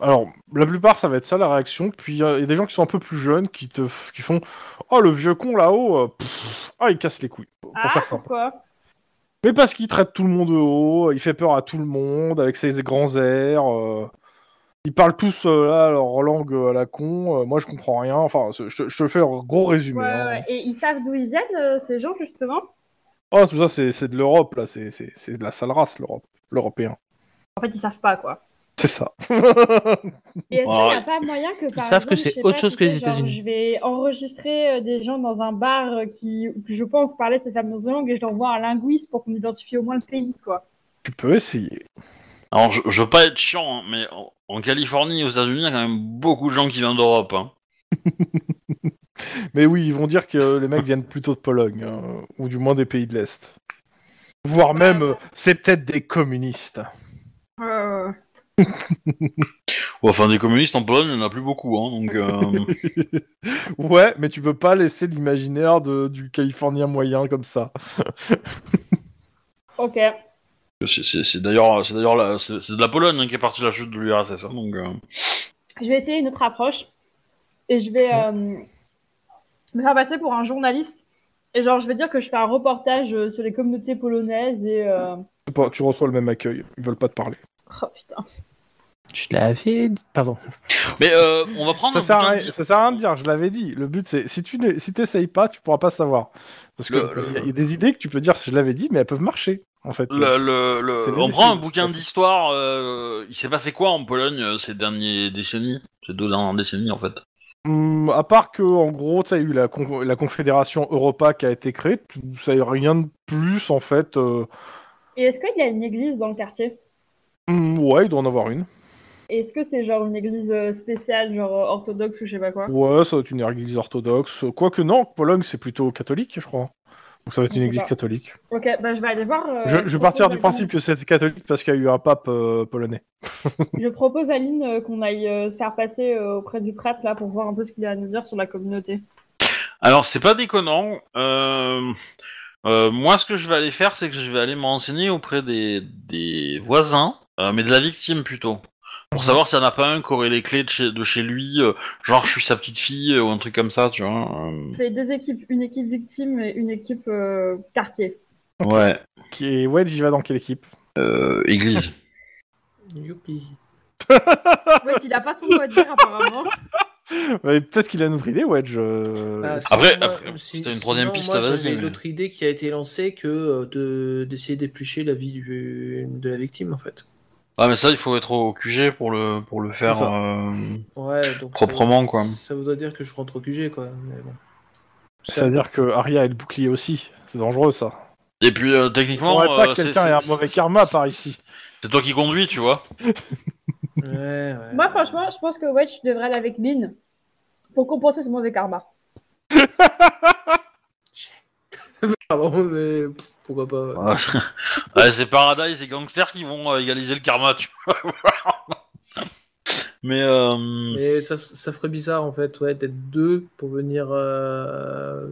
Speaker 2: Alors, la plupart, ça va être ça, la réaction. Puis, euh, il y a des gens qui sont un peu plus jeunes, qui te f- qui font « Oh, le vieux con, là-haut, euh, pff, ah, il casse les couilles. » Pour
Speaker 4: ah,
Speaker 2: faire simple.
Speaker 4: pourquoi
Speaker 2: Mais parce qu'il traite tout le monde de haut, il fait peur à tout le monde, avec ses grands airs... euh, Ils parlent tous euh, là leur langue euh, à la con, euh, moi je comprends rien, enfin je je te je te fais un gros résumé.
Speaker 4: Ouais,
Speaker 2: hein.
Speaker 4: ouais. Et ils savent d'où ils viennent, euh, ces gens, justement
Speaker 2: Oh, tout ça, c'est c'est de l'Europe, là. C'est c'est- c'est de la sale race, l'Europe. L'Européen.
Speaker 4: En fait, ils savent pas, quoi.
Speaker 2: C'est ça. *laughs*
Speaker 4: Et est-ce
Speaker 1: Ouais.
Speaker 4: qu'il n'y a pas moyen que par
Speaker 3: savent que c'est
Speaker 4: exemple, je sais
Speaker 3: autre
Speaker 4: pas,
Speaker 3: chose
Speaker 4: tu
Speaker 3: que les
Speaker 4: sais, genre,
Speaker 3: États-Unis.
Speaker 4: Je vais enregistrer euh, des gens dans un bar euh, qui, je pense, parlaient cette fameuse langue et je l'envoie à un linguiste pour qu'on identifie au moins le pays, quoi.
Speaker 2: tu peux essayer.
Speaker 1: Alors, je, je veux pas être chiant, hein, mais en, en Californie, aux États-Unis, il y a quand même beaucoup de gens qui viennent d'Europe, hein.
Speaker 2: Mais oui, ils vont dire que euh, les mecs viennent plutôt de Pologne, euh, ou du moins des pays de l'Est. Voire même, euh, c'est peut-être des communistes.
Speaker 4: Euh,
Speaker 1: Ouais, enfin, des communistes en Pologne, il y en a plus beaucoup, hein, donc. euh, *laughs*
Speaker 2: Ouais, mais tu peux pas laisser l'imaginaire de- du Californien moyen comme ça.
Speaker 4: ok.
Speaker 1: c'est- c'est c'est d'ailleurs, c'est d'ailleurs, la- c'est c'est de la Pologne hein, qui est partie de la chute de l'URSS, hein, donc. euh,
Speaker 4: Je vais essayer une autre approche et je vais euh, me faire passer pour un journaliste. Et genre, je vais dire que je fais un reportage euh, sur les communautés polonaises et. euh,
Speaker 2: C'est pas- tu reçois le même accueil. Ils veulent pas te parler.
Speaker 4: Oh putain.
Speaker 3: Je l'avais dit. Pardon.
Speaker 1: Mais euh, on va prendre.
Speaker 2: Ça
Speaker 1: un
Speaker 2: sert, à,
Speaker 1: bouquin
Speaker 2: rien-
Speaker 1: de-
Speaker 2: ça sert à rien de dire, je l'avais dit. Le but, c'est si tu ne- si t'essayes pas, tu pourras pas savoir. Parce que
Speaker 1: Le- le-
Speaker 2: il y a- il y a des idées que tu peux dire, je l'avais dit, mais elles peuvent marcher, en fait.
Speaker 1: Le, le- le-
Speaker 2: C'est
Speaker 1: On
Speaker 2: bien
Speaker 1: prend un
Speaker 2: décidé,
Speaker 1: bouquin
Speaker 2: de toute façon.
Speaker 1: d'histoire. euh, Il s'est passé quoi en Pologne euh, ces dernières décennies Ces deux dernières décennies en fait.
Speaker 2: Hum, à part que, en gros, tu as eu la, con- la confédération Europa qui a été créée, tout- ça y a rien de plus en fait. euh,
Speaker 4: Et est-ce qu'il y a une église dans le quartier
Speaker 2: hum, ouais, il doit en avoir une.
Speaker 4: Et Est-ce que c'est genre une église euh, spéciale, genre euh, orthodoxe ou je sais pas quoi
Speaker 2: Ouais, ça va être une église orthodoxe. Quoique, non, Pologne c'est plutôt catholique, je crois. Donc ça va être
Speaker 4: Je
Speaker 2: une
Speaker 4: sais
Speaker 2: église
Speaker 4: pas.
Speaker 2: catholique.
Speaker 4: Ok, bah je vais aller voir. euh,
Speaker 2: je, je vais partir du
Speaker 4: propose à
Speaker 2: principe que c'est catholique parce qu'il y a eu un pape euh, polonais.
Speaker 4: Lynn- Je propose à Lynn euh, qu'on aille euh, se faire passer euh, auprès du prêtre là pour voir un peu ce qu'il a à nous dire sur la communauté.
Speaker 1: Alors c'est pas déconnant. euh, euh, moi ce que je vais aller faire c'est que je vais aller me renseigner auprès des, des voisins, euh, mais de la victime plutôt. Pour savoir s'il n'y en a pas un qui aurait les clés de chez, de chez lui, euh, genre je suis sa petite fille euh, ou un truc comme ça, tu vois. euh.
Speaker 4: Je fais deux équipes, une équipe victime et une équipe euh,
Speaker 2: *laughs*
Speaker 4: quartier.
Speaker 1: Ouais.
Speaker 2: Et ouais, j'y va dans quelle équipe *laughs*
Speaker 1: Euh, église.
Speaker 3: Youpi.
Speaker 4: En fait, il a pas son mot à dire apparemment.
Speaker 2: Ouais, Peut-être qu'il a une autre idée, Wedge. euh,
Speaker 3: Ah,
Speaker 2: c'est-
Speaker 1: Après-
Speaker 3: sinon,
Speaker 1: après,
Speaker 3: moi-
Speaker 1: si
Speaker 3: si-
Speaker 1: t'as une troisième
Speaker 3: sinon,
Speaker 1: piste,
Speaker 3: moi,
Speaker 1: vas-y,
Speaker 3: j'avais
Speaker 1: mais-
Speaker 3: l'autre idée qui a été lancée que euh, de d'essayer d'éplucher la vie du, de la victime en fait.
Speaker 1: Ah, mais ça, il faut être au QG pour le, pour le faire
Speaker 2: ça.
Speaker 1: euh,
Speaker 3: Ouais, donc ça-
Speaker 1: proprement, quoi.
Speaker 3: Ça voudrait dire que je rentre au QG quoi. mais bon.
Speaker 2: C'est-à-dire que Arya a le bouclier aussi. C'est dangereux ça.
Speaker 1: Et puis, euh, techniquement,
Speaker 2: Faudrait pas
Speaker 1: euh,
Speaker 2: que
Speaker 1: c'est-
Speaker 2: quelqu'un ait un mauvais karma par ici.
Speaker 1: c'est toi qui conduis, tu vois.
Speaker 3: Ouais, ouais.
Speaker 4: Moi, franchement, je pense que Wedge devrait aller avec Lynn pour compenser ce mauvais karma.
Speaker 3: Pardon, mais pff, pourquoi pas. ouais.
Speaker 1: Ouais, c'est Paradise et Gangster qui vont euh, égaliser le karma, tu vois. *laughs* mais, euh,
Speaker 3: Mais ça, ça ferait bizarre en fait, ouais, d'être deux pour venir. euh,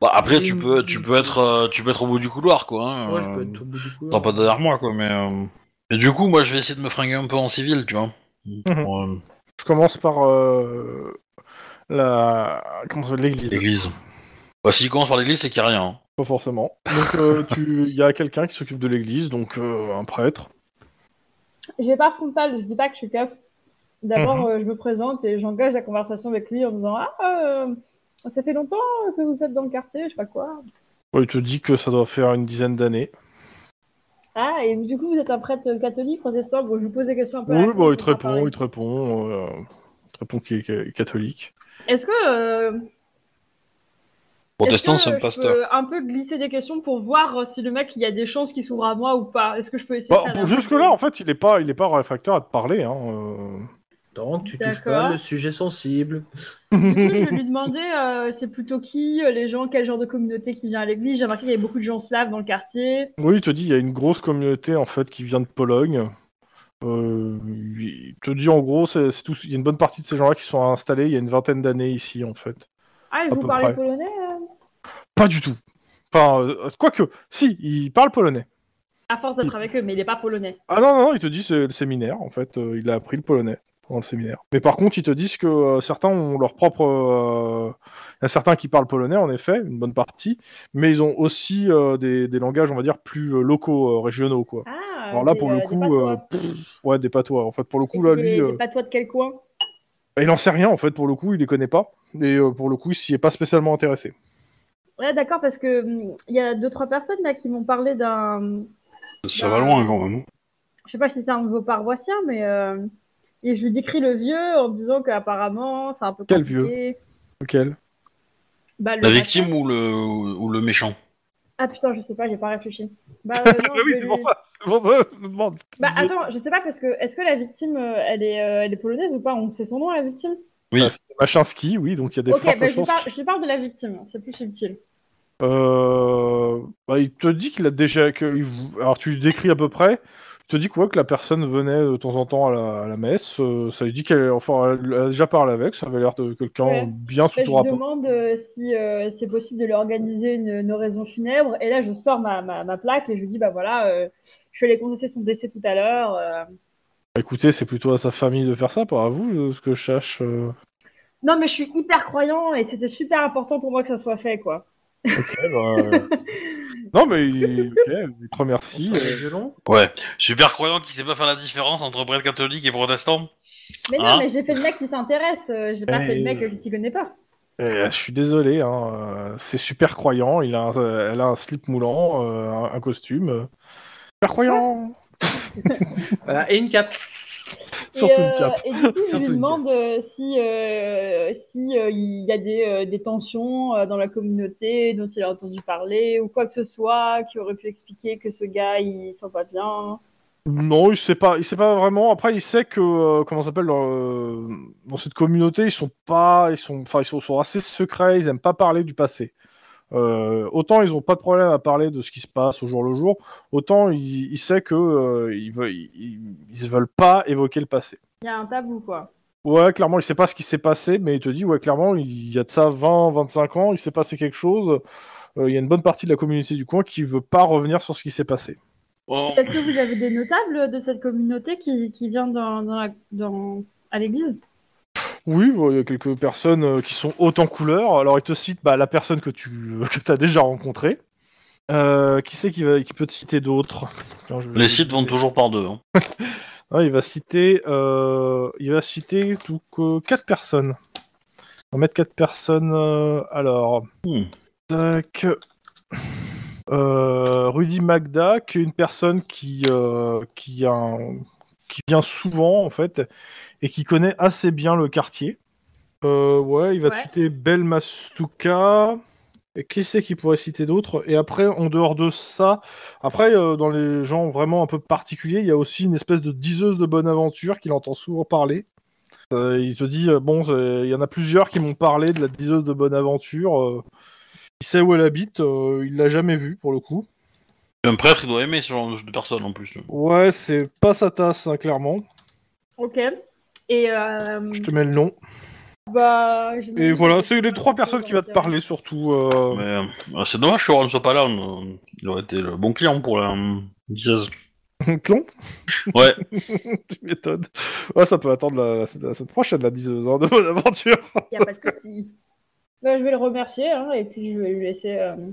Speaker 1: bah, après, tu peux, tu, peux être, euh, tu peux être au bout du couloir, quoi. hein,
Speaker 3: Ouais, je peux
Speaker 1: euh,
Speaker 3: être au bout du coup.
Speaker 1: T'as pas derrière moi, quoi, mais... euh, Et du coup, moi, je vais essayer de me fringuer un peu en civil, tu vois. Pour, euh,
Speaker 2: Je commence par euh, la comment ça l'église.
Speaker 1: l'église. Bah, s'il commence par l'église, c'est qu'il n'y a rien. hein.
Speaker 2: Pas forcément. Donc euh, tu, il y a quelqu'un qui s'occupe de l'église, donc euh, un prêtre.
Speaker 4: Je vais pas frontal, je dis pas que je suis keuf. D'abord,
Speaker 2: Mhm.
Speaker 4: euh, je me présente et j'engage la conversation avec lui en disant Ah, euh, ça fait longtemps que vous êtes dans le quartier, je sais pas quoi.
Speaker 2: Ouais, il te dit que ça doit faire une dizaine d'années.
Speaker 4: Ah, et du coup, vous êtes un prêtre catholique, protestant Bon, je vous pose des questions un peu. à la
Speaker 2: Oui,
Speaker 4: con,
Speaker 2: bah, il
Speaker 4: je
Speaker 2: te
Speaker 4: vais pas
Speaker 2: répond,
Speaker 4: parler.
Speaker 2: il te répond, euh, il te répond qu'il est ca- catholique.
Speaker 4: Est-ce que. euh,
Speaker 1: Protestant,
Speaker 4: est-ce que
Speaker 1: c'est un
Speaker 4: je
Speaker 1: pasteur.
Speaker 4: peux un peu glisser des questions pour voir euh, si le mec, il y a des chances qu'il s'ouvre à moi ou pas Est-ce que je peux essayer
Speaker 2: Bah,
Speaker 4: de faire
Speaker 2: pour-
Speaker 4: la-
Speaker 2: jusque-là, en fait, il est pas, il est pas réfractaire à te parler. Hein, euh.
Speaker 3: Donc tu touches
Speaker 4: D'accord.
Speaker 3: pas le sujet sensible.
Speaker 4: Du coup, je vais lui demander euh, c'est plutôt qui, euh, les gens, quel genre de communauté qui vient à l'église. J'ai remarqué qu'il y avait beaucoup de gens slaves dans le quartier.
Speaker 2: Oui, il te dit, il y a une grosse communauté en fait qui vient de Pologne. Euh, il te dit en gros, c'est c'est tout. Il y a une bonne partie de ces gens-là qui sont installés il y a une vingtaine d'années ici en fait.
Speaker 4: Ah, et
Speaker 2: À
Speaker 4: vous
Speaker 2: peu
Speaker 4: parlez
Speaker 2: près.
Speaker 4: polonais euh
Speaker 2: Pas du tout. Enfin, euh, quoique, si, il parle polonais.
Speaker 4: À force
Speaker 2: Mm.
Speaker 4: d'être avec eux, mais il n'est pas polonais.
Speaker 2: Ah non, non, non, il te dit c'est le séminaire en fait. euh, il a appris le polonais pendant le séminaire. Mais par contre, ils te disent que euh, certains ont leur propre. euh, Il y a certains qui parlent polonais en effet, une bonne partie, mais ils ont aussi euh, des, des langages, on va dire, plus euh, locaux, euh, régionaux quoi.
Speaker 4: Ah,
Speaker 2: Alors là,
Speaker 4: des,
Speaker 2: pour le
Speaker 4: euh, des
Speaker 2: coup,
Speaker 4: patois.
Speaker 2: euh, pff, ouais, des patois. En fait, pour le
Speaker 4: Et
Speaker 2: coup, là,
Speaker 4: c'est
Speaker 2: lui,
Speaker 4: des,
Speaker 2: euh,
Speaker 4: des patois de quel coin
Speaker 2: il en sait rien. En fait, pour le coup, il les connaît pas. Et euh, pour le coup, il s'y est pas spécialement *laughs* intéressé.
Speaker 4: Ouais, d'accord, parce que hum, il y a deux trois personnes là qui m'ont parlé d'un.
Speaker 1: Ça va loin, quand même. hein.
Speaker 4: Je sais pas si c'est un de vos paroissiens, mais euh, et je lui décris le vieux en disant qu'apparemment c'est un peu.
Speaker 2: Quel
Speaker 4: compliqué.
Speaker 2: Lequel
Speaker 4: Bah, le
Speaker 1: La
Speaker 4: machin.
Speaker 1: victime ou le, ou le méchant
Speaker 4: Ah putain, je sais pas, j'ai pas réfléchi. Bah,
Speaker 2: *laughs*
Speaker 4: euh, non,
Speaker 2: Bah
Speaker 4: je
Speaker 2: oui,
Speaker 4: vais
Speaker 2: c'est
Speaker 4: lui-
Speaker 2: pour ça. C'est pour ça. Je me demande.
Speaker 4: Bah attends, je sais pas parce que est-ce que la victime euh, elle est euh, elle est polonaise ou pas On sait son nom la victime
Speaker 1: Oui.
Speaker 2: Ah, c'est Machinski, oui. Donc il y a des
Speaker 4: Ok,
Speaker 2: fortes
Speaker 4: bah, je, lui
Speaker 2: chances.
Speaker 4: parle, je lui parle de la victime, hein, c'est plus subtil.
Speaker 2: Euh, bah, il te dit qu'il a déjà. que il vou- Alors tu décris à peu près. Il te dit que, ouais, que la personne venait de temps en temps à la, à la messe. euh, ça lui dit qu'elle enfin, elle a déjà parlé avec. Ça avait l'air de quelqu'un
Speaker 4: Ouais.
Speaker 2: bien
Speaker 4: Là,
Speaker 2: sous
Speaker 4: je
Speaker 2: ton
Speaker 4: lui
Speaker 2: rapport.
Speaker 4: demande euh, si euh, c'est possible de leur organiser une, une oraison funèbre et là je sors ma, ma, ma plaque et je lui dis bah voilà, euh, je suis allée contester son décès tout à l'heure. euh.
Speaker 2: Bah, Écoutez, c'est plutôt à sa famille de faire ça, pas à vous, de ce que je euh. cherche. *laughs*
Speaker 4: Non mais je suis hyper croyant et c'était super important pour moi que ça soit fait quoi.
Speaker 2: bah, non, mais il, ok, il te
Speaker 3: On
Speaker 2: remercie.
Speaker 3: sort
Speaker 2: euh,
Speaker 3: les violons.
Speaker 1: Ouais. Super croyant qui sait pas faire la différence entre prêtre catholique et protestant.
Speaker 4: Mais non,
Speaker 1: Hein
Speaker 4: mais j'ai fait le mec qui s'intéresse, euh, j'ai pas
Speaker 2: Ah. Eh,
Speaker 4: fait le mec euh, qui s'y connaît pas.
Speaker 2: et, euh, je suis désolé, hein, euh, c'est super croyant. Il a un, euh, elle a un slip moulant, euh, un, un costume. euh, super croyant
Speaker 3: Voilà, et une cape.
Speaker 2: Surtout
Speaker 4: et,
Speaker 2: une cape. *laughs*
Speaker 4: euh, et du coup, je
Speaker 3: Surtout
Speaker 4: lui
Speaker 3: une
Speaker 4: demande euh, si euh, si, euh, il y a des, euh, des tensions euh, dans la communauté dont il a entendu parler ou quoi que ce soit qui aurait pu expliquer que ce gars il sent pas bien.
Speaker 2: Non, il sait pas, il sait pas vraiment. Après, il sait que euh, comment ça s'appelle dans, euh, dans cette communauté, ils sont pas, ils sont, enfin, ils sont, sont assez secrets. Ils aiment pas parler du passé. Euh, autant ils ont pas de problème à parler de ce qui se passe au jour le jour, autant il, il sait que euh, ils, veulent, ils, ils veulent pas évoquer le passé.
Speaker 4: Il y a un tabou quoi.
Speaker 2: Ouais, clairement, il sait pas ce qui s'est passé, mais il te dit, ouais, clairement, il y a de ça 20, 25 ans, il s'est passé quelque chose. Euh, il y a une bonne partie de la communauté du coin qui veut pas revenir sur ce qui s'est passé.
Speaker 1: Oh.
Speaker 4: Est-ce que vous avez des notables de cette communauté qui, qui vient dans, dans la, dans, à l'église
Speaker 2: Oui, bon, il y a quelques personnes euh, qui sont hautes en couleur. Alors, il te cite bah, la personne que tu euh, que as déjà rencontrée. Euh, qui c'est qui, va- qui peut te citer d'autres Tiens, je-
Speaker 1: Les sites vendent toujours par deux. hein.
Speaker 2: Hein, il va citer, euh, il va citer tout, que quatre personnes. On va mettre quatre personnes. euh, alors,
Speaker 1: Hmm.
Speaker 2: tac. Euh, Rudy Magda, qui est une personne qui euh, qui, a un- qui vient souvent en fait et qui connaît assez bien le quartier. Euh, ouais, il va
Speaker 4: Ouais.
Speaker 2: citer Bel Mastuka. Et qui c'est qui pourrait citer d'autres Et après, en dehors de ça, après, euh, dans les gens vraiment un peu particuliers, il y a aussi une espèce de diseuse de bonne aventure qu'il entend souvent parler. Euh, il te dit, euh, bon, euh, il y en a plusieurs qui m'ont parlé de la diseuse de bonne aventure. euh, il sait où elle habite, euh, il l'a jamais vue pour le coup.
Speaker 1: Un prêtre, il doit aimer ce genre de personnes en plus.
Speaker 2: Ouais, c'est pas sa tasse, hein, clairement.
Speaker 4: Ok. Et, euh,
Speaker 2: Je te mets le nom.
Speaker 4: bah, j'imagine
Speaker 2: Et
Speaker 4: que
Speaker 2: voilà,
Speaker 4: je
Speaker 2: c'est
Speaker 4: vais
Speaker 2: les
Speaker 4: pas
Speaker 2: trois
Speaker 4: trop
Speaker 2: personnes qui vont te
Speaker 4: dire.
Speaker 2: parler surtout. euh,
Speaker 1: Mais, euh, c'est dommage que Ron ne soit pas là. on- euh, il aurait été le bon client pour la euh, diseuse.
Speaker 2: Clon
Speaker 1: Ouais.
Speaker 2: *laughs* Tu m'étonnes. Ouais, ça peut attendre la, la- la semaine prochaine, la diseuse hein, *laughs* de bonne aventure.
Speaker 4: Y a pas de souci. Bah, je vais le remercier hein, et puis je vais lui laisser euh,
Speaker 2: Mm.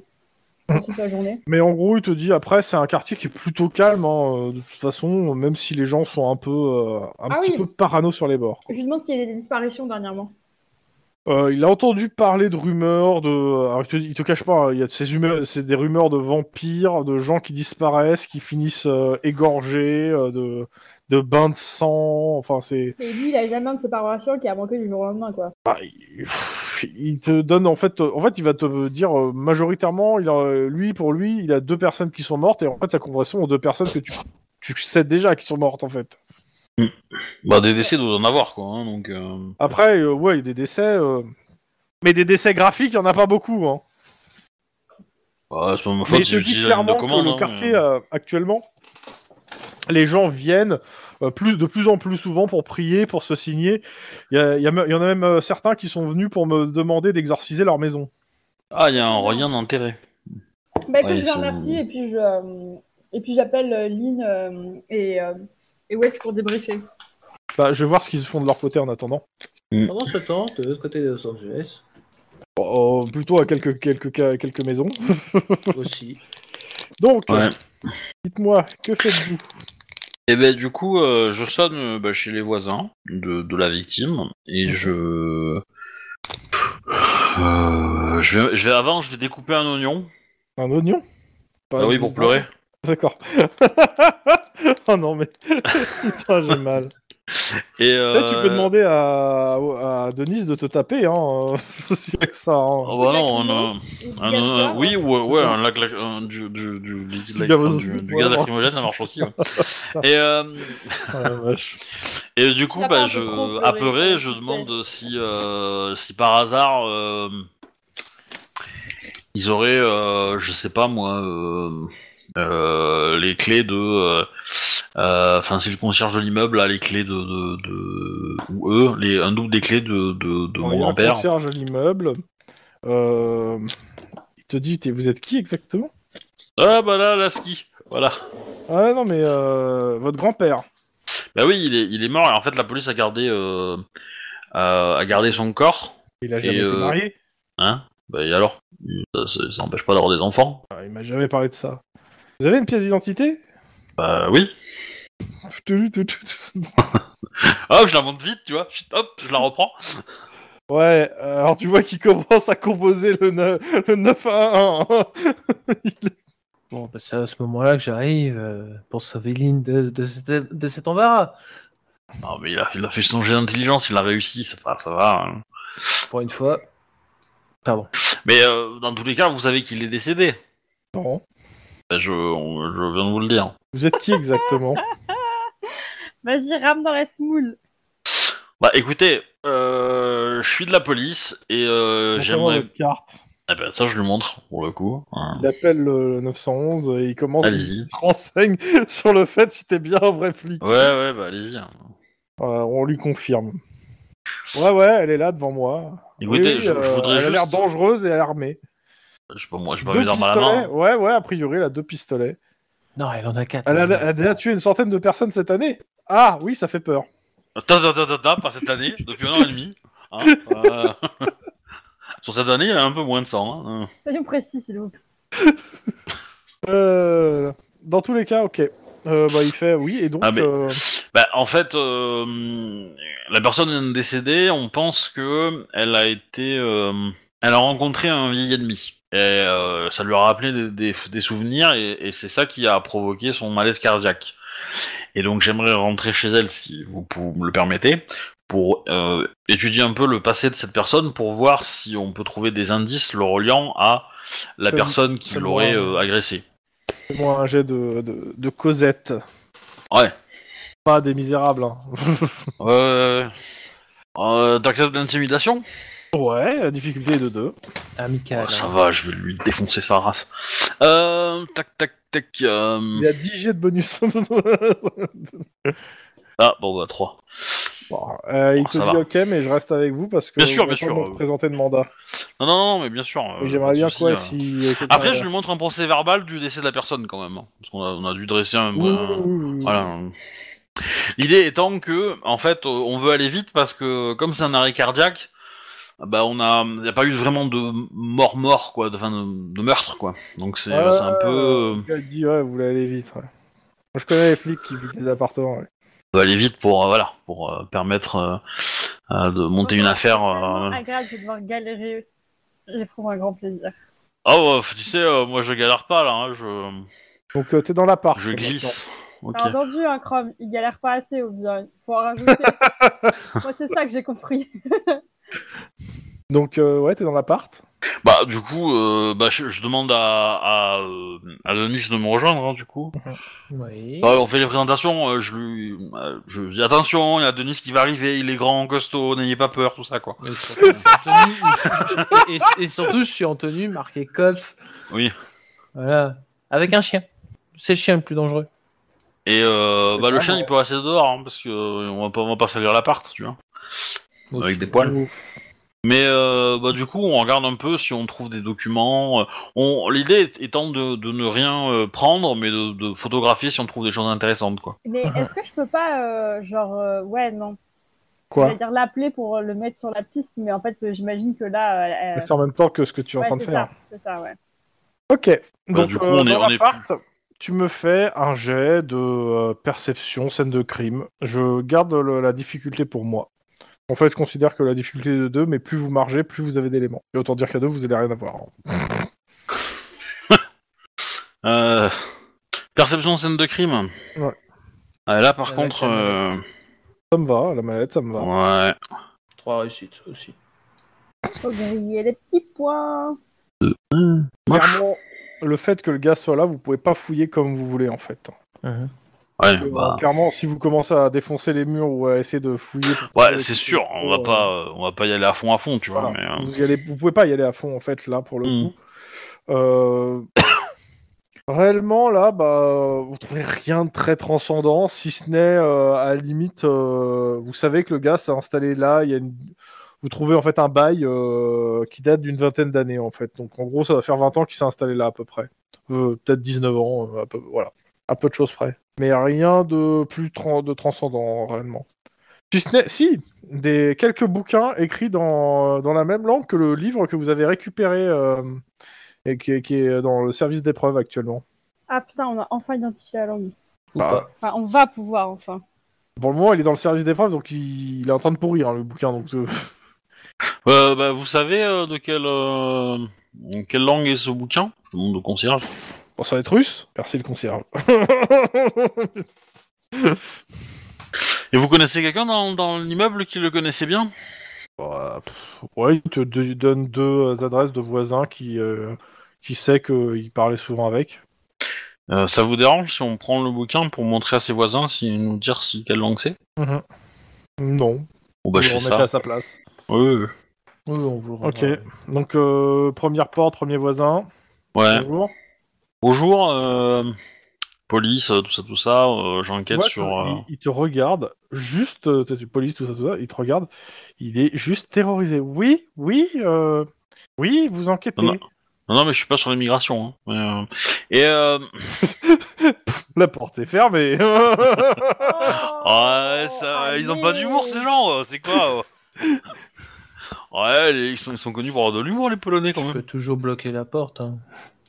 Speaker 4: passer sa journée.
Speaker 2: Mais en gros, il te dit après, c'est un quartier qui est plutôt calme, hein, euh, de toute façon, même si les gens sont un peu, euh, un
Speaker 4: Ah
Speaker 2: petit
Speaker 4: oui.
Speaker 2: peu parano sur les bords.
Speaker 4: Je lui demande qu'il y ait des disparitions dernièrement.
Speaker 2: Euh, il a entendu parler de rumeurs, de, alors, il, te, il te cache pas, hein, il y a de ces rumeurs, c'est des rumeurs de vampires, de gens qui disparaissent, qui finissent euh, égorgés, euh, de, de bains de sang. Enfin, c'est,
Speaker 4: Et lui, il a jamais un de ses paroissiens qui a manqué du jour au lendemain, quoi.
Speaker 2: bah, il, pff, il te donne en fait, en fait, il va te dire euh, majoritairement, il a- lui pour lui, il a deux personnes qui sont mortes et en fait, sa conversion aux deux personnes que tu, tu sais déjà qui sont mortes en fait.
Speaker 1: Bah, des décès, il doit en avoir, quoi. hein, donc, euh,
Speaker 2: Après, euh, ouais, il y a des décès. euh, Mais des décès graphiques, il n'y en a pas beaucoup. Hein.
Speaker 1: bah, c'est pas ma
Speaker 2: Mais
Speaker 1: faute
Speaker 2: il te
Speaker 1: si
Speaker 2: dit
Speaker 1: j'utilise la ligne de
Speaker 2: clairement que
Speaker 1: commande.
Speaker 2: le
Speaker 1: hein,
Speaker 2: quartier,
Speaker 1: mais-
Speaker 2: euh, actuellement, les gens viennent euh, plus, de plus en plus souvent pour prier, pour se signer. Il y, a- il y a me- il y en a même euh, certains qui sont venus pour me demander d'exorciser leur maison.
Speaker 1: Ah, il y a un rien d'intérêt.
Speaker 4: Bah écoute,
Speaker 1: Ouais,
Speaker 4: je le
Speaker 1: c'est-
Speaker 4: remercie et puis je euh, et puis j'appelle euh, Lynn euh, et euh, et Wedge pour débriefer.
Speaker 2: Bah, je vais voir ce qu'ils font de leur côté en attendant. Mm.
Speaker 1: Ah
Speaker 3: Pendant ce temps, de l'autre côté de Los Angeles,
Speaker 2: Euh, plutôt à quelques, quelques, ca- quelques maisons.
Speaker 3: aussi.
Speaker 2: Donc,
Speaker 1: Ouais.
Speaker 2: dites-moi, que faites-vous
Speaker 1: Et ben du coup, euh, je sonne euh, bah, chez les voisins de, de la victime
Speaker 2: Mm.
Speaker 1: et je. Euh, je, vais, je vais avant, je vais découper un oignon.
Speaker 2: Un oignon Pas
Speaker 1: Ah oui,
Speaker 2: une-
Speaker 1: pour pleurer.
Speaker 2: D'accord. *laughs* oh non, mais. *laughs* Putain, j'ai mal.
Speaker 1: Et
Speaker 2: Là, tu peux
Speaker 1: euh,
Speaker 2: demander à, à Denise de te taper, hein. *laughs* si que ça. hein.
Speaker 1: Oh bah non, on a-
Speaker 4: Et puis,
Speaker 1: un-
Speaker 4: Gaspard,
Speaker 1: un- Ah oui ou euh, ouais,
Speaker 2: C'est ça.
Speaker 1: un lac, lac- un- du, du, du, liquide
Speaker 2: Du
Speaker 1: lac-
Speaker 2: gaz-
Speaker 1: du- du
Speaker 2: ouais,
Speaker 1: gaz
Speaker 2: ouais.
Speaker 1: lacrymogène, ça marche
Speaker 2: *laughs*
Speaker 1: aussi. ouais. et, euh,
Speaker 2: Ah, la vache.
Speaker 1: et du coup,
Speaker 4: Ça
Speaker 1: bah,
Speaker 4: parle
Speaker 1: je,
Speaker 4: de trop pleurer,
Speaker 1: apeuré,
Speaker 4: ouais,
Speaker 1: je
Speaker 4: c'est
Speaker 1: demande si, euh, si par hasard euh, ils auraient, euh, je sais pas moi, euh, euh, les clés de. euh, euh, Enfin, si le concierge de l'immeuble a les clés de. de, de- ou eux, les, un double des clés de, de, de
Speaker 2: Il
Speaker 1: mon
Speaker 2: y a un
Speaker 1: grand-père.
Speaker 2: concierge à l'immeuble. Euh, il te dit, t'es- vous êtes qui exactement
Speaker 1: Ah bah là, la ski Voilà.
Speaker 2: Ah non, mais euh, votre grand-père.
Speaker 1: Bah oui, il est, il est mort. Et en fait, la police a gardé, euh, euh, a gardé son corps.
Speaker 2: Il a jamais
Speaker 1: Et,
Speaker 2: été
Speaker 1: euh,
Speaker 2: marié.
Speaker 1: Hein Bah et alors ça, ça- ça n'empêche pas d'avoir des enfants.
Speaker 2: Ah, Il m'a jamais parlé de ça. Vous avez une pièce d'identité *laughs*
Speaker 1: Bah oui. Hop, Oh, je la monte vite, tu vois. Chut, Hop, je la reprends.
Speaker 2: Ouais, euh, alors tu vois qu'il commence à composer le, ne- le 9 à 1.
Speaker 3: Bon, bah, c'est à ce moment-là que j'arrive euh, pour sauver Lynn de, de, cette- de cet embarras.
Speaker 1: Non mais il a, il a fait son jet d'intelligence, il a réussi, ça va, ça va. hein.
Speaker 3: Pour une fois. Pardon.
Speaker 1: Mais euh, dans tous les cas, vous savez qu'il est décédé.
Speaker 2: Non.
Speaker 1: Bah, je, on- je viens de vous le dire.
Speaker 2: Vous êtes qui
Speaker 1: Euh,
Speaker 2: exactement
Speaker 4: Vas-y, rame dans la smoule.
Speaker 1: Bah écoutez, euh, je suis de la police et euh,
Speaker 2: Montrez-moi
Speaker 1: j'aimerais...
Speaker 2: votre carte.
Speaker 1: Eh ben ça, je lui montre, pour le coup. hein.
Speaker 2: Il appelle le, le 911 et *laughs* il commence à
Speaker 1: Allez-y.
Speaker 2: renseigne sur le fait si t'es bien un vrai flic.
Speaker 1: Ouais, ouais, bah allez-y.
Speaker 2: Euh, on lui confirme. Ouais, ouais, elle est là devant moi.
Speaker 1: Écoutez,
Speaker 2: Oui, oui,
Speaker 1: je, je
Speaker 2: euh,
Speaker 1: voudrais
Speaker 2: elle a
Speaker 1: juste...
Speaker 2: l'air dangereuse et armée.
Speaker 1: Je sais pas, moi, j'ai pas
Speaker 2: Deux
Speaker 1: mis d'arme à la
Speaker 2: pistolets.
Speaker 1: main.
Speaker 2: Ouais, ouais, a priori, elle a deux pistolets.
Speaker 3: Non, elle en a quatre.
Speaker 2: Elle a, elle a déjà tué une centaine de personnes cette année. Ah, oui, ça fait peur.
Speaker 1: Euh, Ta ta ta ta ta, pas cette année, depuis un an et demi. hein, euh, *laughs* Sur cette année, il y a un peu moins de sang. hein.
Speaker 4: Soyons précis, s'il vous plaît.
Speaker 2: Euh, dans tous les cas, ok. Euh, bah, il fait oui, et donc.
Speaker 1: Ah, mais-
Speaker 2: euh,
Speaker 1: Bah, en fait, euh, la personne décédée, on pense que elle a été, euh, elle a rencontré un vieil ennemi. Et euh, ça lui a rappelé des, des- des souvenirs et, et c'est ça qui a provoqué son malaise cardiaque. Et donc j'aimerais rentrer chez elle, si vous, pou- me le permettez, pour euh, étudier un peu le passé de cette personne pour voir si on peut trouver des indices le reliant à la
Speaker 2: Fais-
Speaker 1: personne qui
Speaker 2: fais-moi
Speaker 1: l'aurait
Speaker 2: un-
Speaker 1: euh, agressée.
Speaker 2: Fais-moi un jet de, de, de Cosette.
Speaker 1: Ouais.
Speaker 2: Pas des misérables. hein. *laughs*
Speaker 1: Euh, euh, T'acceptes l'intimidation
Speaker 2: Ouais, la difficulté est de 2.
Speaker 3: Amical.
Speaker 1: Oh, ça va, je vais lui défoncer sa race. Euh, tac, tac, tac.
Speaker 2: Il
Speaker 1: euh,
Speaker 2: y a 10 jets de bonus. *laughs*
Speaker 1: Ah, bon, bah, 3.
Speaker 2: Bon, euh, il
Speaker 1: Bon,
Speaker 2: te
Speaker 1: ça
Speaker 2: dit
Speaker 1: va.
Speaker 2: ok, mais je reste avec vous parce que
Speaker 1: Bien sûr,
Speaker 2: on
Speaker 1: bien
Speaker 2: attend
Speaker 1: sûr,
Speaker 2: de me
Speaker 1: euh.
Speaker 2: présenter le mandat.
Speaker 1: Non, non, non, mais bien sûr. euh,
Speaker 2: Et J'aimerais bien
Speaker 1: pas de
Speaker 2: quoi
Speaker 1: soucis, euh.
Speaker 2: si. euh, quelqu'un-
Speaker 1: Après, je lui montre un procès verbal du décès de la personne, quand même. hein, Parce qu'on a, on a dû dresser un.
Speaker 2: Oui,
Speaker 1: un-
Speaker 2: oui, oui, oui.
Speaker 1: Voilà. L'idée étant que, en fait, euh, on veut aller vite parce que, comme c'est un arrêt cardiaque, bah, on a, y a pas eu vraiment de mort-mort, quoi, de, enfin, de, de meurtre, quoi. Donc, c'est
Speaker 2: Ouais,
Speaker 1: c'est un peu. euh,
Speaker 2: Ah, le gars, Il dit ouais, vous voulez aller vite. ouais. Moi, je connais les flics qui vident des appartements. ouais.
Speaker 1: on va aller vite pour, euh, voilà, pour euh, permettre euh, euh, de monter une affaire. euh,
Speaker 4: Vraiment agréable de devoir galérer. J'éprouve un grand plaisir.
Speaker 1: Ah ouais, tu sais, euh, moi je galère pas là, hein, je,
Speaker 2: Donc euh, t'es dans l'appart.
Speaker 1: je
Speaker 2: maintenant.
Speaker 1: glisse. Ok.
Speaker 4: T'as entendu, hein, Chrome Il galère pas assez au bien. Faut en rajouter.
Speaker 1: *laughs*
Speaker 4: Moi, c'est ça que j'ai compris.
Speaker 2: Donc euh, ouais, t'es dans l'appart.
Speaker 1: Bah du coup, euh, bah, je, je demande à, à, euh, à Denis de me rejoindre hein, du coup.
Speaker 3: Oui.
Speaker 1: Bah, on fait les présentations, euh, je lui euh, je dis attention, il y a Denis qui va arriver, il est grand, costaud, n'ayez pas peur, tout ça quoi.
Speaker 3: Et surtout, je suis en tenue- et- et- et surtout, je suis en tenue marquée Cops.
Speaker 1: Oui.
Speaker 3: Voilà. Avec un chien. C'est le chien le plus dangereux.
Speaker 1: Et euh,
Speaker 2: C'est
Speaker 1: bah, le
Speaker 2: pas
Speaker 1: chien
Speaker 2: vrai.
Speaker 1: il peut rester dehors hein, parce que euh, on va pas, on va pas salir l'appart, tu vois. Avec des poils.
Speaker 3: Ouf.
Speaker 1: Mais euh, bah, du coup, on regarde un peu si on trouve des documents. euh, On l'idée étant de, de ne rien euh, prendre, mais de, de photographier si on trouve des choses intéressantes quoi.
Speaker 4: Mais est-ce que je peux pas, euh, genre, euh, ouais, non.
Speaker 2: Quoi
Speaker 4: C'est-à-dire l'appeler pour le mettre sur la piste, mais en fait, euh, j'imagine que là. euh, euh,
Speaker 2: C'est en même temps que ce que tu es en
Speaker 4: ouais,
Speaker 2: train de
Speaker 4: c'est
Speaker 2: faire.
Speaker 4: ça, C'est ça, ouais.
Speaker 2: Ok.
Speaker 1: Bah,
Speaker 2: Donc
Speaker 1: du coup,
Speaker 2: euh,
Speaker 1: on est-
Speaker 2: dans
Speaker 1: on est
Speaker 2: l'appart, tu me fais un jet de euh, perception scène de crime. Je garde le- la difficulté pour moi. En fait, je considère que la difficulté est de 2, mais plus vous margez, plus vous avez d'éléments. Et autant dire qu'à deux, vous allez rien avoir.
Speaker 1: Euh, perception scène de crime.
Speaker 2: Ouais.
Speaker 1: Ah, là, par
Speaker 3: Avec
Speaker 1: contre,
Speaker 3: la
Speaker 1: euh,
Speaker 2: Ça me va, la mallette, ça me va.
Speaker 1: ouais.
Speaker 3: Trois réussites aussi.
Speaker 4: Faut griller les petits points.
Speaker 1: Moche.
Speaker 2: Clairement, le fait que le gars soit là, vous pouvez pas fouiller comme vous voulez en fait.
Speaker 1: Ouais,
Speaker 2: Euh,
Speaker 1: bah,
Speaker 2: Clairement, si vous commencez à défoncer les murs ou à essayer de fouiller, pour
Speaker 1: ouais,
Speaker 2: trouver
Speaker 1: c'est
Speaker 2: des
Speaker 1: sûr.
Speaker 2: trucs,
Speaker 1: On va
Speaker 2: euh,
Speaker 1: pas, euh, on va pas y aller à fond à fond, tu vois.
Speaker 2: Voilà.
Speaker 1: mais, euh,
Speaker 2: vous, y allez, vous pouvez pas y aller à fond en fait là pour le
Speaker 1: Mm.
Speaker 2: coup. Euh, *coughs* Réellement là, bah, vous trouvez rien de très transcendant, si ce n'est euh, à la limite, euh, vous savez que le gars s'est installé là. Il y a une... vous trouvez en fait un bail euh, qui date d'une vingtaine d'années en fait. Donc en gros, ça va faire 20 ans qu'il s'est installé là à peu près, Euh, peut-être 19 ans, euh, à peu... voilà, à peu de choses près. Mais rien de plus tran- de transcendant réellement. Si, ce n'est- si, des quelques bouquins écrits dans, dans la même langue que le livre que vous avez récupéré euh, et qui, qui est dans le service d'épreuve actuellement.
Speaker 4: Ah putain, on a enfin identifié la langue.
Speaker 3: Ou
Speaker 2: Bah,
Speaker 3: pas.
Speaker 4: Enfin, on va pouvoir, enfin.
Speaker 2: Pour le moment, il est dans le service d'épreuve, donc il, il est en train de pourrir hein, le bouquin. Donc euh,
Speaker 1: euh, bah, vous savez euh, de quelle, euh, en quelle langue est ce bouquin Je demande au concierge.
Speaker 2: bon, ça va être russe. Merci
Speaker 1: *laughs*
Speaker 2: le concierge.
Speaker 1: Et vous connaissez quelqu'un dans, dans l'immeuble qui le connaissait bien
Speaker 2: Bah, pff, ouais, il te de- donne deux adresses de voisins qui euh, qui sait qu'il parlait souvent avec.
Speaker 1: Euh, Ça vous dérange si on prend le bouquin pour montrer à ses voisins, si nous dire si quelle langue c'est
Speaker 2: Non.
Speaker 1: Bon bah
Speaker 2: vous
Speaker 1: je fais
Speaker 2: remettez
Speaker 1: ça.
Speaker 2: à sa place.
Speaker 1: Ouais, ouais, ouais.
Speaker 3: Oui, on vous le
Speaker 2: Ok.
Speaker 3: rendra.
Speaker 2: Donc euh, première porte, premier voisin.
Speaker 1: Ouais.
Speaker 2: Bonjour.
Speaker 1: Bonjour, euh, police, euh, tout ça, tout ça. euh,
Speaker 2: Tu
Speaker 1: J'enquête
Speaker 2: vois
Speaker 1: sur.
Speaker 2: que
Speaker 1: euh,
Speaker 2: il, il te regarde, juste, euh, t'es une police, tout ça, tout ça, il te regarde, il est juste terrorisé. Oui, oui, euh, oui, vous enquêtez.
Speaker 1: Non, Non, non, mais je suis pas sur l'immigration. hein. Mais, euh, Et euh...
Speaker 2: La porte est fermée. *laughs*
Speaker 1: Oh.
Speaker 2: Ah,
Speaker 1: ouais, ça- ils ont pas d'humour ces gens. euh, C'est quoi euh Ouais, les- ils, sont, ils sont connus pour avoir de l'humour les Polonais quand
Speaker 3: On
Speaker 1: même.
Speaker 3: peut toujours bloquer la porte. hein.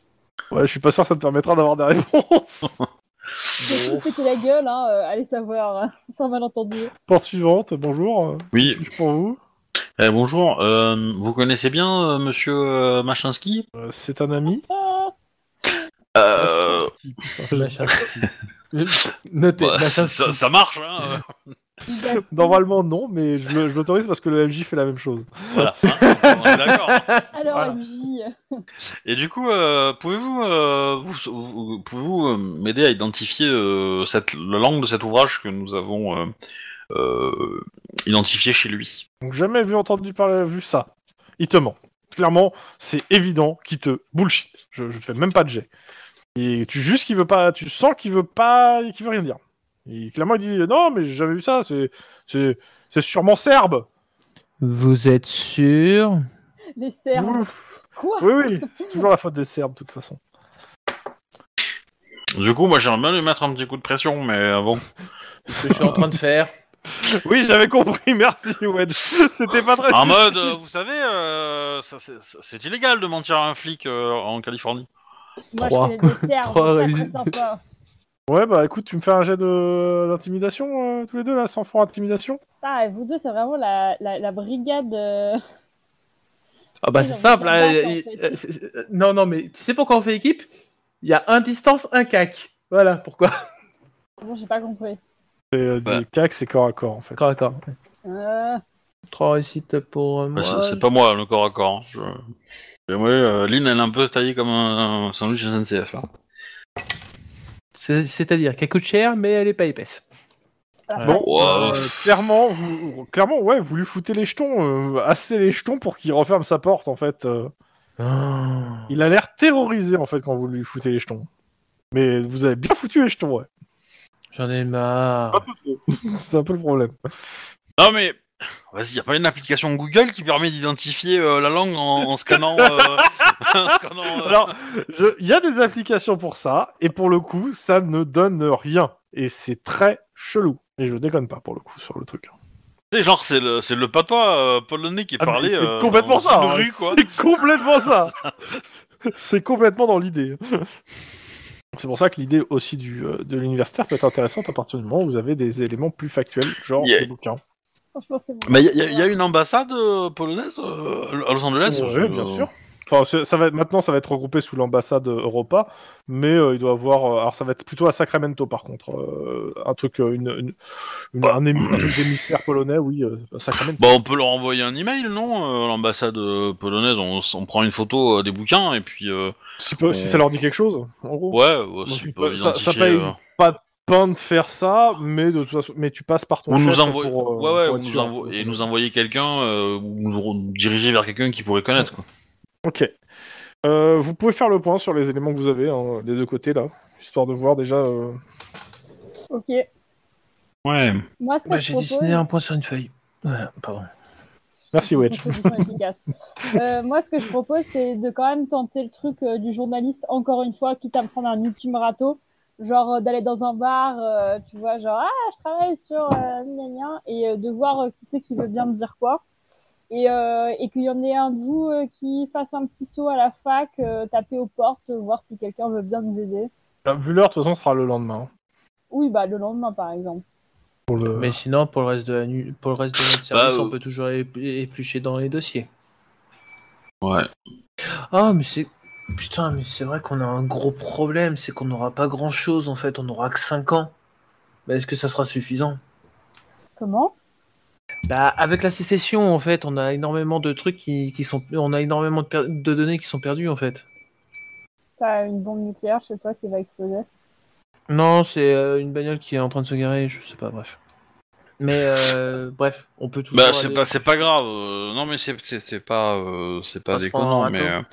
Speaker 1: *laughs*
Speaker 2: ouais, je suis pas sûr que ça te permettra d'avoir des réponses.
Speaker 4: Le truc, c'était la gueule, hein, euh, allez savoir, hein, sans malentendu.
Speaker 2: Porte suivante, bonjour.
Speaker 1: Oui.
Speaker 2: euh, Pour vous,
Speaker 1: Eh, bonjour, euh, vous connaissez bien euh, monsieur euh, Machinski
Speaker 2: Euh, c'est un ami.
Speaker 4: Ah,
Speaker 1: Euh,
Speaker 2: Machinski, putain, j'ai-
Speaker 3: Machinski. Euh, Notez,
Speaker 1: bah,
Speaker 3: Machinski.
Speaker 1: ça, ça marche, hein euh,
Speaker 4: il
Speaker 2: *laughs*
Speaker 4: gaspille.
Speaker 2: Normalement, non, mais je le- je l'autorise parce que le MJ fait la même chose.
Speaker 1: Voilà, hein, on est d'accord.
Speaker 4: Alors,
Speaker 2: Voilà.
Speaker 4: MJ,
Speaker 1: Et du coup, euh, pouvez-vous euh, vous, vous- pouvez-vous euh, m'aider à identifier euh, cette, la langue de cet ouvrage que nous avons euh, euh, identifié chez lui
Speaker 2: Donc jamais vu entendu parler, vu ça. Il te ment. Clairement, c'est évident qu'il te bullshit. Je, je fais même pas de jet. Et tu juste qu'il veut pas, tu sens qu'il veut pas, qu'il veut rien dire. Et clairement, il dit non, mais j'ai jamais vu ça. C'est, c'est, c'est sûrement serbe.
Speaker 3: Vous êtes sûr
Speaker 4: les cerfs.
Speaker 2: Ouf.
Speaker 4: Quoi
Speaker 2: Oui, oui, c'est toujours la faute des Serbes de toute façon.
Speaker 1: Du coup, moi j'aimerais bien lui mettre un petit coup de pression, mais euh, avant.
Speaker 2: *laughs*
Speaker 3: C'est ce que je suis en train de faire.
Speaker 2: Oui, j'avais compris. *laughs* Merci, Wedge. C'était pas très.
Speaker 1: En mode, euh, vous savez, euh, ça, c'est- c'est illégal de mentir à un flic euh, en Californie.
Speaker 4: Moi,
Speaker 3: Trois.
Speaker 4: je connais des cerfs,
Speaker 3: Trois
Speaker 4: c'est
Speaker 3: réussites.
Speaker 4: pas très sympa.
Speaker 2: Ouais, bah écoute, tu me fais un jet de d'intimidation euh, tous les deux là, sans francs intimidation.
Speaker 4: Ah, vous deux, c'est vraiment la, la, la brigade. euh,
Speaker 3: Ah bah
Speaker 4: Oui,
Speaker 3: c'est
Speaker 4: non, mais
Speaker 3: simple.
Speaker 4: on
Speaker 3: hein,
Speaker 4: va,
Speaker 3: euh,
Speaker 4: on fait
Speaker 3: euh, c'est- c'est- euh, Non, non, mais tu sais pourquoi on fait équipe Il y a un distance, un cac. Voilà pourquoi.
Speaker 4: Bon, j'ai pas compris.
Speaker 2: C'est euh,
Speaker 1: Ouais.
Speaker 2: des cacs, c'est corps à corps en fait.
Speaker 3: D'accord, d'accord.
Speaker 4: Euh,
Speaker 3: Trois réussites pour euh,
Speaker 1: Bah,
Speaker 3: moi.
Speaker 1: c'est- c'est pas moi le corps à corps. hein, je- Et ouais, euh, Lynn, elle est un peu taillée comme un, un sandwich SNCF. hein.
Speaker 3: C'est- C'est-à-dire qu'elle coûte cher, mais elle est pas épaisse.
Speaker 2: Bon,
Speaker 1: Wow.
Speaker 2: euh, clairement, vous, clairement, ouais, vous lui foutez les jetons, euh, assez les jetons pour qu'il referme sa porte en fait. euh.
Speaker 3: Ah,
Speaker 2: il a l'air terrorisé en fait quand vous lui foutez les jetons. Mais vous avez bien foutu les jetons, ouais. *laughs*
Speaker 3: J'en ai marre.
Speaker 2: C'est un peu le problème.
Speaker 1: Non mais, vas-y, y a pas une application Google qui permet d'identifier euh, la langue en, en scannant. euh, *laughs* en scannant, euh,
Speaker 2: Alors, je- il y a des applications pour ça, et pour le coup, ça ne donne rien. Et c'est très chelou. Et je déconne pas pour le coup sur le truc.
Speaker 1: C'est genre, c'est le, c'est le patois euh, polonais qui est
Speaker 2: Ah, mais
Speaker 1: parlé.
Speaker 2: c'est
Speaker 1: euh,
Speaker 2: complètement
Speaker 1: dans
Speaker 2: ça.
Speaker 1: une
Speaker 2: hein.
Speaker 1: rue, quoi.
Speaker 2: C'est
Speaker 1: *laughs*
Speaker 2: complètement ça. c'est complètement dans l'idée. C'est pour ça que l'idée aussi du, euh, de l'universitaire peut être intéressante à partir du moment où vous avez des éléments plus factuels, genre
Speaker 1: Yeah.
Speaker 2: des bouquins.
Speaker 4: franchement, c'est bon.
Speaker 1: Mais il Bah, y, a- y a une ambassade euh, polonaise euh, à Los Angeles
Speaker 2: Ouais,
Speaker 1: euh,
Speaker 2: bien sûr. Enfin, c'est- ça va être, maintenant, ça va être regroupé sous l'ambassade Europa, mais euh, il doit avoir. euh, alors, ça va être plutôt à Sacramento, par contre. euh, un truc, euh, une, une- une- un, émi- un truc d'émissaire polonais, oui, euh, à Sacramento.
Speaker 1: Bah, on peut leur envoyer un email, non euh, L'ambassade euh, polonaise, on, s- on prend une photo euh, des bouquins et puis. euh,
Speaker 2: Si, peu- si ça leur dit quelque chose, en gros.
Speaker 1: ouais, ouais,
Speaker 2: Donc,
Speaker 1: si
Speaker 2: ils
Speaker 1: on peut
Speaker 2: peuvent- ça- ça
Speaker 1: identifier,
Speaker 2: paye.
Speaker 1: euh,
Speaker 2: Pas de faire ça, mais de toute façon, mais tu passes par ton
Speaker 1: Ou
Speaker 2: chef
Speaker 1: nous envoyer,
Speaker 2: pour, euh,
Speaker 1: ouais, ouais,
Speaker 2: pour
Speaker 1: ou
Speaker 2: être
Speaker 1: nous
Speaker 2: sûr.
Speaker 1: envo- et nous envoyer quelqu'un euh, ou nous diriger vers quelqu'un qui pourrait connaître. Quoi.
Speaker 2: Ok. Euh, vous pouvez faire le point sur les éléments que vous avez hein, des deux côtés là, histoire de voir déjà. euh,
Speaker 4: Ok.
Speaker 1: Ouais.
Speaker 4: Moi, ce que
Speaker 3: Moi
Speaker 4: je
Speaker 3: Bah, j'ai
Speaker 4: propose...
Speaker 3: dessiné un point sur une feuille. Voilà, pardon.
Speaker 2: Merci Wedge.
Speaker 4: Proposition efficace. Euh, moi, ce que je propose, c'est de quand même tenter le truc euh, du journaliste encore une fois, quitte à me prendre un ultime râteau, genre euh, d'aller dans un bar, euh, tu vois, genre ah, je travaille sur euh, gna gna et euh, de voir euh, qui c'est qui veut bien me dire quoi. Et, euh, et qu'il y en ait un de vous euh, qui fasse un petit saut à la fac, euh, taper aux portes, euh, voir si quelqu'un veut bien nous aider.
Speaker 2: Ah, Vu l'heure, de toute façon, ce sera le lendemain. hein,
Speaker 4: Oui, bah le lendemain par exemple.
Speaker 2: pour le-
Speaker 3: Euh. Mais sinon, pour le reste de la nuit, pour le reste de notre service,
Speaker 1: Bah, euh,
Speaker 3: on peut toujours ép- éplucher dans les dossiers.
Speaker 1: Ouais.
Speaker 3: Ah, mais c'est. Putain, mais c'est vrai qu'on a un gros problème, c'est qu'on n'aura pas grand chose en fait, on n'aura que 5 ans. Bah, est-ce que ça sera suffisant
Speaker 4: Comment
Speaker 3: Bah, avec la sécession en fait, on a énormément de trucs qui, qui sont. On a énormément de, per- de données qui sont perdues en fait.
Speaker 4: T'as une bombe nucléaire chez toi qui va exploser.
Speaker 3: Non, c'est euh, une bagnole qui est en train de se garer, je sais pas, bref. Mais euh, *laughs* bref, on peut toujours.
Speaker 1: Bah, c'est
Speaker 3: aller-
Speaker 1: pas, c'est pas grave. euh, non, mais c'est, c'est, c'est pas, euh, c'est pas
Speaker 3: Pas se prendre
Speaker 1: déconnant.
Speaker 3: un
Speaker 1: Mais
Speaker 3: râteau.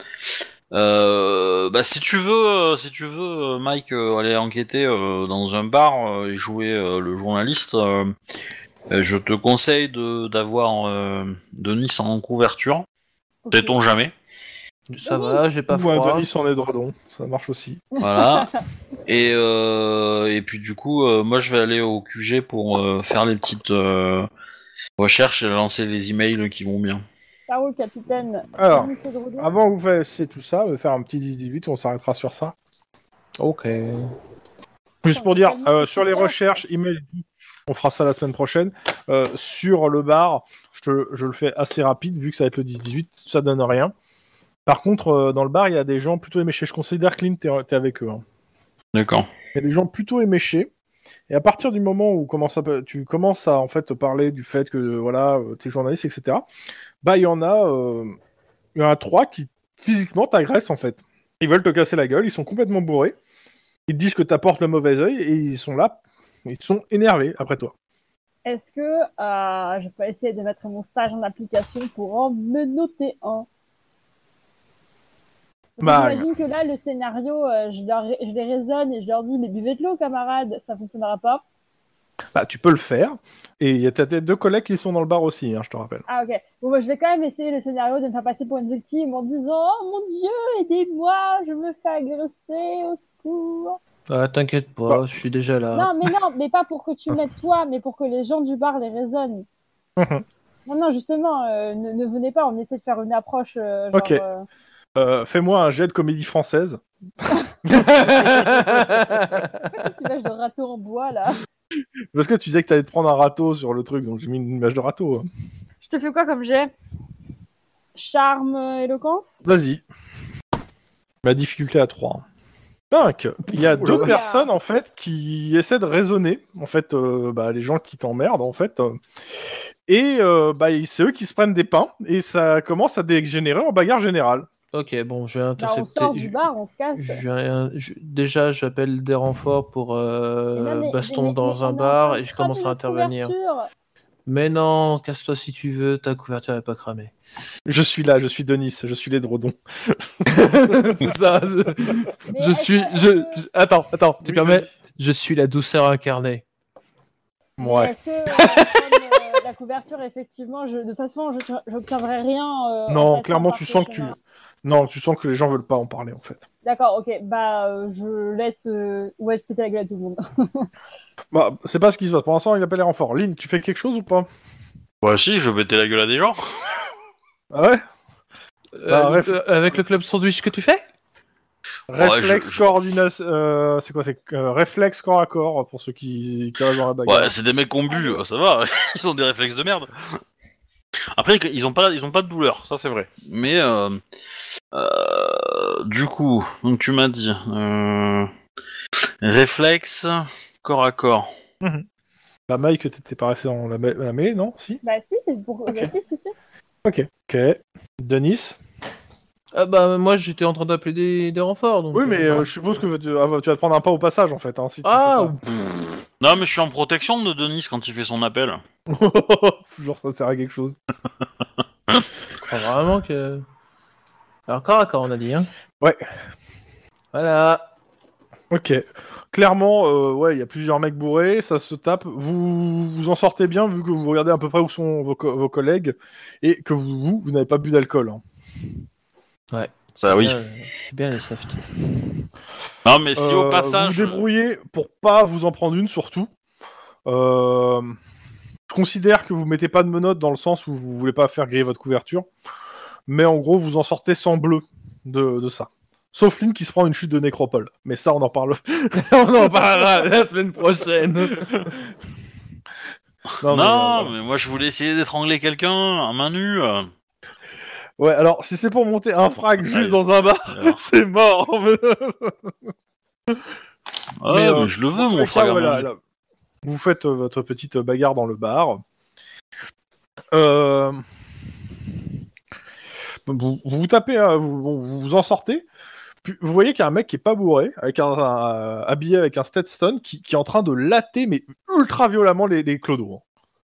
Speaker 1: euh, euh, bah, si tu veux, euh, si tu veux, euh, Mike, euh, aller enquêter euh, dans un bar euh, et jouer euh, le journaliste, euh, euh, je te conseille de d'avoir euh, Denis en couverture.
Speaker 4: Ok.
Speaker 1: Sait-on jamais.
Speaker 3: Ça va, j'ai pas
Speaker 2: Ou un
Speaker 3: froid.
Speaker 2: Denis en édredon, ça marche aussi.
Speaker 1: Voilà.
Speaker 3: *laughs*
Speaker 1: et euh, et puis du coup, euh, moi, je vais aller au QG pour euh, faire les petites euh, recherches et lancer les emails qui vont bien.
Speaker 4: Ça roule, capitaine.
Speaker 2: Alors, ah
Speaker 4: Monsieur Gredon.
Speaker 2: Avant que vous fassiez tout ça, on va faire un petit 18, on s'arrêtera sur ça.
Speaker 3: Ok.
Speaker 2: Juste pour dire,
Speaker 4: Vraiment,
Speaker 2: euh, sur les
Speaker 4: c'est bien.
Speaker 2: recherches, email, on fera ça la semaine prochaine. Euh, sur le bar, je, te- je le fais assez rapide, vu que ça va être le 10-18, ça donne rien. Par contre, euh, dans le bar, il y a des gens plutôt éméchés. Je considère Clint, t'es t'es avec eux. hein.
Speaker 1: D'accord.
Speaker 2: Il y a des gens plutôt éméchés. Et à partir du moment où commence à- tu commences à en fait te parler du fait que euh, voilà, euh, t'es journaliste, etc. Bah il y en a, euh, il y en a trois qui physiquement t'agressent en fait. Ils veulent te casser la gueule, ils sont complètement bourrés. Ils te disent que t'apportes le mauvais œil et ils sont là, ils sont énervés après toi.
Speaker 4: Est-ce que euh, je peux essayer de mettre mon stage en application pour en me noter un
Speaker 2: Bah,
Speaker 4: J'imagine que là, le scénario, euh, je, leur- je les raisonne et je leur dis Mais buvez de l'eau, camarades, ça fonctionnera pas.
Speaker 2: Bah tu peux le faire. Et il y a tes tes deux collègues qui sont dans le bar aussi, hein, je te rappelle.
Speaker 4: Ah, ok. Bon, moi, je vais quand même essayer le scénario de me faire passer pour une victime en disant Oh mon dieu, aidez-moi, je me fais agresser, au secours.
Speaker 3: Ah, T'inquiète pas, je suis déjà
Speaker 2: Ah.
Speaker 3: là.
Speaker 4: Non, mais non, mais pas pour que
Speaker 2: *laughs*
Speaker 4: tu mettes toi, mais pour que les gens du bar les raisonnent.
Speaker 2: Mhm.
Speaker 4: Non, non, justement, euh, ne, ne venez pas, on essaie de faire une approche. euh, genre,
Speaker 2: Ok.
Speaker 4: euh,
Speaker 2: Euh, Fais-moi un jet de comédie française.
Speaker 4: Pourquoi cette image de râteau en bois là
Speaker 2: Parce que tu disais que t'allais te prendre un râteau sur le truc, donc j'ai mis une image de râteau. hein.
Speaker 4: Je te fais quoi comme jet Charme, euh, éloquence
Speaker 2: Vas-y. Ma difficulté à 3. 5. Il y a
Speaker 3: Oula.
Speaker 2: deux personnes en fait qui essaient de raisonner en fait euh, bah, les gens qui t'emmerdent en fait euh, et euh, bah, c'est eux qui se prennent des pains et ça commence à dégénérer en bagarre générale.
Speaker 3: *laughs* ok, bon, je vais
Speaker 4: Bah, on
Speaker 3: intercepter.
Speaker 4: sort du
Speaker 3: je-
Speaker 4: bar, on se casse.
Speaker 3: je vais- je- déjà, j'appelle des renforts pour euh,
Speaker 4: Mais non, mais-
Speaker 3: baston
Speaker 4: mais- mais
Speaker 3: dans un
Speaker 4: on est en
Speaker 3: bar
Speaker 4: train
Speaker 3: et
Speaker 4: de
Speaker 3: je commence à
Speaker 4: cramer notre
Speaker 3: intervenir.
Speaker 4: couverture.
Speaker 3: Mais non, casse-toi si tu veux, ta couverture n'est pas cramée.
Speaker 2: Je suis là, je suis Denis, je suis les Drodons.
Speaker 3: *laughs* C'est ça. Je,
Speaker 4: Mais
Speaker 3: je
Speaker 4: est-ce
Speaker 3: suis.
Speaker 4: que- euh,
Speaker 3: Je,
Speaker 4: est-ce que-
Speaker 3: je- attends, attends, tu
Speaker 2: Oui,
Speaker 3: permets
Speaker 2: vas-y.
Speaker 3: Je suis la douceur incarnée.
Speaker 2: Ouais.
Speaker 4: Est-ce que euh, comme, euh, la couverture, effectivement, je, de toute façon, je n'obtiendrai rien. euh, en
Speaker 2: Non,
Speaker 4: passant
Speaker 2: clairement
Speaker 4: par
Speaker 2: tu
Speaker 4: ce
Speaker 2: sens que tu
Speaker 4: chemin.
Speaker 2: non, tu sens que les gens veulent pas en parler en fait.
Speaker 4: D'accord, ok. Bah, euh, je laisse. euh, Ouais, je pète la gueule à tout le monde.
Speaker 2: Bah, c'est pas ce qui se passe. Pour l'instant, il appelle les renforts. Lynn, tu fais quelque chose ou pas
Speaker 1: Bah si, je vais péter la gueule à des gens.
Speaker 2: Ah ouais Bah,
Speaker 3: Euh,
Speaker 2: bref.
Speaker 3: euh, avec le club sandwich que tu fais
Speaker 1: Ouais,
Speaker 2: Réflexe
Speaker 1: je- je-
Speaker 2: coordination. euh, c'est quoi C'est euh, réflexe corps à corps pour ceux qui, qui restent dans la bagarre.
Speaker 1: Ouais, c'est des mecs qu'on bu, ça va. *laughs* Ils ont des réflexes de merde. Après, ils ont pas, ils ont pas de douleur, ça c'est vrai. Mais euh, euh, du coup, donc tu m'as dit euh, réflexe corps à corps.
Speaker 2: La maille que Bah, t'étais pas resté dans la, mê- la mêlée, non Si
Speaker 4: bah, si, c'est pour... bah, si, si, si.
Speaker 2: Ok. Denis
Speaker 3: Ah bah moi j'étais en train d'appeler des, des renforts donc.
Speaker 2: Oui, mais
Speaker 3: euh,
Speaker 2: euh, je suppose que tu, ah, tu vas te prendre un pas au passage, en fait. Hein, si tu
Speaker 3: Ah
Speaker 1: Non, mais je suis en protection de Denis quand il fait son appel.
Speaker 2: fais pas. *laughs* Genre, ça sert à quelque chose.
Speaker 3: Je crois vraiment que. Alors corps à corps on a dit hein.
Speaker 2: Ouais.
Speaker 3: Voilà.
Speaker 2: Ok. Clairement, euh, ouais, il y a plusieurs mecs bourrés, ça se tape. Vous vous en sortez bien, vu que vous regardez à peu près où sont vos, co- vos collègues, et que vous, vous, vous n'avez pas bu d'alcool. hein.
Speaker 1: Bah oui.
Speaker 3: bien, euh, C'est bien les softs.
Speaker 1: Non, mais si
Speaker 2: Euh,
Speaker 1: au passage,
Speaker 2: Vous vous débrouillez pour pas vous en prendre une, surtout. Euh, je considère que vous mettez pas de menottes dans le sens où vous voulez pas faire griller votre couverture. Mais en gros, vous en sortez sans bleu de, de ça. Sauf Lynn qui se prend une chute de nécropole. Mais ça, on en parle.
Speaker 3: *laughs*
Speaker 2: *laughs*
Speaker 3: on en parlera la semaine prochaine.
Speaker 2: Non, mais,
Speaker 1: non,
Speaker 2: euh, voilà.
Speaker 1: mais moi je voulais essayer d'étrangler quelqu'un à main nue. euh.
Speaker 2: Ouais, alors, si c'est pour monter un frag juste
Speaker 1: Allez.
Speaker 2: dans un bar, *laughs*
Speaker 1: Alors,
Speaker 2: c'est mort.
Speaker 1: ah,
Speaker 2: Mais,
Speaker 1: mais,
Speaker 2: euh,
Speaker 1: je le veux,
Speaker 2: Dans tous
Speaker 1: mon
Speaker 2: les
Speaker 1: frère.
Speaker 2: cas, voilà,
Speaker 1: à main nue.
Speaker 2: là, vous faites euh, votre petite euh, bagarre dans le bar. Euh, Vous, vous vous tapez, hein, vous, bon, vous vous en sortez. Puis vous voyez qu'il y a un mec qui est pas bourré, avec un, un- habillé avec un Stetson, qui, qui est en train de latter, mais ultra violemment, les, les clodos. hein.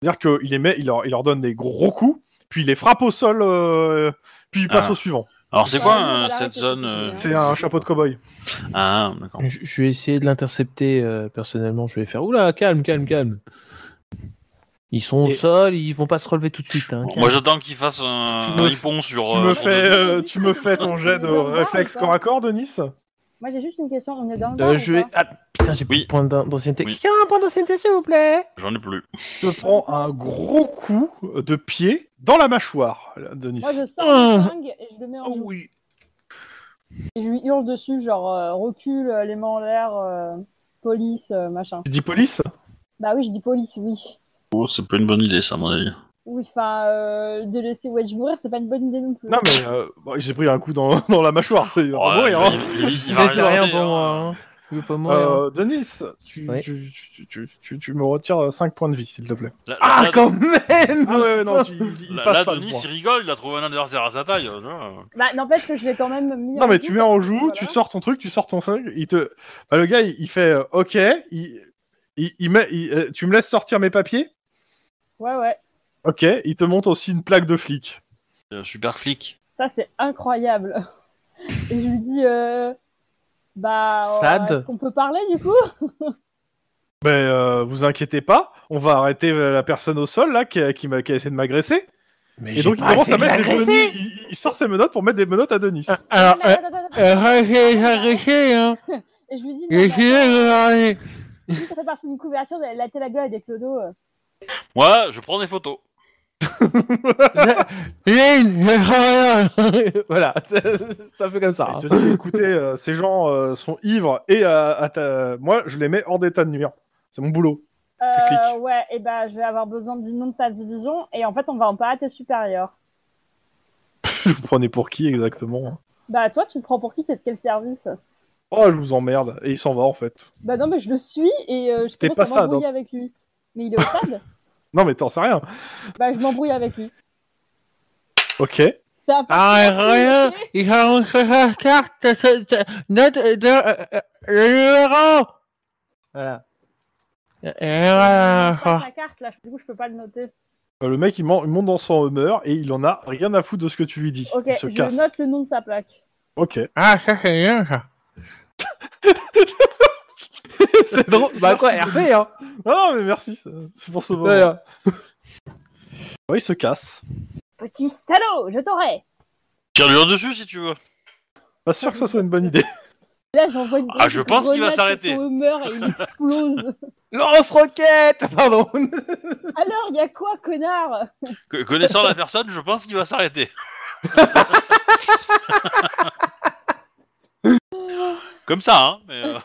Speaker 2: C'est-à-dire qu'il les met, il leur, il leur donne des gros coups, puis il les frappe au sol, euh, puis il passe
Speaker 1: Ah.
Speaker 2: au suivant.
Speaker 1: Alors, c'est
Speaker 4: Ah,
Speaker 1: quoi
Speaker 4: non,
Speaker 1: euh,
Speaker 4: voilà,
Speaker 1: cette
Speaker 4: c'est-
Speaker 1: zone euh,
Speaker 4: c'est-
Speaker 2: C'est un chapeau de cow-boy.
Speaker 1: Ah, d'accord.
Speaker 3: Je je vais essayer de l'intercepter euh, personnellement. Je vais faire oula calme calme calme. Ils sont au
Speaker 2: Et-
Speaker 3: sol, ils vont pas se relever tout de suite. Hein,
Speaker 1: Bon,
Speaker 3: calme.
Speaker 1: moi j'attends qu'il fasse un
Speaker 2: Tu me-
Speaker 1: ripon sur.
Speaker 2: Tu
Speaker 1: euh,
Speaker 2: me
Speaker 1: sur
Speaker 2: fais,
Speaker 1: Denis.
Speaker 2: euh, tu me fais ton jet de
Speaker 4: On est dans le bar
Speaker 2: réflexe
Speaker 4: ou pas
Speaker 2: corps à corps, Denis
Speaker 4: Moi, j'ai juste une question. On est dans le bar.
Speaker 3: Euh,
Speaker 4: ou
Speaker 3: je
Speaker 4: pas
Speaker 3: vais. Ah putain j'ai plus
Speaker 1: Oui.
Speaker 3: de points d'an- d'ancienneté.
Speaker 1: Oui.
Speaker 3: Quelqu'un a un point d'ancienneté s'il vous plaît
Speaker 1: J'en ai plus.
Speaker 2: te prends un gros coup de pied dans la mâchoire, Denis.
Speaker 4: Moi, je sors
Speaker 3: Ah.
Speaker 4: le flingue et je le mets en
Speaker 3: Oh
Speaker 4: joue.
Speaker 3: oui.
Speaker 4: Et je lui hurle dessus, genre, euh, recule, euh, les mains en l'air, euh, police, euh, machin.
Speaker 2: Tu dis police
Speaker 4: Bah oui, je dis police, oui.
Speaker 1: Oh, c'est pas une bonne idée, ça, à mon avis.
Speaker 4: Oui, enfin, euh, de laisser Wedge mourir, c'est pas une bonne idée non plus.
Speaker 2: Non, mais euh, bon, j'ai pris un coup dans, *laughs* dans la mâchoire, c'est on va mourir, hein.
Speaker 1: limite, il
Speaker 3: Mais
Speaker 1: va
Speaker 3: c'est rien
Speaker 1: regarder,
Speaker 3: pour
Speaker 1: hein.
Speaker 3: moi. hein. Je veux pas mourir.
Speaker 2: Euh, Denis, tu,
Speaker 3: Oui.
Speaker 2: tu, tu, tu, tu, tu me retires 5 points de vie, s'il te plaît.
Speaker 1: Là- là-
Speaker 3: Ah,
Speaker 1: là-
Speaker 3: quand même
Speaker 2: Ah ouais, non, tu, il
Speaker 1: Là,
Speaker 2: passe
Speaker 1: là,
Speaker 2: pas le
Speaker 1: Denis,
Speaker 2: point.
Speaker 1: il rigole, il a trouvé un adversaire à sa taille. euh, ça.
Speaker 4: Bah n'empêche que je l'ai quand même mis.
Speaker 2: Non
Speaker 4: en
Speaker 2: mais
Speaker 4: joue,
Speaker 2: tu mets en joue,
Speaker 4: voilà.
Speaker 2: tu sors ton truc, tu sors ton feuille, il te, bah, le gars il, il fait euh, ok, il, il, il met, il, euh, tu me laisses sortir mes papiers,
Speaker 4: Ouais, ouais.
Speaker 2: ok, il te monte aussi une plaque de flic.
Speaker 1: C'est un super flic.
Speaker 4: Ça, c'est incroyable. *laughs* Et je lui dis, euh, bah, euh,
Speaker 3: Sad.
Speaker 4: est-ce qu'on peut parler du coup
Speaker 2: Mais euh, vous inquiétez pas, on va arrêter euh, la personne au sol là qui a, qui m'a, qui a essayé de m'agresser.
Speaker 3: Mais
Speaker 2: Et donc il commence à mettre des menottes, il, il sort ses menottes pour mettre des menottes à Denis.
Speaker 3: Alors,
Speaker 4: Non, mais *laughs* attends, attends, attends.
Speaker 2: euh,
Speaker 4: Et je lui dis, non, mais
Speaker 2: euh,
Speaker 4: attends, si ça fait partie d'une couverture de la Telaga et des clodos. euh.
Speaker 1: Ouais, je prends des photos.
Speaker 3: Voilà, *laughs* ça fait comme ça. hein.
Speaker 2: Il te dit écoutez, euh, ces gens euh, sont ivres et euh, à ta- moi je les mets hors d'état de nuire. C'est mon boulot. *laughs* T'es
Speaker 4: Euh,
Speaker 2: flic.
Speaker 4: ouais, et bah, je vais avoir besoin du nom de ta division et en fait, on va en parler à tes supérieurs.
Speaker 2: Vous prenez pour qui exactement hein
Speaker 4: Bah, toi, tu te prends pour qui T'es de quel service
Speaker 2: Oh, je vous emmerde. Et il s'en va en fait.
Speaker 4: Bah, non, mais je le suis et euh, je
Speaker 2: T'es
Speaker 4: commence
Speaker 2: pas
Speaker 4: à
Speaker 2: sad,
Speaker 4: m'embrouiller avec lui. Mais il est au SAD
Speaker 2: Non, mais t'en sais rien.
Speaker 4: Bah, je m'embrouille avec lui.
Speaker 2: Ok. Euh,
Speaker 4: C'est un peu-
Speaker 3: Ah, rien Il a rentré sa carte, sa- sa- sa- note de euh, le numéro Voilà. Et
Speaker 4: Euh,
Speaker 3: voilà.
Speaker 4: pas sa carte, là, du coup, je peux pas le noter.
Speaker 2: Euh, Le mec, il, mon- il monte dans son humeur et il en a rien à foutre de ce que tu lui dis.
Speaker 4: Ok,
Speaker 2: il se
Speaker 4: je
Speaker 2: casse.
Speaker 4: note le nom de sa plaque.
Speaker 2: Ok.
Speaker 3: Ah, ça c'est bien ça. *laughs* c'est drôle. Bah quoi, RP hein
Speaker 2: Ah, mais merci. ça- C'est pour ce moment.
Speaker 3: Voilà.
Speaker 2: Ouais, il se casse.
Speaker 4: Petit salaud, je t'aurai
Speaker 1: Tire-lui en dessus si tu veux.
Speaker 2: Pas sûr que ça soit une
Speaker 4: *laughs*
Speaker 2: bonne idée.
Speaker 4: Là, j'envoie une
Speaker 1: Ah, je
Speaker 4: grosse
Speaker 1: pense qu'il va
Speaker 4: grenade
Speaker 1: s'arrêter.
Speaker 4: sur son humeur et il explose. *laughs*
Speaker 3: Lance-roquette *laughs* Pardon
Speaker 4: Alors, il y a quoi, connard
Speaker 1: Que- Connaissant la personne, je pense qu'il va
Speaker 2: *laughs*
Speaker 1: s'arrêter. Comme ça, hein. Mais, euh,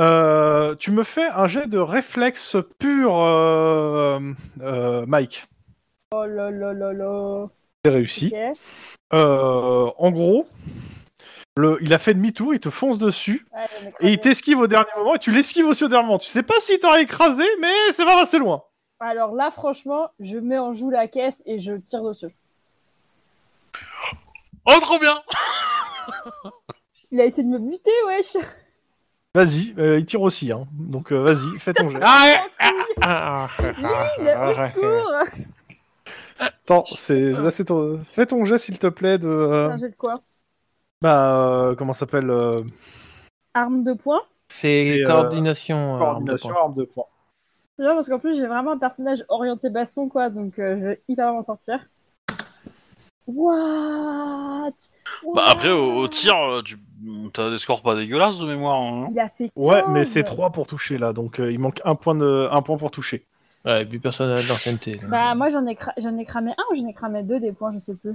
Speaker 2: Euh, tu me fais un jet de réflexe pur, euh, euh, Mike.
Speaker 4: Oh là là là là.
Speaker 2: C'est réussi.
Speaker 4: Ok.
Speaker 2: Euh, en gros, le, il a fait demi-tour, il te fonce dessus
Speaker 4: Ouais, je vais
Speaker 2: et
Speaker 4: m'écraser.
Speaker 2: il t'esquive au dernier moment et tu l'esquives aussi au dernier moment. Tu sais pas s'il t'aurait écrasé, mais c'est pas assez loin.
Speaker 4: Alors là, franchement, je mets en joue la caisse et je tire dessus.
Speaker 1: Oh, trop bien
Speaker 4: Il a essayé de me buter, wesh.
Speaker 2: Vas-y, euh, il tire aussi, hein. Donc euh, vas-y, fais *laughs* ton jet.
Speaker 3: Ah, ah, ah,
Speaker 4: Lynn, au secours
Speaker 2: Attends, c'est là c'est ton... fais ton jet s'il te plaît de euh,
Speaker 4: J'ai de quoi
Speaker 2: bah euh, comment ça s'appelle euh,
Speaker 4: Arme de poing
Speaker 3: C'est
Speaker 2: Et, euh,
Speaker 3: coordination. euh,
Speaker 2: coordination
Speaker 3: arme
Speaker 2: arme de poing.
Speaker 4: C'est bien parce qu'en plus, j'ai vraiment un personnage orienté basson, quoi, donc euh, je vais hyper bien m'en sortir.
Speaker 1: Bah,
Speaker 4: What What
Speaker 1: après, au, au tir, euh, tu t'as des scores pas dégueulasses de mémoire. hein.
Speaker 4: Il a fait
Speaker 2: Ouais, mais
Speaker 4: 15.
Speaker 2: c'est 3 pour toucher là, donc euh, il manque un point de un point pour toucher.
Speaker 3: de poing. Ouais, et puis personne n'a d'ancienneté.
Speaker 4: Bah, moi, j'en ai, cra- j'en ai cramé un ou j'en ai cramé deux des points, je sais plus.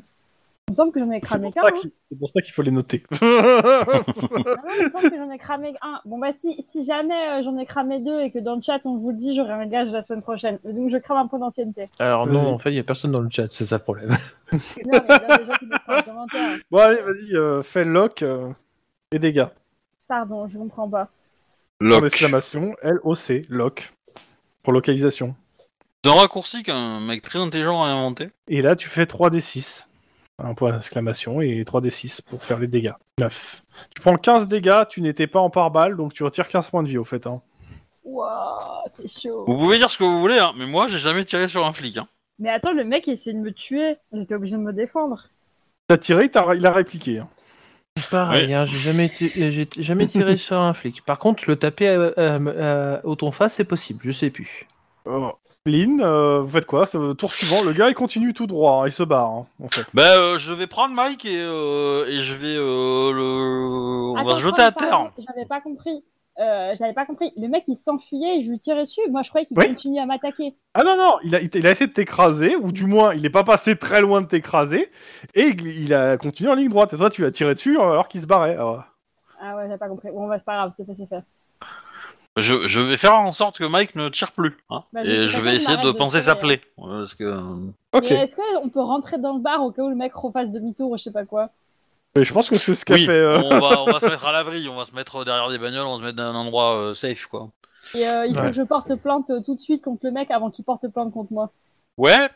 Speaker 4: Il me semble que j'en ai
Speaker 2: C'est
Speaker 4: cramé
Speaker 2: pour
Speaker 4: qu'un.
Speaker 2: ça
Speaker 4: hein.
Speaker 2: qu'il- c'est pour ça qu'il faut les noter.
Speaker 4: Non, non, il me semble que j'en ai cramé un. Bon, bah, si, si jamais euh, j'en ai cramé deux et que dans le chat on vous le dit, j'aurai un gage la semaine prochaine. Donc, je crame un point d'ancienneté.
Speaker 3: Alors
Speaker 2: Vas-y.
Speaker 3: non, en fait, il n'y a personne dans le chat, c'est ça le problème.
Speaker 4: Non, mais là, les gens qui me font un commentaire.
Speaker 2: bon allez, vas-y, euh, fais lock euh, et dégâts.
Speaker 4: Pardon, je comprends pas.
Speaker 2: En
Speaker 1: Lock.
Speaker 2: exclamation L O C lock pour localisation.
Speaker 1: C'est un raccourci qu'un mec très intelligent a inventé.
Speaker 2: Et là tu fais 3 d6. Un point d'exclamation et 3 d6 pour faire les dégâts. 9. Tu prends 15 dégâts, tu n'étais pas en pare-balles, donc tu retires 15 points de vie au fait hein.
Speaker 4: Wouah, c'est chaud.
Speaker 1: Vous pouvez dire ce que vous voulez, hein, mais moi, j'ai jamais tiré sur un flic. Hein.
Speaker 4: Mais attends, le mec il essayait de me tuer. J'étais obligé de me défendre.
Speaker 2: T'as tiré, t'as- il a répliqué. hein.
Speaker 3: Pareil, hein, j'ai jamais, ti- euh, j'ai t-
Speaker 2: *laughs*
Speaker 3: jamais tiré sur un flic. Par contre, le taper euh, euh, euh, au ton face, c'est possible, je sais plus.
Speaker 2: Lynn, euh, vous faites quoi Ce Tour suivant, le gars il continue tout droit, hein, il se barre hein, en fait.
Speaker 1: Bah, euh, je vais prendre Mike et, euh, et je vais euh, le. On va
Speaker 4: Attends,
Speaker 1: se jeter à
Speaker 4: pardon,
Speaker 1: terre.
Speaker 4: pardon, J'avais pas compris. Euh, J'avais pas compris. Le mec il s'enfuyait et je lui tirais dessus. Moi je croyais qu'il
Speaker 2: Oui.
Speaker 4: continuait à m'attaquer.
Speaker 2: Ah non, non, il a, il a essayé de t'écraser, ou du moins il est pas passé très loin de t'écraser, et il- il a continué en ligne droite. Et toi tu as tiré dessus euh, alors qu'il se barrait. alors.
Speaker 4: Ah ouais, j'avais pas compris. Bon, bah, c'est pas grave, c'est fait, c'est fait.
Speaker 1: Je, je vais faire en sorte que Mike ne tire plus. hein.
Speaker 4: Bah, de
Speaker 1: et
Speaker 4: toute
Speaker 1: je
Speaker 4: façon,
Speaker 1: vais
Speaker 4: il
Speaker 1: essayer de
Speaker 4: m'arrête de
Speaker 1: penser
Speaker 4: tirer.
Speaker 1: sa
Speaker 2: *laughs*
Speaker 1: plaie. Ouais, Parce que... euh,
Speaker 2: Ok.
Speaker 4: Et est-ce qu'on peut rentrer dans le bar au cas où le mec refasse demi-tour ou je sais pas quoi
Speaker 2: Mais je pense que c'est ce qu'a
Speaker 1: oui,
Speaker 2: fait. euh,
Speaker 1: on, va, on va se mettre à l'abri, on va se mettre derrière des bagnoles, on va se mettre dans un endroit euh, safe, quoi.
Speaker 4: Et euh, il faut
Speaker 3: Ouais.
Speaker 4: que je porte plainte euh, tout de suite contre le mec avant qu'il porte plainte contre moi.
Speaker 1: Ouais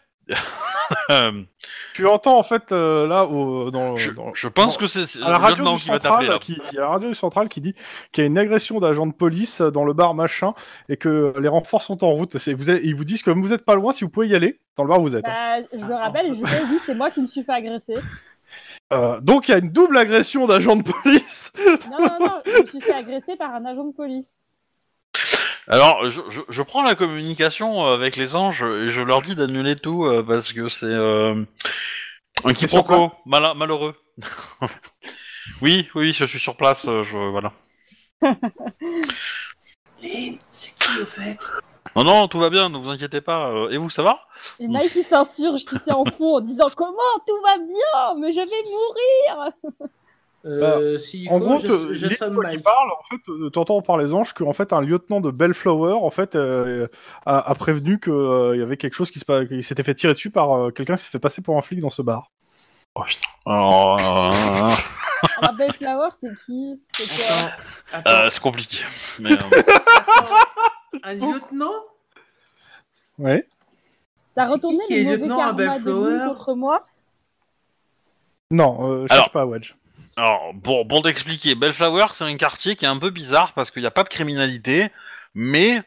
Speaker 2: Tu entends en fait euh, là au- dans,
Speaker 1: *laughs* je,
Speaker 2: dans-
Speaker 1: je pense
Speaker 2: dans-
Speaker 1: que c'est c'est
Speaker 2: à
Speaker 1: le
Speaker 2: la radio
Speaker 1: lieutenant
Speaker 2: du
Speaker 1: qui va t'appeler,
Speaker 2: central
Speaker 1: là.
Speaker 2: qui, à la radio du central qui dit qu'il y a une agression d'agents de police euh, dans le bar machin et que les renforts sont en route. C'est- Vous êtes- ils vous disent que vous êtes pas loin si vous pouvez y aller. Dans le bar où vous êtes. hein.
Speaker 4: Bah, je le rappelle, je l'ai dit, c'est moi qui me suis fait agresser.
Speaker 2: Euh, donc il y a une double agression d'agents de police.
Speaker 4: Non, non, non, je me suis fait agresser par un agent de police.
Speaker 1: Alors, je, je- je prends la communication euh, avec les anges et je leur dis d'annuler tout euh, parce que c'est euh, un quiproquo mal- malheureux. *laughs* oui, oui, je suis sur place, euh, je, voilà.
Speaker 3: Lynn, c'est qui au fait
Speaker 1: Non, non, tout va bien, ne vous inquiétez pas. euh, et vous, ça va
Speaker 4: Et Mike qui s'insurge, qui
Speaker 2: *laughs*
Speaker 4: s'est en fond en disant Comment tout va bien Mais je vais mourir
Speaker 3: euh, S'il
Speaker 2: Bah, En
Speaker 3: faut,
Speaker 2: gros,
Speaker 3: je-
Speaker 2: te-
Speaker 3: j'assomme
Speaker 2: Lynn, quand il
Speaker 3: Mike.
Speaker 2: parle, en fait, euh, t'entends par les anges qu'en fait un lieutenant de Bellflower en fait euh, a, a prévenu qu'il y avait quelque chose qui se pa- qui s'était fait tirer dessus par euh, quelqu'un qui s'est fait passer pour un flic dans ce bar.
Speaker 1: Oh, euh,
Speaker 4: Alors, Bellflower, c'est qui C'est quoi
Speaker 3: Attends, attends,
Speaker 1: euh, C'est compliqué. *laughs* Mais, euh,
Speaker 3: attends. Un
Speaker 2: euh,
Speaker 3: lieutenant
Speaker 2: Ouais.
Speaker 4: T'as
Speaker 3: C'est
Speaker 4: retourné
Speaker 3: qui qui
Speaker 4: le
Speaker 3: est
Speaker 4: mauvais
Speaker 3: lieutenant à
Speaker 4: karma de
Speaker 3: Bellflower
Speaker 4: lui contre moi
Speaker 2: Non, euh, je
Speaker 1: Alors.
Speaker 2: cherche pas Wedge.
Speaker 1: Alors, bon, bon t'expliquer, Bellflower, c'est un quartier qui est un peu bizarre parce qu'il n'y a pas de criminalité, mais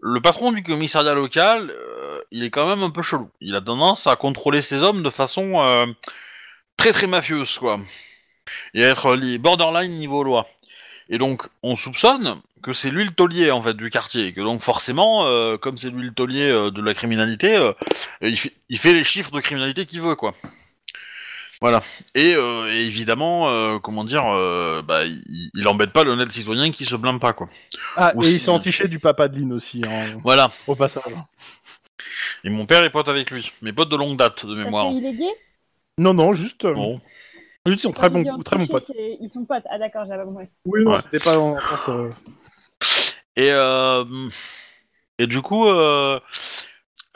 Speaker 1: le patron du commissariat local, euh, il est quand même un peu chelou. Il a tendance à contrôler ses hommes de façon euh, très très mafieuse, quoi. Et à être li- borderline niveau loi. Et donc, on soupçonne que c'est lui le taulier, en fait, du quartier. Et que donc, forcément, euh, comme c'est lui le taulier euh, de la criminalité, euh, il, fait, il fait les chiffres de criminalité qu'il veut, quoi. Et, euh, et évidemment, euh, comment dire, euh, bah, il, il embête pas l'honnête citoyen qui se plaint pas, quoi.
Speaker 2: Ah,
Speaker 1: Ou
Speaker 2: et il
Speaker 1: si-
Speaker 2: s'est entiché du papa de Lynn aussi, hein,
Speaker 1: Voilà.
Speaker 2: au passage.
Speaker 1: Et mon père est pote avec lui, mes potes de longue date de
Speaker 4: Parce
Speaker 1: mémoire.
Speaker 4: qu'il est gay
Speaker 2: Non, non, juste, euh,
Speaker 1: Bon.
Speaker 2: juste ils sont
Speaker 4: Quand
Speaker 2: très
Speaker 4: Ah, il dit
Speaker 2: bons,
Speaker 4: en
Speaker 2: très bons
Speaker 4: cliché,
Speaker 2: potes.
Speaker 4: c'est- Ils sont potes, ah d'accord, j'avais compris.
Speaker 2: Oui, non,
Speaker 1: Ouais.
Speaker 2: c'était pas en France. euh,
Speaker 1: Et euh, et du coup, euh,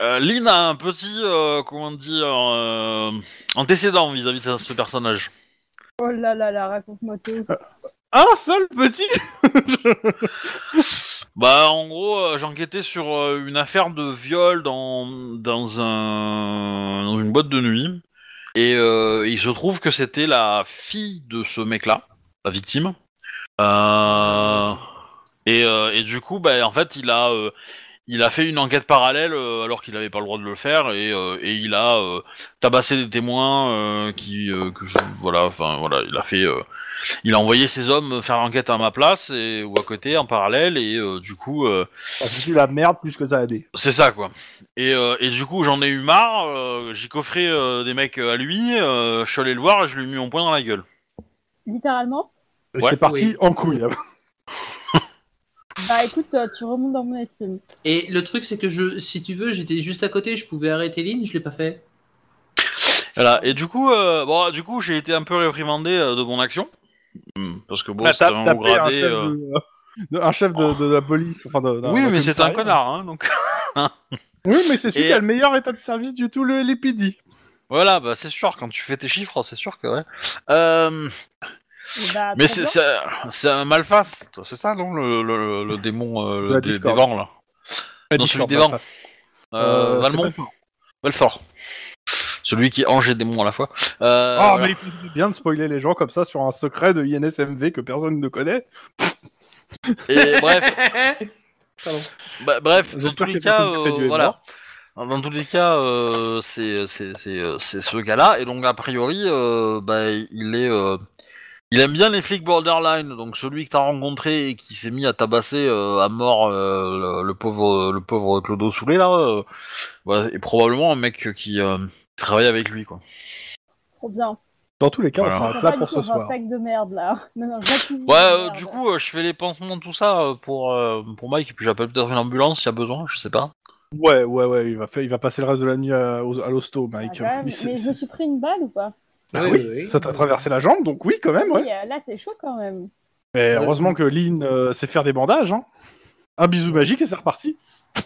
Speaker 1: euh, Lynn a un petit, euh, comment dire, euh, antécédent vis-à-vis de ce personnage.
Speaker 4: Oh là là là, raconte-moi tout.
Speaker 2: Euh. Un seul petit
Speaker 1: Bah, en gros, euh, j'enquêtais sur euh, une affaire de viol dans dans un dans une boîte de nuit. Et euh, il se trouve que c'était la fille de ce mec-là, la victime. Euh, et, euh, et du coup, bah, en fait, il a, euh, il a fait une enquête parallèle euh, alors qu'il n'avait pas le droit de le faire et, euh, et il a euh, tabassé des témoins euh, qui, euh, que je, voilà, enfin voilà, il a fait, euh, il a envoyé ses hommes faire l'enquête à ma place et ou à côté en parallèle et euh, du coup, euh,
Speaker 2: Ça fout Ah, la merde plus que ça a des.
Speaker 1: c'est ça quoi. Et, euh, et du coup, j'en ai eu marre, euh, j'ai coffré euh, des mecs à lui, euh, je suis allé le voir et je lui ai mis mon poing dans la gueule.
Speaker 4: Littéralement
Speaker 2: Et
Speaker 1: Ouais.
Speaker 2: c'est parti
Speaker 3: Oui.
Speaker 2: en couille.
Speaker 4: Bah écoute, euh, tu remontes dans mon estime.
Speaker 3: Et le truc, c'est que je, si tu veux, j'étais juste à côté, je pouvais arrêter Lynn, je l'ai pas fait.
Speaker 1: Voilà. Et du coup, euh, bon, du coup, j'ai été un peu réprimandé euh, de mon action. Hmm, Parce que bon,
Speaker 2: Bah,
Speaker 1: c'était
Speaker 2: t'as-
Speaker 1: un
Speaker 2: t'as
Speaker 1: haut
Speaker 2: pris un
Speaker 1: gradé.
Speaker 2: chef
Speaker 1: euh,
Speaker 2: de- de- Un chef de, de la police, enfin de- d'un-
Speaker 1: Oui,
Speaker 2: d'un
Speaker 1: mais c'est un
Speaker 2: commissariat.
Speaker 1: connard, hein, donc. *laughs*
Speaker 2: Oui, mais c'est celui
Speaker 1: Et-
Speaker 2: qui a le meilleur état de service du tout le LPD.
Speaker 1: Voilà, bah c'est sûr, quand tu fais tes chiffres, c'est sûr que ouais. Euh,
Speaker 4: Et
Speaker 2: Ah,
Speaker 4: bah,
Speaker 1: mais
Speaker 4: très
Speaker 1: c'est
Speaker 4: bien.
Speaker 1: c'est un- c'est un malface, toi, c'est ça, non le, le, le démon euh,
Speaker 2: De la
Speaker 1: des, des
Speaker 2: Discord.
Speaker 1: vents, là Non, celui des vents. Euh,
Speaker 2: Euh, c'est
Speaker 1: Valmont
Speaker 2: Belfort.
Speaker 1: Belfort. Celui qui est ange et démon à la fois. Euh,
Speaker 2: Ah,
Speaker 1: voilà.
Speaker 2: mais il faut bien de spoiler les gens comme ça sur un secret de INSMV que personne ne connaît.
Speaker 1: Et bref,
Speaker 2: *laughs*
Speaker 3: Pardon.
Speaker 1: bah, bref dans tous
Speaker 2: J'espère
Speaker 1: les
Speaker 2: qu'il y a
Speaker 1: cas,
Speaker 2: personne qui fait
Speaker 1: euh,
Speaker 2: du Edmond.
Speaker 1: voilà. Dans tous les cas, euh, c'est c'est- c'est, euh, c'est ce gars-là, et donc a priori, euh, bah, il est. euh, Il aime bien les flics borderline, donc celui que t'as rencontré et qui s'est mis à tabasser euh, à mort euh, le, le pauvre le pauvre Clodo Soulé là, euh, bah, est probablement un mec qui euh, travaille avec lui quoi.
Speaker 4: Trop bien.
Speaker 2: Dans tous les cas,
Speaker 1: Voilà.
Speaker 2: on
Speaker 4: On
Speaker 2: s'arrête
Speaker 4: va
Speaker 2: là pour
Speaker 4: vivre
Speaker 2: ce
Speaker 4: un
Speaker 2: soir. Ah,
Speaker 4: sac de merde là. *laughs* Non, non, j'accuse
Speaker 1: Ouais,
Speaker 4: de
Speaker 1: euh,
Speaker 4: merde.
Speaker 1: du coup, euh, je fais les pansements tout ça euh, pour euh, pour Mike et puis j'appelle peut-être une ambulance s'il y a besoin, je sais pas.
Speaker 2: Ouais, ouais, ouais, il va, faire, il va passer le reste de la nuit à, aux- à l'hosto,
Speaker 4: Ah,
Speaker 2: Mike.
Speaker 4: quand même.
Speaker 2: Il s'est-
Speaker 4: Mais je me suis pris une balle ou pas
Speaker 2: Bah oui, ça t'a traversé la jambe, donc oui, quand même, ouais.
Speaker 4: Oui, euh, là c'est chaud quand même.
Speaker 2: Mais heureusement que Lynn euh, sait faire des bandages, hein. un bisou magique et c'est reparti.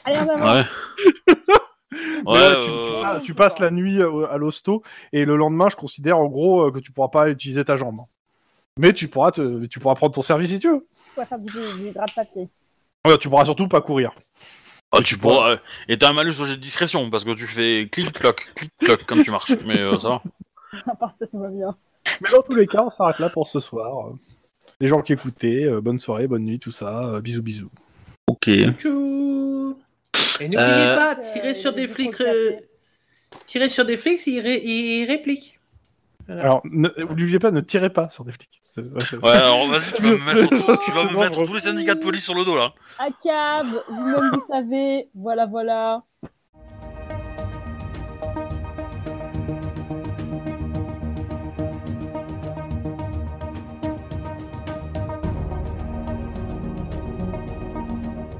Speaker 4: Allez, on avance.
Speaker 1: Ouais.
Speaker 2: Mais là,
Speaker 1: *laughs* Ouais,
Speaker 2: tu, tu-
Speaker 1: euh,
Speaker 2: ah, tu passes la nuit euh, à l'hosto et le lendemain, je considère en gros euh, que tu pourras pas utiliser ta jambe. Mais tu pourras, te- tu pourras prendre ton service si tu veux.
Speaker 4: On va faire du, du drap de *laughs* papier.
Speaker 2: Ouais, tu pourras surtout pas courir.
Speaker 1: ah, tu pourras, euh, et t'as un malus au jet de discrétion parce que tu fais clic-cloc, clic-cloc comme tu marches, mais euh, ça va.
Speaker 4: N'importe, ça va bien.
Speaker 2: Mais dans tous les cas, on s'arrête là pour ce soir. Les gens qui écoutaient, euh, bonne soirée, bonne nuit, tout ça. euh, bisous, bisous.
Speaker 1: Ok.
Speaker 3: Tchou. Et n'oubliez
Speaker 1: Euh,
Speaker 3: pas, tirer sur
Speaker 4: Euh,
Speaker 3: des
Speaker 4: du
Speaker 3: flics,
Speaker 4: contact.
Speaker 3: euh, tirer sur des flics, ils, ré- ils répliquent.
Speaker 2: Alors, ne- n'oubliez pas, ne tirez pas sur des flics. C'est- ouais, c'est-
Speaker 1: Ouais, alors vas-y, tu vas me mettre, tu vas
Speaker 2: C'est
Speaker 1: me mettre
Speaker 2: dangereux.
Speaker 1: tous les syndicats de police sur le dos là.
Speaker 4: À cab, vous-même vous savez, voilà, voilà.